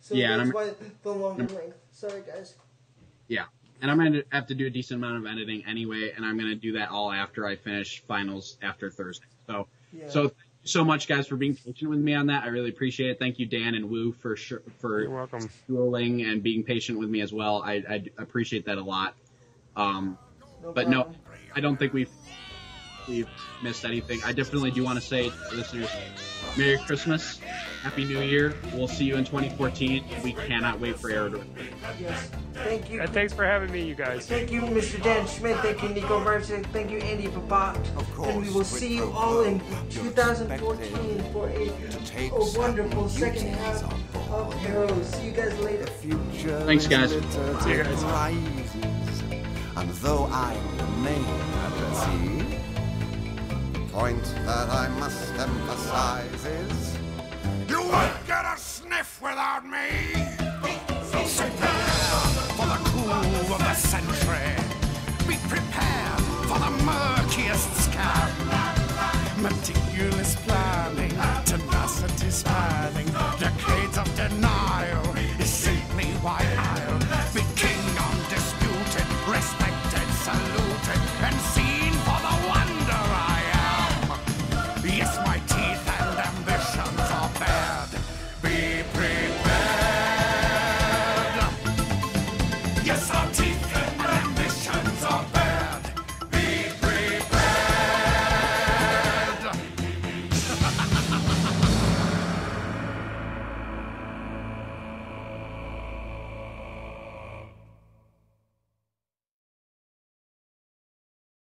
So
Yeah, and
that's
I'm-
why the longer length. Sorry, guys.
Yeah. And I'm going to have to do a decent amount of editing anyway, and I'm going to do that all after I finish finals after Thursday. So,
Yeah.
so thank so much, guys, for being patient with me on that. I really appreciate it. Thank you, Dan and Wu, for sure,
You're
for
welcome.
dueling and being patient with me as well. I, I appreciate that a lot. Um,
No
but no,
problem.
I don't think we've we've missed anything. I definitely do want to say to listeners, Merry Christmas, Happy New Year. We'll see you in 2014. We cannot wait for Arrow to return.
Yes. Thank you.
And thanks for having me, you guys.
Thank you, Mr. Dan Schmidt. Thank you, Nico Merchant. Thank you, Andy Babak.
Of course,
And we will
with
see you
the
all in
world, you're
2014
expected
for a,
take
a wonderful
certain
second
duties
half
on board.
of Arrow. See you guys later.
future.
Thanks, guys.
is littered
See you guys.
with rises. And though I remain under sea, the point that I must emphasize is you won't get a sniff without me. So prepare for the cool of the century. Be prepared for the murkiest scab. Meticulous planning, tenacity spanning, decades of denial is simply why I'll be king undisputed, respected, saluted, and seen for the wonder I am. Yes, my teeth and ambition